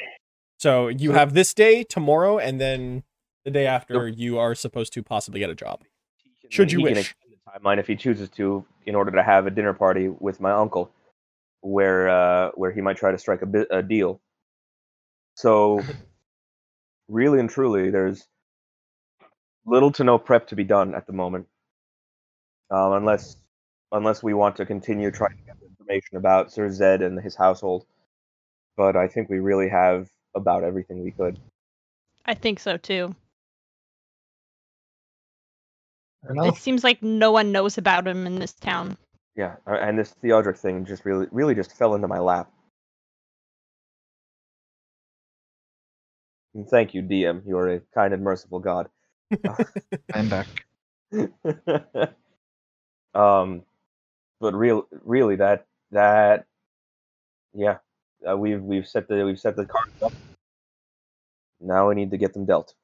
Speaker 2: So you
Speaker 9: So-
Speaker 2: have this day, tomorrow, and then the day after you are supposed to possibly get a job.
Speaker 9: He can-
Speaker 2: Should you
Speaker 9: he can
Speaker 2: wish.
Speaker 9: extend the timeline if he chooses to, in order to have a dinner party with my uncle, where uh, where he might try to strike a, bi- a deal. So, really and truly, there's little to no prep to be done at the moment, um, unless unless we want to continue trying to get information about Sir Zed and his household. But I think we really have about everything we could.
Speaker 7: I think so too.
Speaker 5: Fair enough.
Speaker 7: It seems like no one knows about him in this town.
Speaker 9: Yeah, a- and this Theodric thing just really really just fell into my lap. And thank you, DM. You are a kind and merciful god.
Speaker 8: I'm back.
Speaker 9: um, but real, really, that that, yeah, uh, we've we've set the we've set the cards up. Now we need to get them dealt.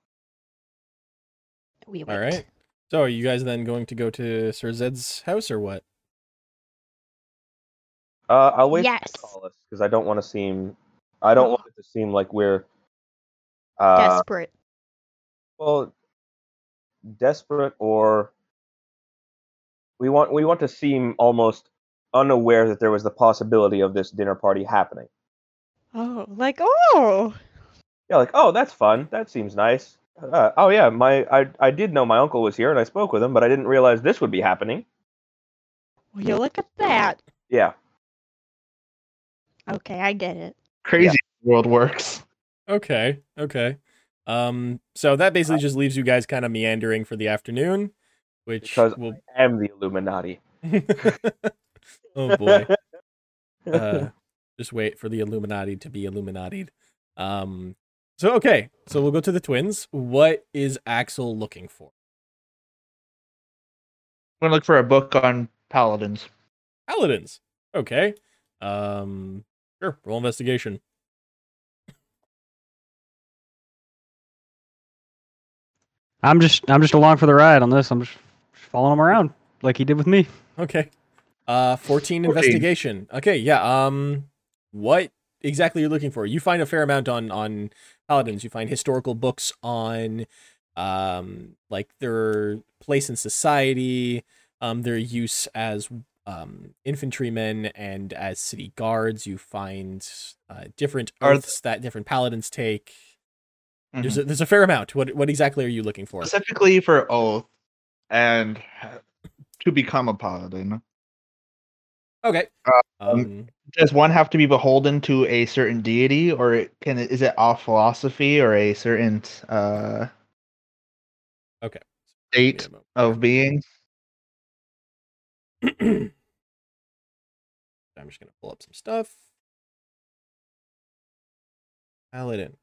Speaker 7: We wait.
Speaker 2: All right. So are you guys then going to go to Sir Zed's house or what?
Speaker 9: Uh, I'll wait
Speaker 7: Yes.
Speaker 9: because I don't want to seem, I don't want it to seem like we're uh,
Speaker 7: Desperate.
Speaker 9: Well,
Speaker 13: desperate or we want we want to seem almost unaware that there was the possibility of this dinner party happening.
Speaker 7: Oh, like oh,
Speaker 13: Yeah, like oh, that's fun. That seems nice. Uh, oh yeah, my I I did know my uncle was here and I spoke with him, but I didn't realize this would be happening.
Speaker 7: will you look at that?
Speaker 13: Yeah,
Speaker 7: Okay, I get it.
Speaker 8: Crazy world works.
Speaker 2: Okay, okay. Um, so that basically just leaves you guys kind of meandering for the afternoon, which
Speaker 13: Because
Speaker 2: will.
Speaker 13: I am the Illuminati.
Speaker 2: oh boy. Uh, just wait for the Illuminati to be Illuminatied. Um, so okay, so we'll go to the twins. What is Axel looking for?
Speaker 8: I'm gonna look for a book on paladins.
Speaker 2: Paladins. Okay. Um, sure. Roll investigation.
Speaker 3: I'm just I'm just along for the ride on this. I'm just following him around like he did with me.
Speaker 2: Okay. Uh, 14,
Speaker 8: 14.
Speaker 2: investigation. Okay, yeah. Um, what exactly you're looking for? You find a fair amount on on paladins. You find historical books on, um, like their place in society, um, their use as um infantrymen and as city guards. You find uh, different
Speaker 8: Are th-
Speaker 2: oaths that different paladins take. There's a, there's a fair amount. What what exactly are you looking for?
Speaker 8: Mm-hmm. specifically for oath and to become a paladin
Speaker 2: Okay.
Speaker 8: Um, does one have to be beholden to a certain deity or it can is it off philosophy or a certain uh
Speaker 2: Okay.
Speaker 8: state of being
Speaker 2: I'm just gonna pull up some stuff. Paladin.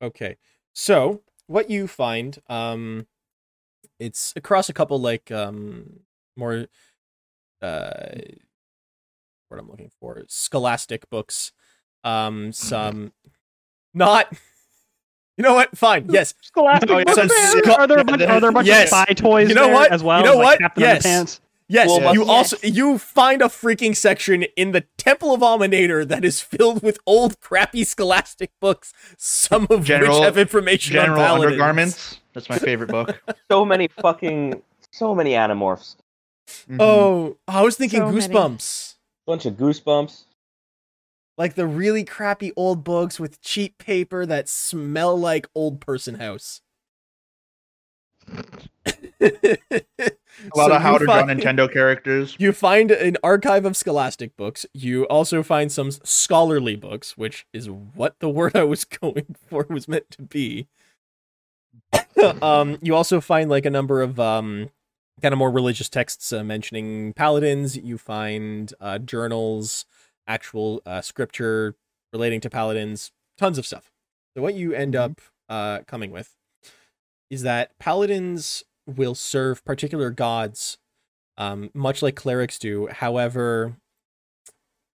Speaker 2: Okay, so what you find, um, it's across a couple like um more, uh, what I'm looking for, scholastic books, um, some not. You know what? Fine. Yes.
Speaker 3: Scholastic
Speaker 2: Oh, yeah,
Speaker 3: books
Speaker 2: so
Speaker 3: there?
Speaker 2: Scho-
Speaker 3: are there a bunch, are there a bunch
Speaker 2: Yes.
Speaker 3: of spy toys
Speaker 2: You know
Speaker 3: there
Speaker 2: what?
Speaker 3: as well?
Speaker 2: You know
Speaker 3: like
Speaker 2: what?
Speaker 3: Captain
Speaker 2: Yes.
Speaker 3: Underpants?
Speaker 2: Yes,
Speaker 8: Well,
Speaker 2: you
Speaker 7: that's-
Speaker 2: also
Speaker 7: Yes.
Speaker 2: you find a freaking section in the Temple of Alminator that is filled with old crappy scholastic books, some of
Speaker 8: General-
Speaker 2: which have information
Speaker 8: general
Speaker 2: on paladins.
Speaker 8: undergarments that's my favorite book
Speaker 13: So many fucking so many animorphs.
Speaker 8: Mhm.
Speaker 2: Oh, I was thinking
Speaker 7: So many.
Speaker 2: Goosebumps.
Speaker 13: Bunch of goosebumps.
Speaker 2: Like the really crappy old books with cheap paper that smell like old person house. a
Speaker 8: a lot of how to draw nintendo characters
Speaker 2: You find an archive of scholastic books. You also find some scholarly books, which is what the word I was going for was meant to be. um, you also find like a number of um, kind of more religious texts uh, mentioning paladins. You find uh, journals, actual uh, scripture relating to paladins, tons of stuff. So what you end up uh, coming with is that paladins will serve particular gods um, much like clerics do. However,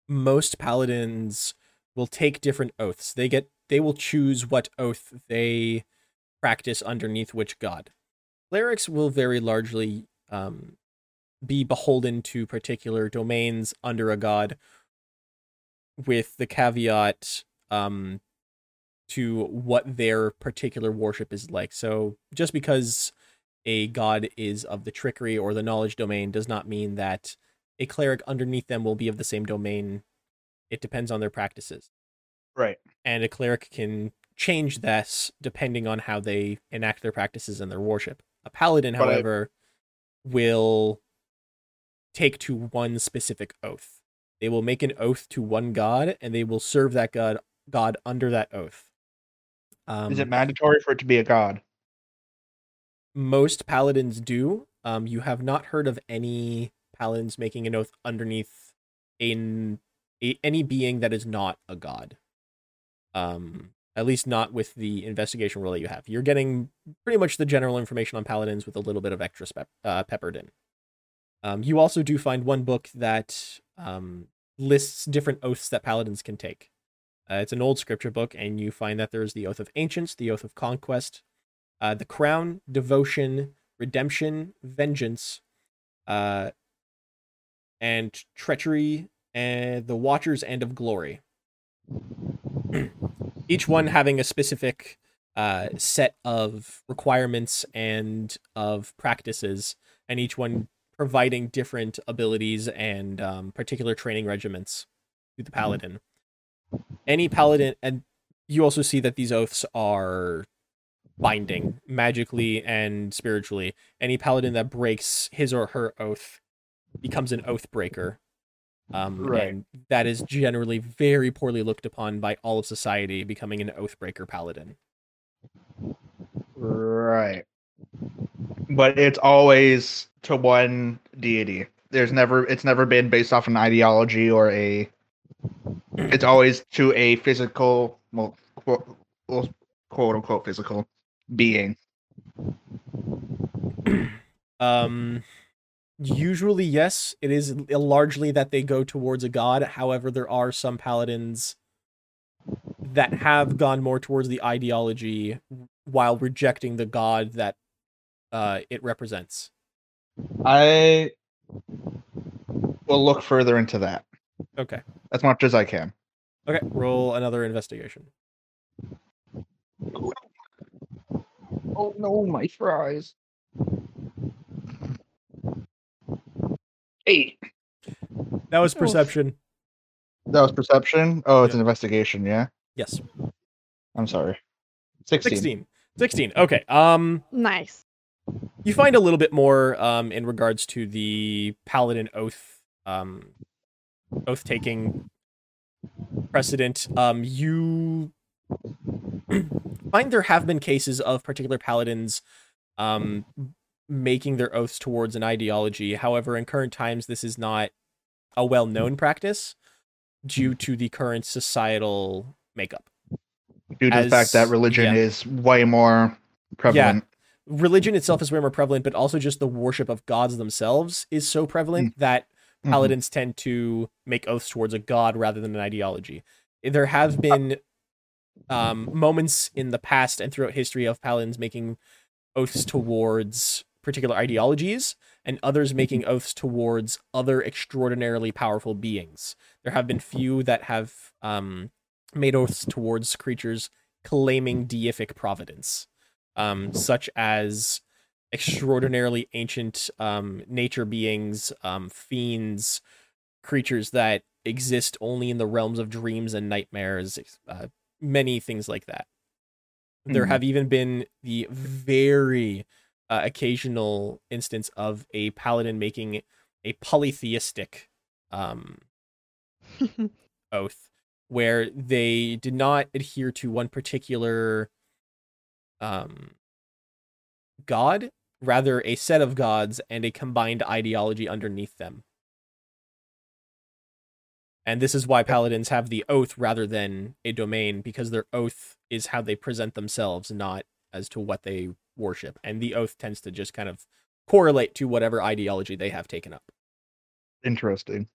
Speaker 2: most paladins will take different oaths. They get they will choose what oath they practice underneath which god. Clerics will very largely um, be beholden to particular domains under a god, with the caveat um, to what their particular worship is like. So just because a god is of the trickery or the knowledge domain does not mean that a cleric underneath them will be of the same domain. It depends on their practices.
Speaker 8: Right.
Speaker 2: And a cleric can change this depending on how they enact their practices and their worship. A paladin,
Speaker 8: But I-
Speaker 2: however, will take to one specific oath. They will make an oath to one god and they will serve that god god under that oath. Um,
Speaker 8: is it mandatory for it to be a god
Speaker 2: most paladins do. Um, you have not heard of any paladins making an oath underneath a, a any being that is not a god. Um, at least not with the investigation rule that you have. You're getting pretty much the general information on paladins with a little bit of extra spep- uh, peppered in. Um, you also do find one book that um, lists different oaths that paladins can take. Uh, it's an old scripture book, and you find that there's the oath of ancients, the oath of conquest, uh, the crown, devotion, redemption, vengeance, uh, and treachery, and the watchers, and of glory. Each one having a specific uh, set of requirements and of practices, and each one providing different abilities and um, particular training regiments to the paladin. Any paladin, and you also see that these oaths are binding magically and spiritually. Any paladin that breaks his or her oath becomes an oath breaker. Um,
Speaker 6: Right.
Speaker 2: And that is generally very poorly looked upon by all of society, becoming an oath breaker paladin.
Speaker 8: Right. But it's always to one deity. There's never it's never been based off an ideology or a it's always to a physical well, quote, well, quote unquote physical being.
Speaker 2: Um, usually, yes, it is largely that they go towards a god. However, there are some paladins that have gone more towards the ideology while rejecting the god that uh, it represents.
Speaker 8: I will look further into that
Speaker 2: Okay.
Speaker 8: as much as I can.
Speaker 2: Okay. Roll another investigation.
Speaker 6: Oh no, my fries. Eight.
Speaker 2: That was perception.
Speaker 8: That was perception. Oh, it's
Speaker 2: Yeah.
Speaker 8: an investigation, yeah.
Speaker 2: Yes.
Speaker 8: I'm sorry. 16.
Speaker 2: 16. 16. Okay. Um,
Speaker 7: Nice.
Speaker 2: you find a little bit more um, in regards to the paladin oath um, oath taking precedent um, you find there have been cases of particular paladins um, making their oaths towards an ideology however in current times this is not a well-known practice due to the current societal makeup
Speaker 8: Due to the fact that
Speaker 2: as-
Speaker 8: religion
Speaker 2: yeah.
Speaker 8: is way more prevalent.
Speaker 2: religion itself is way more prevalent, but also just the worship of gods themselves is so prevalent that
Speaker 8: Mhm.
Speaker 2: paladins tend to make oaths towards a god rather than an ideology. There have been um, moments in the past and throughout history of paladins making oaths towards particular ideologies and others making oaths towards other extraordinarily powerful beings. There have been few that have um, made oaths towards creatures claiming deific providence, um, such as extraordinarily ancient um, nature beings, um, fiends, creatures that exist only in the realms of dreams and nightmares, uh, many things like that. There
Speaker 8: Mhm.
Speaker 2: have even been the very uh, occasional instance of a paladin making a polytheistic um, oath where they did not adhere to one particular um god rather a set of gods and a combined ideology underneath them and this is why paladins have the oath rather than a domain because their oath is how they present themselves not as to what they worship and the oath tends to just kind of correlate to whatever ideology they have taken up
Speaker 8: Interesting.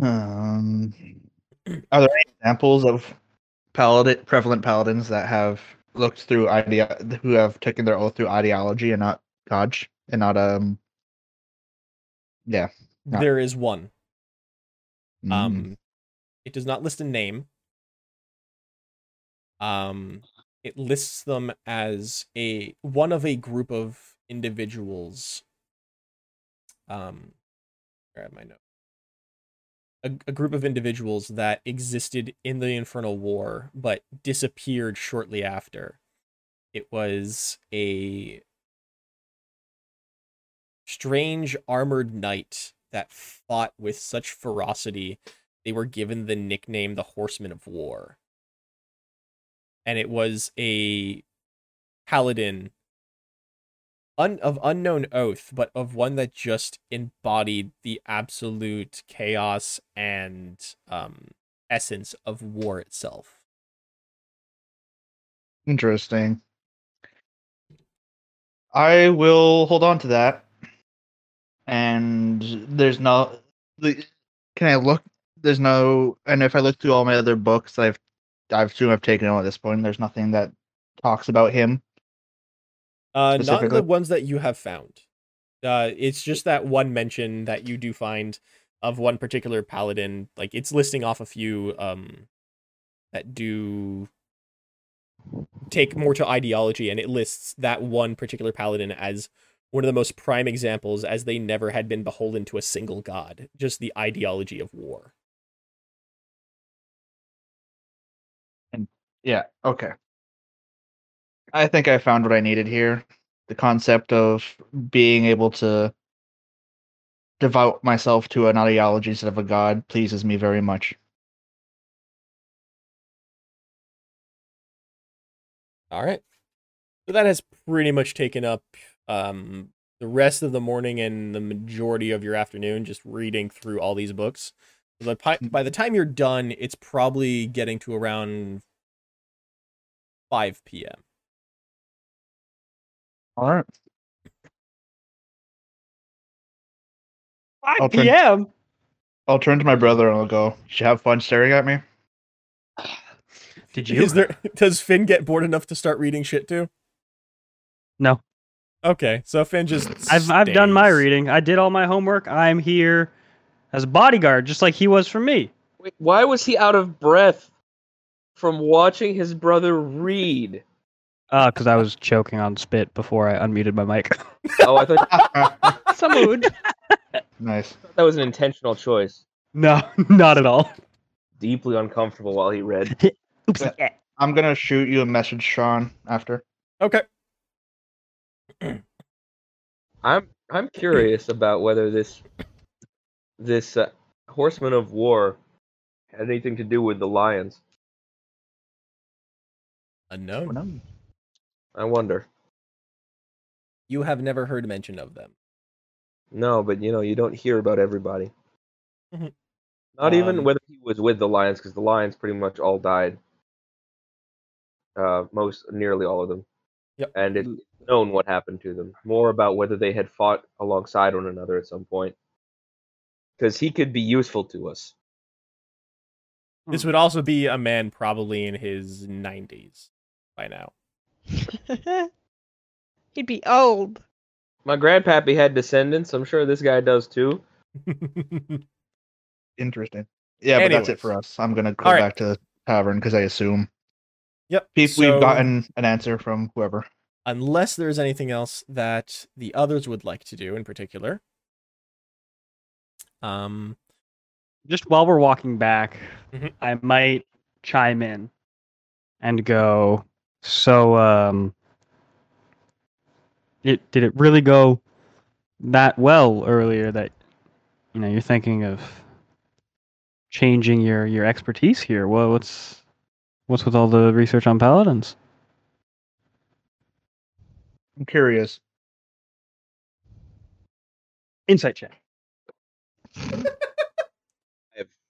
Speaker 8: Um, are there any examples of paladin prevalent paladins that have looked through idea who have taken their oath through ideology and not God and not um yeah Yeah.
Speaker 2: there is one
Speaker 8: mm,
Speaker 2: Um, it does not list a name. Um, it lists them as a one of a group of individuals. Um, grab my note. A, a group of individuals that existed in the Infernal War but disappeared shortly after. It was a strange armored knight that fought with such ferocity they were given the nickname the Horsemen of War. And it was a paladin un- of unknown oath, but of one that just embodied the absolute chaos and um, essence of war itself.
Speaker 8: interesting. I will hold on to that. And there's no the- can I look there's no and if I look through all my other books I've I've assume I've taken them at this point, there's nothing that talks about him.
Speaker 2: Uh, not
Speaker 8: Specifically?
Speaker 2: the ones that you have found. Uh, it's just that one mention that you do find of one particular paladin. Like it's listing off a few um, that do take more to ideology, and it lists that one particular paladin as one of the most prime examples, as they never had been beholden to a single god, just the ideology of war.
Speaker 8: Yeah, okay. I think I found what I needed here. The concept of being able to devote myself to an ideology instead of a god pleases me very much.
Speaker 2: All right. So that has pretty much taken up um, the rest of the morning and the majority of your afternoon just reading through all these books. So the pi- by the time you're done, it's probably getting to around 5 p.m.
Speaker 8: All right.
Speaker 3: 5
Speaker 8: I'll turn-
Speaker 3: p.m.
Speaker 8: I'll turn to my brother and I'll go, Did you have fun staring at me?
Speaker 3: Did you?
Speaker 2: Is there does Finn get bored enough to start reading shit too?
Speaker 3: No.
Speaker 2: Okay, so Finn just
Speaker 3: I've I've done my
Speaker 2: stays.
Speaker 3: reading. I did all my homework. I'm here as a bodyguard, just like he was for me.
Speaker 9: Wait, why was he out of breath from watching his brother read?
Speaker 3: Uh, because I was choking on spit before I unmuted my mic.
Speaker 9: Oh, I thought
Speaker 7: Salud.
Speaker 8: Nice.
Speaker 9: that was an intentional choice.
Speaker 3: no, not at all.
Speaker 9: Deeply uncomfortable while he read.
Speaker 3: Oops. yeah.
Speaker 8: I'm gonna shoot you a message, Sean, after.
Speaker 2: Okay.
Speaker 9: I'm I'm curious about whether this this uh, horseman of war had anything to do with the lions.
Speaker 2: Unknown.
Speaker 9: I wonder.
Speaker 2: You have never heard mention of them.
Speaker 9: No, but you know you don't hear about everybody.
Speaker 2: Mhm.
Speaker 9: Not even
Speaker 2: Um,
Speaker 9: whether he was with the lions, because the lions pretty much all died. Uh, most nearly all of them,
Speaker 2: Yep.
Speaker 9: and it's known what happened to them. More about whether they had fought alongside one another at some point, because he could be useful to us.
Speaker 2: This would also be a man probably in his 90s by now.
Speaker 7: He'd be old.
Speaker 9: My grandpappy had descendants. I'm sure this guy does too.
Speaker 8: Interesting. Yeah, but
Speaker 2: Anyways.
Speaker 8: that's it for us. I'm gonna go
Speaker 2: All right.
Speaker 8: back to the tavern because I assume
Speaker 2: yep.
Speaker 8: Peep,
Speaker 2: so-
Speaker 8: we've gotten an answer from whoever.
Speaker 2: unless there's anything else that the others would like to do in particular. Um,
Speaker 3: Just while we're walking back,
Speaker 2: Mhm.
Speaker 3: I might chime in and go. So, um, it did it really go that well earlier that you know you're thinking of changing your your expertise here? Well, what's what's with all the research on paladins?
Speaker 8: I'm curious.
Speaker 3: Insight check.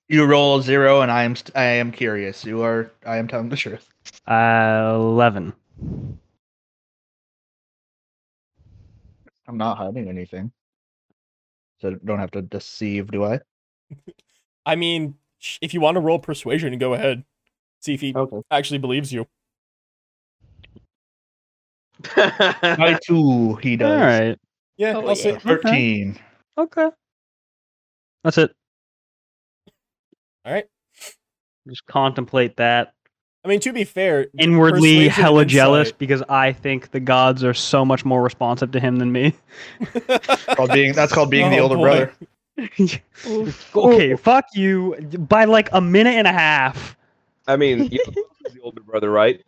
Speaker 8: You roll zero, and I am st- I am curious. You are I am telling the truth.
Speaker 3: Uh, Eleven.
Speaker 8: I'm not hiding anything, so don't have to deceive, do I?
Speaker 2: I mean, sh- if you want to roll persuasion, go ahead. See if he
Speaker 8: Okay.
Speaker 2: actually believes you.
Speaker 8: I too. He
Speaker 3: All
Speaker 8: does.
Speaker 3: right.
Speaker 2: Yeah,
Speaker 7: Oh,
Speaker 2: I'll say-
Speaker 7: yeah.
Speaker 8: Thirteen.
Speaker 3: Okay. That's it.
Speaker 2: All right.
Speaker 3: Just contemplate that.
Speaker 2: I mean, to be fair, d-
Speaker 3: Inwardly
Speaker 2: persuasion and
Speaker 3: hella jealous
Speaker 2: insight-
Speaker 3: because I think the gods are so much more responsive to him than me.
Speaker 8: Called being that's called being the
Speaker 2: Oh,
Speaker 8: older
Speaker 2: boy.
Speaker 8: brother.
Speaker 3: okay, fuck you. By like a minute and a half.
Speaker 9: I mean, you know, who was the older brother, right?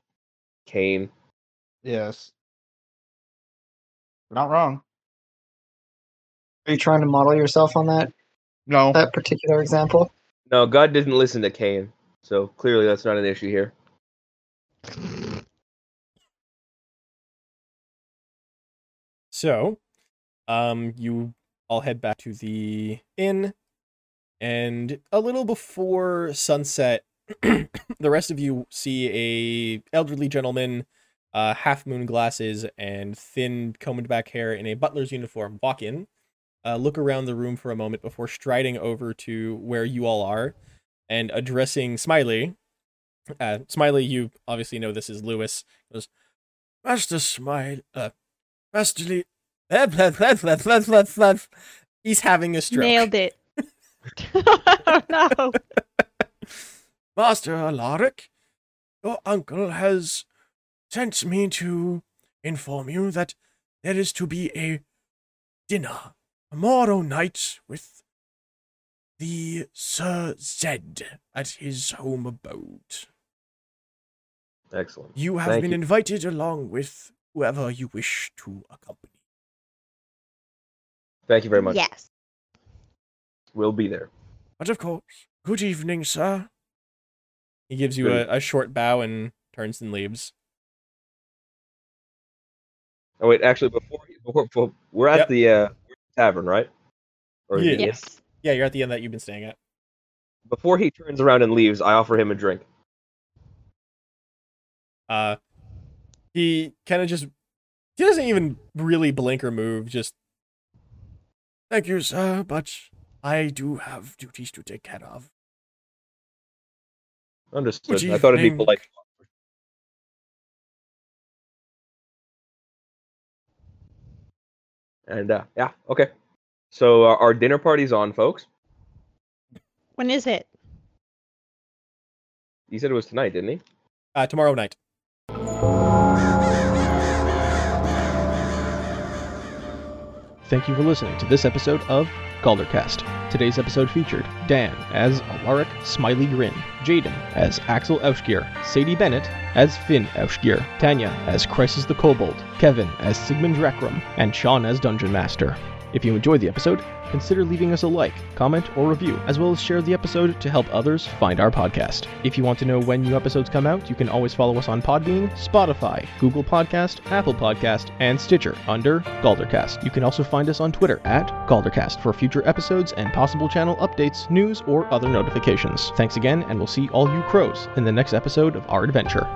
Speaker 9: Cain.
Speaker 8: Yes. You're not wrong.
Speaker 5: Are you trying to model yourself on that
Speaker 8: No.
Speaker 5: that particular example?
Speaker 9: No, God didn't listen to Cain, so clearly that's not an issue here.
Speaker 2: So, um, you all head back to the inn, and a little before sunset, the rest of you see a elderly gentleman, uh, half moon glasses and thin combed back hair in a butler's uniform walk in, uh, look around the room for a moment before striding over to where you all are, and addressing Smiley. Uh, Smiley, you obviously know this is Lewis. Goes, Master Smile, uh, Master Lee, blah, blah, blah, blah, blah, blah, blah." He's having a stroke.
Speaker 7: Nailed it. oh, no.
Speaker 2: Master Alaric,
Speaker 14: Your uncle has sent me to inform you that there is to be a dinner tomorrow night with the Sir Zed at his home abode.
Speaker 9: Excellent.
Speaker 14: You have
Speaker 9: Thank
Speaker 14: been
Speaker 9: you.
Speaker 14: invited along with whoever you wish to accompany.
Speaker 9: Thank you very much.
Speaker 7: Yes.
Speaker 9: We'll be there.
Speaker 14: But of course, good evening, sir.
Speaker 2: He gives you a, a short bow and turns and leaves.
Speaker 9: Oh wait, actually, before, before, before we're at
Speaker 2: Yep.
Speaker 9: the uh, tavern, right? Or
Speaker 2: Yeah.
Speaker 9: the-
Speaker 7: Yes.
Speaker 2: Yeah, you're at the end that you've been staying at.
Speaker 9: Before he turns around and leaves, I offer him a drink.
Speaker 2: Uh, he kind of just he doesn't even really blink or move. Just
Speaker 14: Thank you, sir, but I do have duties to take care of.
Speaker 9: Understood.
Speaker 14: Good
Speaker 9: I thought it'd be
Speaker 14: evening.
Speaker 9: polite. And uh, yeah, okay. So uh, our dinner party's on, folks.
Speaker 7: When is it?
Speaker 9: He said it was tonight, didn't he?
Speaker 2: uh, tomorrow night.
Speaker 1: Thank you for listening to this episode of Caldercast. Today's episode featured Dan as Alaric Smiley Grin, Jaden as Axel Ausgier, Sadie Bennett as Finn Ausgier, Tanya as Crisis the Kobold, Kevin as Sigmund Drakram, and Sean as Dungeon Master. If you enjoyed the episode, consider leaving us a like, comment, or review, as well as share the episode to help others find our podcast. If you want to know when new episodes come out, you can always follow us on Podbean, Spotify, Google Podcast, Apple Podcast, and Stitcher under Galdercast. You can also find us on Twitter at Galdercast for future episodes and possible channel updates, news, or other notifications. Thanks again, and we'll see all you crows in the next episode of our adventure.